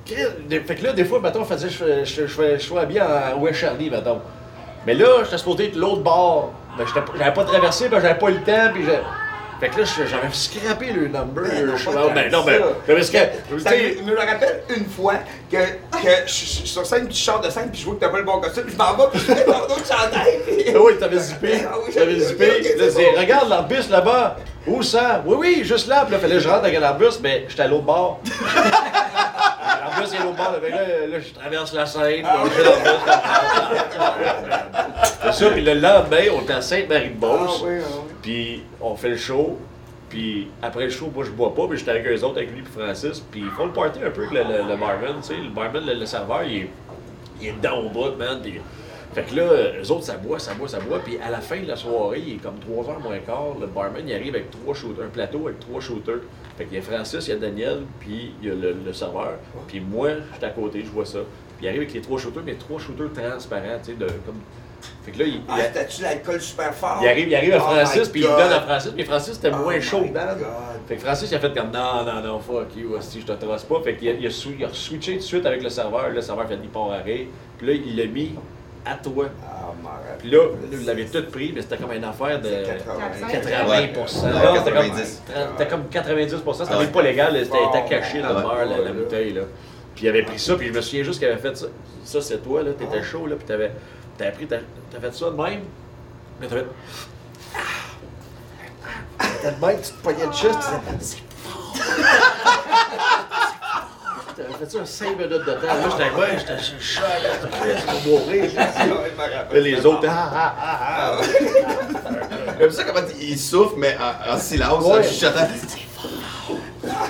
Chris, des- Fait que là, des fois, mettons, je faisais, je, je, je, fais- je sois habillé en West Charlie, mettons. Mais là, j'étais supposé être l'autre bord. Mais j'étais pas- j'avais pas traversé, parce que j'avais pas le temps, puis j'ai- Fait que là, je- j'avais scrappé le number.
Ben non,
je-
pas
non,
tant
mais non,
que
mais.
ça.
j'avais scrappé-
Ça
tu sais,
me- me le rappelle une fois que, que je je- je suis sur scène, puis je sors de scène, puis je vois que t'as pas le bon costume, je m'en vais, puis je mets ton autre chandail. puis-
Ah oui, t'avais zippé.
Ah oui,
T'avais
j'avais- ok,
zippé.
c'est
Là, c'est,
bon.
regarde l'arbuste là-bas. Où ça? Oui, oui, juste là. Puis là, fallait que je rentre dans l'arbuste, mais j'étais à l'autre bord. Là, c'est l'autre bord. Fait que Là, là, je traverse la Seine.
Ah
donc je traverse- C'est ça. Puis le lendemain, on est à Sainte-Marie-de-Beauce.
oui, ah oui.
Puis on fait le show. Puis après le show, moi je bois pas, mais j'étais avec eux autres, avec lui puis Francis. Puis ils font le party un peu avec le, le, le barman, tu sais. Le barman, le, le serveur, il est, il est dedans au bout, man. Puis, fait que là, eux autres, ça boit, ça boit, ça boit. Puis à la fin de la soirée, il est comme 3h moins quart, le barman, il arrive avec trois shooters, un plateau avec trois shooters. Fait qu'il y a Francis, il y a Daniel, puis il y a le, le serveur. Puis moi, j'étais à côté, je vois ça. Puis il arrive avec les trois shooters, mais trois shooters transparents, tu sais, de comme... Fait que là, il...
Ah, t'as-tu l'alcool super fort?
Il arrive, il arrive à
Oh my
Francis, puis il
God.
le donne à Francis, mais Francis c'était
Oh
moins
my
chaud, man.
God.
Fait que Francis, il a fait comme non, non, non, fuck you, si je te trace pas. Fait qu'il a, il a, sou- il a switché tout de suite avec le serveur, le serveur fait il part arrêt, puis là, il l'a mis à toi.
Ah, marre.
Puis là, là, vous l'avez tout pris, mais c'était comme une affaire de.
80.
80%.
Ouais. Ouais,
Non, c'était comme
90.
30 C'était comme 90%, c'était
Ouais.
même pas légal, là, c'était était caché dans le
Ouais.
beurre, la, la
Ouais.
bouteille. Là. Puis il avait pris ça, puis je me souviens juste qu'il avait fait ça. Ça, c'est toi, là, t'étais chaud, là, puis t'avais, t'avais pris, t'as, t'as fait ça de même. Mais t'avais.
T'as le mec, tu te pognais le chest, tu disais,
T'avais fait ça 5 minutes de temps. Là, Ah, j'étais avec moi, j'étais sur le choc, là, j'étais mourir. Là, les
hein?
autres, ah, ah, ah, ah.
J'aime ça comment il souffle, mais en, en silence, en chuchotant.
ah.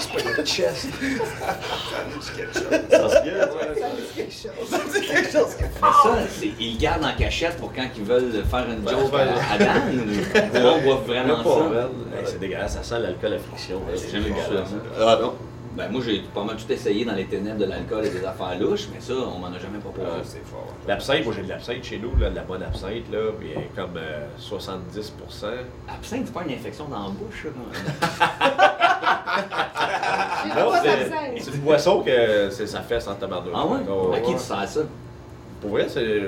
Ça, c'est- ils le gardent en cachette pour quand ils veulent faire une joke à, à Dan. ou- Là, on voit
Là,
vraiment
pas,
ça.
man. Hey, Ben, c'est dégueulasse, ça sent l'alcool à friction. là.
J'ai jamais vu ça. hein.
Ah non.
Ben, moi, j'ai pas mal tout essayé dans les ténèbres de l'alcool et des affaires louches, mais ça, on m'en a jamais proposé.
Ah,
c'est fort.
L'absinthe, moi j'ai de l'absinthe chez nous, là, de la bonne absinthe, là, puis elle est comme euh, 70
Euh,
Absinthe, c'est pas une infection dans la bouche. ça.
J'ai
Non,
Ah, pas d'absinthe.
c'est c'est une boisson que c'est- ça fait sans tabarnak.
Ah ouais?
Donc,
À qui
ouais.
tu sers ça?
Pour vrai, c'est.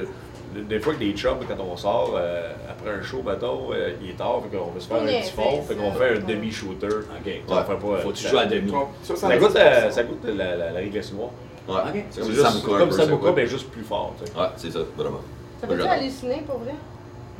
Des fois, que des chums, quand on sort, euh, après un show, mettons, euh, il est tard, fait qu'on veut se faire
On
un
est
petit fond,
fait
fait qu'on
ça.
fait un demi-shooter.
OK.
Ça fait pas-
Faut-tu
ça-
jouer à demi?
Ça, ça
Ça goûte,
reste-
la, euh, ça goûte la, la, la réglisse noire.
Ouais.
Ok.
C'est comme
juste-
Sambuca. un
comme
peu,
Sambuca,
c'est
mais juste plus fort. tu sais.
quoi. Ouais, c'est ça, vraiment.
Ça peut-tu halluciner pour vrai?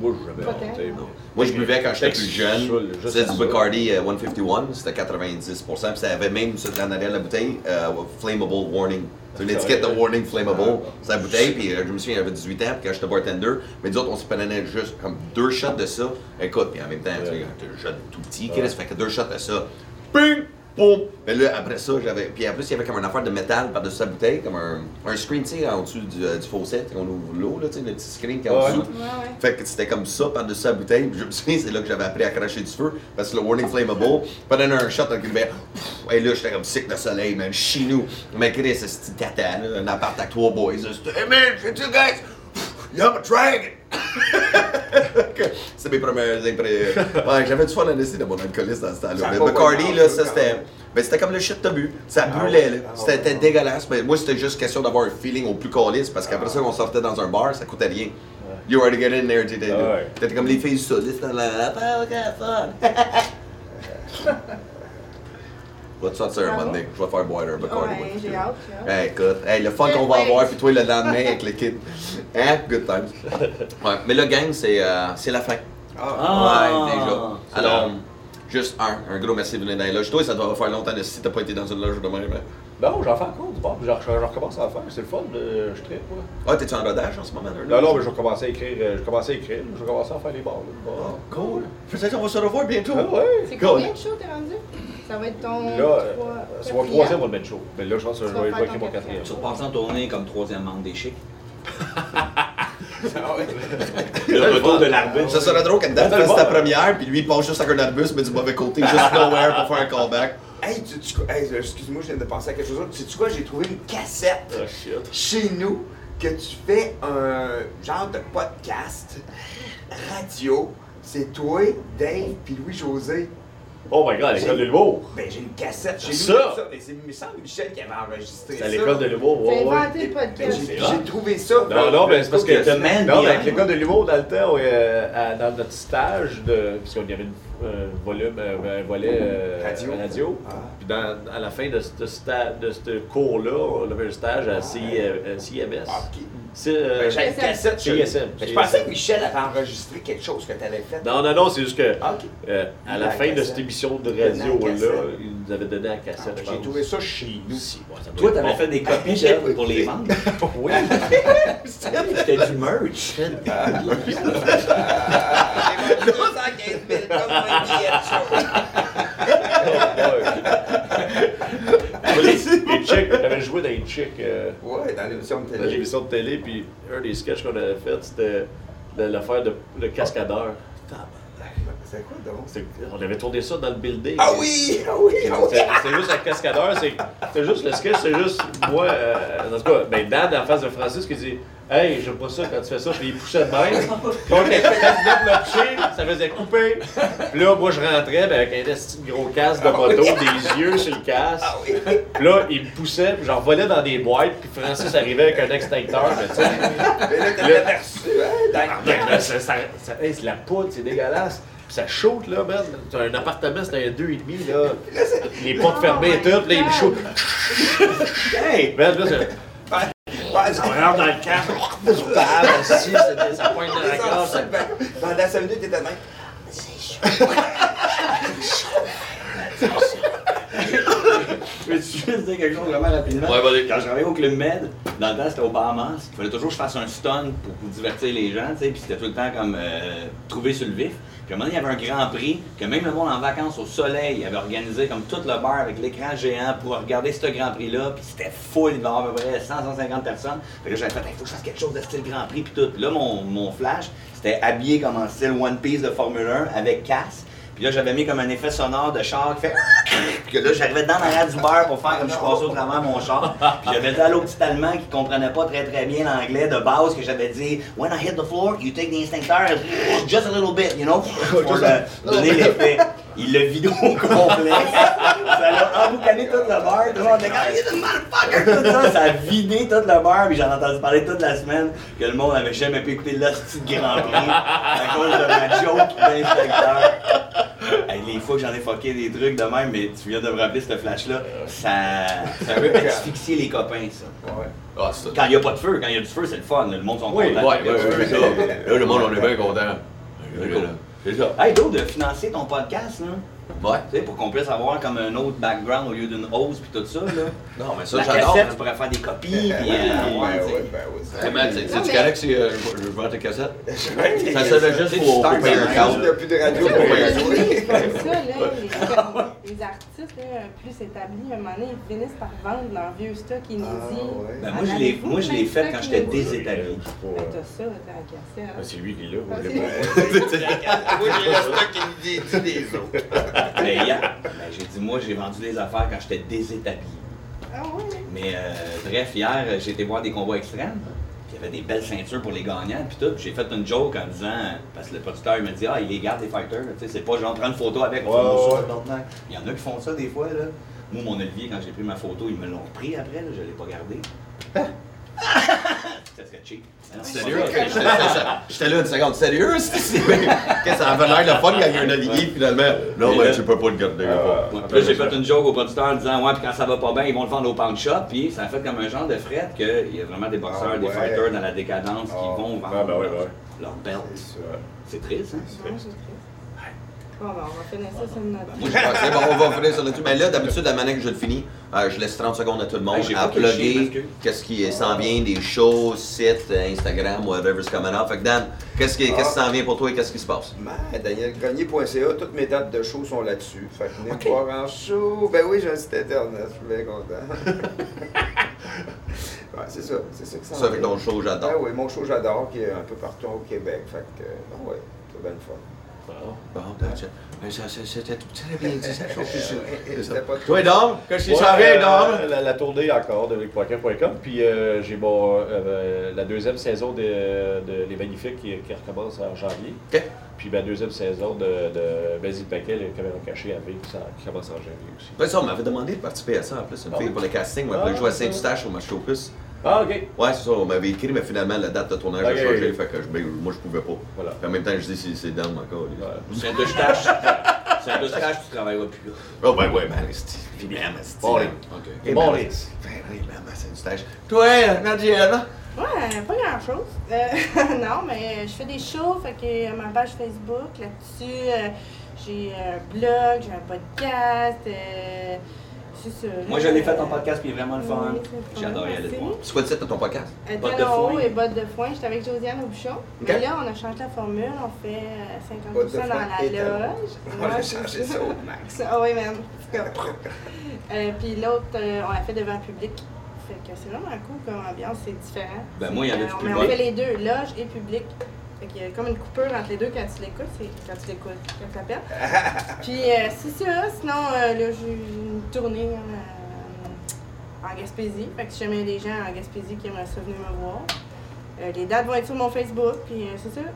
Moi, je jamais
Pas
rentré,
tant,
mais-
non.
Moi, je buvais quand j'étais
Fait que
plus
je suis
jeune.
saoul, juste
C'était du
ça.
Bacardi euh, 151, c'était 90 Puis ça avait même sur en arrière de la bouteille euh, Flammable Warning. C'est une étiquette de Warning Flammable.
Ah,
Sa bouteille, puis euh, je me souviens, j'avais 18 ans, puis quand j'étais bartender, mais nous autres, on se prenait juste comme deux shots de ça. Écoute, puis en même temps, tu sais, quand t'es jeune, tout petit, Chris, fait que deux shots de ça. Ping! Boum! Mais là, après ça, j'avais. Puis en plus, il y avait comme une affaire de métal par-dessus sa bouteille, comme un, un screen, tu sais, en dessous du, euh, du faucet, quand on ouvre l'eau, là, tu sais, le petit screen qui est en
Ouais.
dessous.
Ouais, ouais.
Fait que c'était comme ça par-dessus la bouteille. Puis je me souviens, c'est là que j'avais appris à cracher du feu. Parce que le warning flammable, pendant un shot, donc, ben, pff, et là, j'étais comme sick de soleil, man. Chez nous. Mais Chris, c'est petit tata, là, un appart à trois boys. là, c'était, Hey man, shit, you guys, pff, you're a dragon. c'est mes premières impressions. Ouais, j'avais du fun à laisser de mon alcoolisme dans ce
Ça
temps-là.
a
Mais
pas
Bacardi,
vraiment
là,
un
ça
peu,
c'était.
quand même.
Ben, c'était comme le shit de bu. Ça brûlait, là.
ouais. Ah ouais,
C'était
ouais.
dégueulasse. Mais moi, c'était juste question d'avoir un feeling au plus calice parce qu'après ça, on sortait dans un bar, ça coûtait rien. You already get in there, t'étais là.
Ouais.
T'étais comme les filles solides dans la. Ah, ok, fun. Je vais te sortir un
Bravo.
moment donné. Je vais faire boire un Bacardi. moi.
Ouais, j'ai hâte, j'ai hâte.
Hey, écoute, hey, le fun qu'on va
Ouais.
avoir, puis toi le lendemain avec le kid. Hein? Good times. Ouais, mais le gang, c'est euh, c'est la fin.
Ah.
Ouais, déjà. Alors, juste un, un gros merci de venir dans les loges. Toi, ça doit faire longtemps de si t'as pas été dans une loge de même. hein.
Ben Non, j'en fais encore du bord, puis j'en j'en recommence à en faire. C'est le fun, euh, je tripe, moi.
Ah, t'es-tu en rodage en ce moment? Là,
Non, non, mais je vais commencer à écrire, euh, je vais commencer à écrire, je vais commencer à faire les bars, là, le bar.
Oh, cool. Peut-être qu'on va se revoir bientôt.
Ah ouais!
C'est
Cool.
combien de shows t'es rendu? Ça va être ton.
Là, euh,
trois-
c'est mon
quatrième.
troisième One Man Show. Mais là, je pense que je
Tu vas
vais
faire
je vais écrire
ton
mon quatrième.
Tu repars en tournée comme troisième membre des chics.
Ah
Le retour de l'arbitre. Ça serait drôle qu'une date
Attends, le
fasse ta
voir.
première, puis lui, il passe juste avec un arbuste, mais du mauvais côté, juste nowhere pour faire un callback.
Hey, tu, tu, hey, excuse-moi, je viens de penser à quelque chose d'autre. Sais-tu quoi? J'ai trouvé une cassette.
Ah, shit.
chez nous que tu fais un genre de podcast radio. C'est toi, Dave, puis Louis-José.
Oh my god, l'école de l'humour!
Ben, j'ai une cassette chez nous.
Ça!
de Mais c'est il me semble Michel qui avait enregistré
C'est
ça.
à l'école de l'humour, ouais,
T'as
ouais.
inventé
Ben,
le podcast.
j'ai-
C'est vrai?
J'ai trouvé ça.
Non, non, mais c'est parce que.
The man
non, mais avec
behind.
l'école de l'humour, dans le temps, on, euh, à- dans notre stage, de, parce qu'on y avait une- un volume, euh, un volet euh,
Radio. Ah.
Puis dans, à la fin de ce sta- de ce cours-là, on avait un stage à CI- euh, CIMS.
Ah, ok.
C'est euh,
Ben, j'avais une cassette chez lui.
CSM.
Ben, Je pensais que Michel avait enregistré quelque chose que t'avais fait.
Non, non, non, c'est juste que
Ah, ok.
euh, à la
La
fin de
cassette.
cette émission de
Donné à la
radio-là,
cassette.
il nous avait donné la
Ah,
cassette. je
J'ai
pense.
trouvé ça chez nous.
Si, ouais, ça doit
Toi,
être
t'avais
bon.
fait des copies, Jeff, pour les vendre.
Oui.
C'était du merch.
J'ai vendu 215 000 comme un billet de show. Ah,
Les, les chicks, t'avais joué dans les chicks. euh,
Ouais, dans l'émission de
Là, j'ai
télé.
vu ça de télé, puis un des sketchs qu'on avait fait, c'était le- l'affaire de le cascadeur.
C'est quoi donc?
C'est- On avait tourné ça dans le building.
Ah oui! Ah oui! Ah oui!
C'est c'est juste un cascadeur, c'est c'est juste le sketch, c'est juste moi, euh, en tout cas, ben Dan en face de Francis qui dit Hey, j'aime pas ça quand tu fais ça, puis il poussait de même. Donc, quand il venait de me toucher, ça faisait couper. Puis là, moi, je rentrais ben, avec un esti de gros casque de
Ah
moto, des yeux sur le casque. Puis là, il me poussait, puis j'en volais dans des boîtes, puis Francis arrivait avec un extincteur, mais tu sais.
Mais là, t'avais perçu, hein? Dans
Ben, là, ça, ça- ça- hey, c'est la poudre, c'est dégueulasse. Puis ça chauffe, là, man. T'as un appartement, c'était un 2,5, là. Les portes fermées et tout, puis là, il me chauffe. hey! Man, là, ça- ça rentre dans le casque. Je parle, assis, c'était- ça pointe dans la gorge. ça-
Pendant 5 minutes, t'étais même.
Je veux juste dire quelque chose vraiment rapidement.
Ouais, vas-y.
Quand je travaillais au Club Med, dans le temps, c'était au Bahamas. Il fallait toujours que je fasse un stun pour, pour divertir les gens, tu sais. Puis c'était tout le temps comme euh, trouver sur le vif. Puis à un moment donné, il y avait un grand prix que même le monde en vacances au soleil avait organisé comme tout le bar avec l'écran géant pour regarder ce grand prix-là. Puis c'était full, il devait y avoir à peu près 100, 150 personnes. Fait que là, j'avais fait, il faut que je fasse quelque chose de style grand prix. Puis tout. Puis là, mon, mon flash, c'était habillé comme en style One Piece de Formule 1 avec casse. Puis là, j'avais mis comme un effet sonore de char qui fait. Puis que là, j'arrivais dans l'arrière du beurre pour faire comme je passais au travers mon char. Puis j'avais dit à l'autre petit Allemand qui comprenait pas très très bien l'anglais de base que j'avais dit When I hit the floor, you take the instincteur just a little bit, you know? Pour le- donner l'effet. Il l'a vidé au complet. Ça l'a emboucané toute la barre. Tout le monde était comme, You're the motherfucker! Tout ça, ça a vidé toute la barre. Puis j'en ai entendu parler toute la semaine que le monde n'avait jamais pu écouter l'hostie de Grand Prix à cause de ma joke d'inspecteur. Hey, les fois que j'en ai fucké des trucs de même, mais tu viens de me rappeler ce flash-là, ça, ça peut asphyxier les copains, ça.
Ah, c'est ça.
Quand il n'y a pas de feu, quand il y a du feu, c'est le fun. Le monde sont
Ouais,
contents.
ouais, ouais, ça. Là, le monde, on est bien content. C'est ça.
Hey, Joe, de financer ton podcast, là,
Ouais.
tu sais, pour qu'on puisse avoir comme un autre background au lieu d'une hose puis tout ça, là.
Non, mais ça,
La
j'adore.
cassette, tu pourrais faire des copies, puis... euh, ouais, tu sais.
ben
Hey, man, c'est-
Non,
C'est-tu
mais-
correct si euh, je je vends tes cassettes? Ça servait juste pour pour payer un
Il n'y a
câble.
plus de radio pour
Mais
payer
le
un show.
livre, comme ça, là, les, les artistes là, plus établis, à un moment donné, ils finissent par vendre leur vieux stock inédit.
Ah, ouais.
Ben, moi, je l'ai, moi, je l'ai fait quand j'étais désétabli.
Ben,
euh,
T'as ça, t'as la
Ah,
cassette.
C'est lui qui l'a, vous
Ah,
voulez
c'est-
pas.
Moi, j'ai le stock qui me dit des autres.
Mais hier, ben, j'ai dit, moi, j'ai vendu des affaires quand j'étais désétabli.
Ah ouais.
Mais euh, bref, hier, euh, j'ai été voir des combats extrêmes. puis Il y avait des belles ceintures pour les gagnants, puis tout. Puis J'ai fait une joke en disant, parce que le producteur il m'a dit, ah, il les garde les fighters, là. tu sais, c'est pas genre prendre une photo avec, on fait
Ouais,
mon
ouais.
short, tabarnak. Il y en a qui font ça des fois, là. Moi, mon Olivier, quand j'ai pris ma photo, ils me l'ont pris après, là, je l'ai pas gardé. ça serait cheap. Ah non, c'est pas
Sérieux?
vrai.
J'étais- j'étais- J'étais là une seconde. Sérieux? c'est- c'est- Qu'est-ce que ça avait l'air de fun quand il y a un Olivier, finalement. Non, mais tu peux pas le garder.
Ouais. Puis Là, j'ai fait une joke au producteur en disant Ouais, puis quand ça va pas bien, ils vont le vendre au pawn shop. Puis ça a fait comme un genre de fret qu'il y a vraiment des boxeurs,
Ah,
des
ouais.
fighters dans la décadence
Ah.
qui vont vendre
Ah, ben ouais,
leur,
ouais.
leur belt. C'est triste, hein?
Non, j'ai triste. Bon, ben, on va finir ça sur une note.
Moi, je pensais, bon, on va finir sur le truc. Mais là, d'habitude, la manière que je le finis, euh, je laisse 30 secondes à tout le monde
Hey, j'ai pas
à
cliché,
plugger
m'excuse.
qu'est-ce qui s'en vient, des shows, sites, euh, Instagram, whatever's coming up. Fait que Dan, qu'est-ce qui qu'est-ce qui s'en vient pour toi et qu'est-ce qui se passe?
Ben, DanielGrenier.ca, toutes mes dates de show sont là-dessus. Fait que venez me voir en show. Ben oui, j'ai un site internet, je suis bien content. Ouais, c'est ça, c'est ça que ça
Ça, avec ton show, j'adore.
Ben oui, mon show, j'adore, qui est un peu partout au Québec. Fait que, euh, ben ouais, c'est bien le fun.
Bon, that's it. Mais ça, ça- c'était tout très bien dit, cette chose. C'est ça.
C'était pas
Toi, Dom, qu'est-ce qui
Ouais,
s'en vient,
euh,
Dom?
la, la tournée encore de LucPoitin.com. Puis euh, j'ai mon, euh, euh, la deuxième saison de, de Les Magnifiques qui, qui recommence en janvier.
OK.
Puis ma deuxième saison de, de Vas-y Paquet, les caméras cachées à V qui, s'en- qui commence en janvier aussi.
Ben ça, on m'avait demandé de participer à ça en plus, une
Ah
fille
oui?
pour le casting, on
Ah,
m'avait joué à
ça.
Saint-Eustache au match au plus.
Ah, ok.
Ouais, c'est ça, on m'avait écrit, mais finalement la date de tournage
Ok.
a changé, fait que je- ben, moi je pouvais pas.
Voilà.
Puis en même temps, je dis c'est- c'est Dom encore. lui.
Ouais.
Saint-Eustache, Saint-Eustache, tu travailleras plus là.
Oh ben ouais, man, c'est évidemment, c'est
Bon,
Dom.
les-
Ok.
Bon,
Ben,
les-
Ben oui, maman, Saint-Eustache. Toi, Nadiela,
Ouais, pas grand-chose. Euh, non, mais je fais des shows, fait que euh, ma page Facebook, là-dessus, euh, j'ai un blog, j'ai un podcast, euh, c'est ça.
Moi, je l'ai fait en
Euh,
podcast, puis il est vraiment le fun.
oui, c'est le fun,
J'adore y aller
merci.
le voir.
C'est quoi le titre de ton podcast?
Euh,
Bottes de
talons hauts
foin.
et bottes de foin. J'étais avec Josiane au bouchon. Mais là, on a changé la formule. On fait euh, 50%
Bottes de
dans
foin et
la
talons.
loge.
On a
Ouais,
changé ça au max.
Ah oui, man. En tout cas. Euh, Puis l'autre, euh, on l'a fait devant le public. Fait que c'est vraiment cool comme ambiance. C'est différent.
Ben, moi, il y
a
avait du
Mais on
public.
fait les deux, loge et public. Fait qu'il y a comme une coupure entre les deux quand tu l'écoutes. C'est quand tu l'écoutes, quand tu l'appelles. Puis euh, c'est ça. Sinon, euh, là, j'ai une tournée euh, en Gaspésie. Fait que si jamais il y a des gens en Gaspésie qui aimeraient ça venir me voir, euh, les dates vont être sur mon Facebook. Puis euh, c'est ça.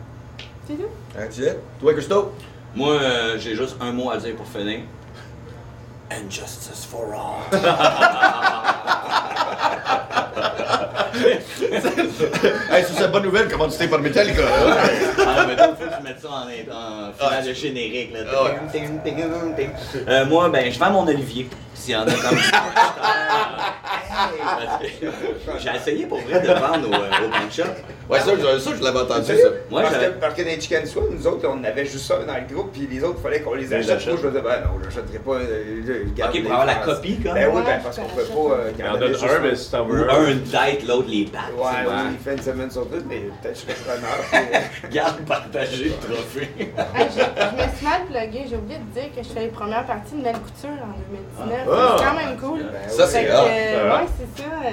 C'est tout.
Hein, tu sais? Toi, Christo?
Moi, euh, j'ai juste un mot à dire pour finir. And justice for all.
Hey, sur cette bonne nouvelle, comment tu t'es par Metallica? hein?
ah, mais faut que je mette ça en, en finale de générique. Là. Ting, ting, ting, ting. Euh, moi, ben, je vends mon Olivier. S'il y en a comme Ah, J'ai essayé pour vrai de vendre au, euh, au pawn shop.
Ouais, ça, je, ça, je l'avais entendu, ça.
Moi,
parce, que,
j'avais-
parce que dans les Chicken Swim, nous autres, on avait juste ça dans le groupe, puis les autres, il fallait qu'on les
les
achète.
achète.
Moi, je me disais, ben non, j'achèterai pas. euh, je- je garde
Ok, pour
les
avoir la
phrases.
copie, comme.
Ben oui,
Ouais,
ben parce
je
qu'on
te
peut
l'achète.
pas euh,
Il en
garder
donne
juste
un, mais si t'en
Ou
veux
un date, l'autre les battes.
Ouais, ouais.
Ouais.
il fait une semaine sur deux, mais peut-être que je serais preneur.
Garde partager le trophée.
Hey, j'ai- je me suis mal pluguée. J'ai oublié de dire que je fais les premières parties de Belle Couture en 2019.
Ah.
c'est quand même cool.
Ça,
Fait
c'est
que,
hot.
euh,
Ah.
ouais, c'est ça. euh,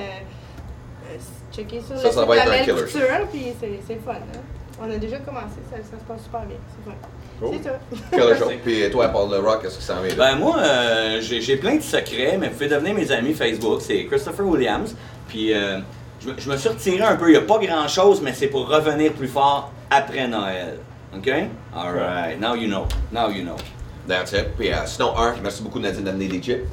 euh, checker sur
Ça,
le
ça
site
va
de
être un
la Belle
killer.
Couture, puis c'est c'est fun. hein. On a déjà commencé, ça, ça se passe super bien. C'est fun. C'est ça.
Quel jour. Puis toi, à part le rock, qu'est-ce qui s'en vient? là?
Ben moi, euh, j'ai j'ai plein de secrets, mais vous pouvez devenir mes amis Facebook. C'est Christopher Williams. Puis euh, je, me- je me suis retiré un peu. Il n'y a pas grand-chose, mais c'est pour revenir plus fort après Noël. OK? All right. Now you know. Now you know.
That's it. Puis euh, sinon, un, merci beaucoup Nadine d'amener des chips.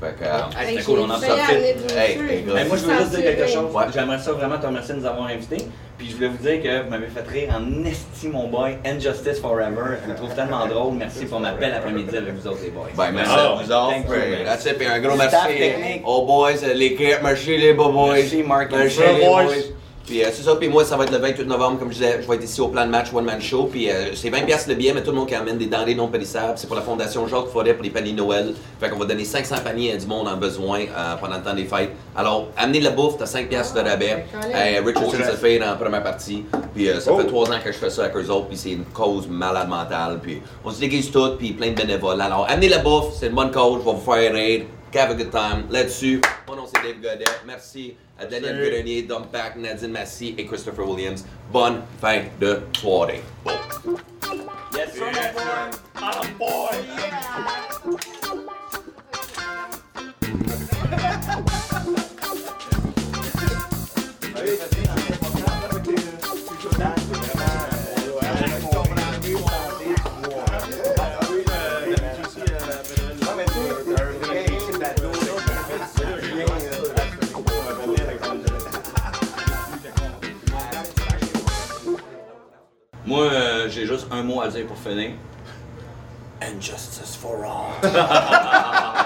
Fait que. euh,
Hey,
Hey,
c'était
j'ai
cool, on en
failli
sortait.
amener du
Hey, les gars.
monsieur, me
Hey, Ben, moi, je
suis
voulais juste dire quelque
censurée.
chose.
Euh, Ouais.
J'aimerais ça vraiment te remercier de nous avoir invités. Puis je voulais vous dire que vous m'avez fait rire en esti, mon boy. And Justice Forever. Je vous trouve tellement drôle. Merci pour ma belle après-midi avec vous autres, les boys.
Ben, merci
Ah,
à vous autres.
thank you,
Puis,
man.
That's it. Puis un gros
Staff
merci
technique.
aux boys, euh, l'équipe. Merci les beaux boys.
Merci, Mark and
Merci
Fred.
les boys.
Boys.
Puis euh, c'est ça. Puis moi, ça va être le 28 novembre, comme je disais. Je vais être ici au plan de match One Man Show. Puis euh, c'est 20$ piastres le billet, mais tout le monde qui amène des denrées non périssables. C'est pour la Fondation Jacques Forêt pour les paniers Noël. Fait qu'on va donner 500 paniers à du monde en besoin euh, pendant le temps des fêtes. Alors, amenez de la bouffe, t'as 5$ piastres de rabais.
Ah, ben, quand
Euh,
même.
Richardson
Oh,
se fait en première partie. Puis euh, ça
Oh.
fait trois ans que je fais ça avec eux autres. Puis c'est une cause malade mentale. Puis on se déguise tout. Puis plein de bénévoles. Alors amenez la bouffe. C'est une bonne cause. Je vais vous faire rire. Have a good time. Là-dessus, mon nom c'est Dave Godet. Merci à Daniel Grenier, Dom Pack, Nadine Massy et Christopher Williams. Bonne fin de soirée.
Yes, sir, mon boy.
é um é um
Moi, euh, j'ai juste un mot à dire pour finir. And justice for all.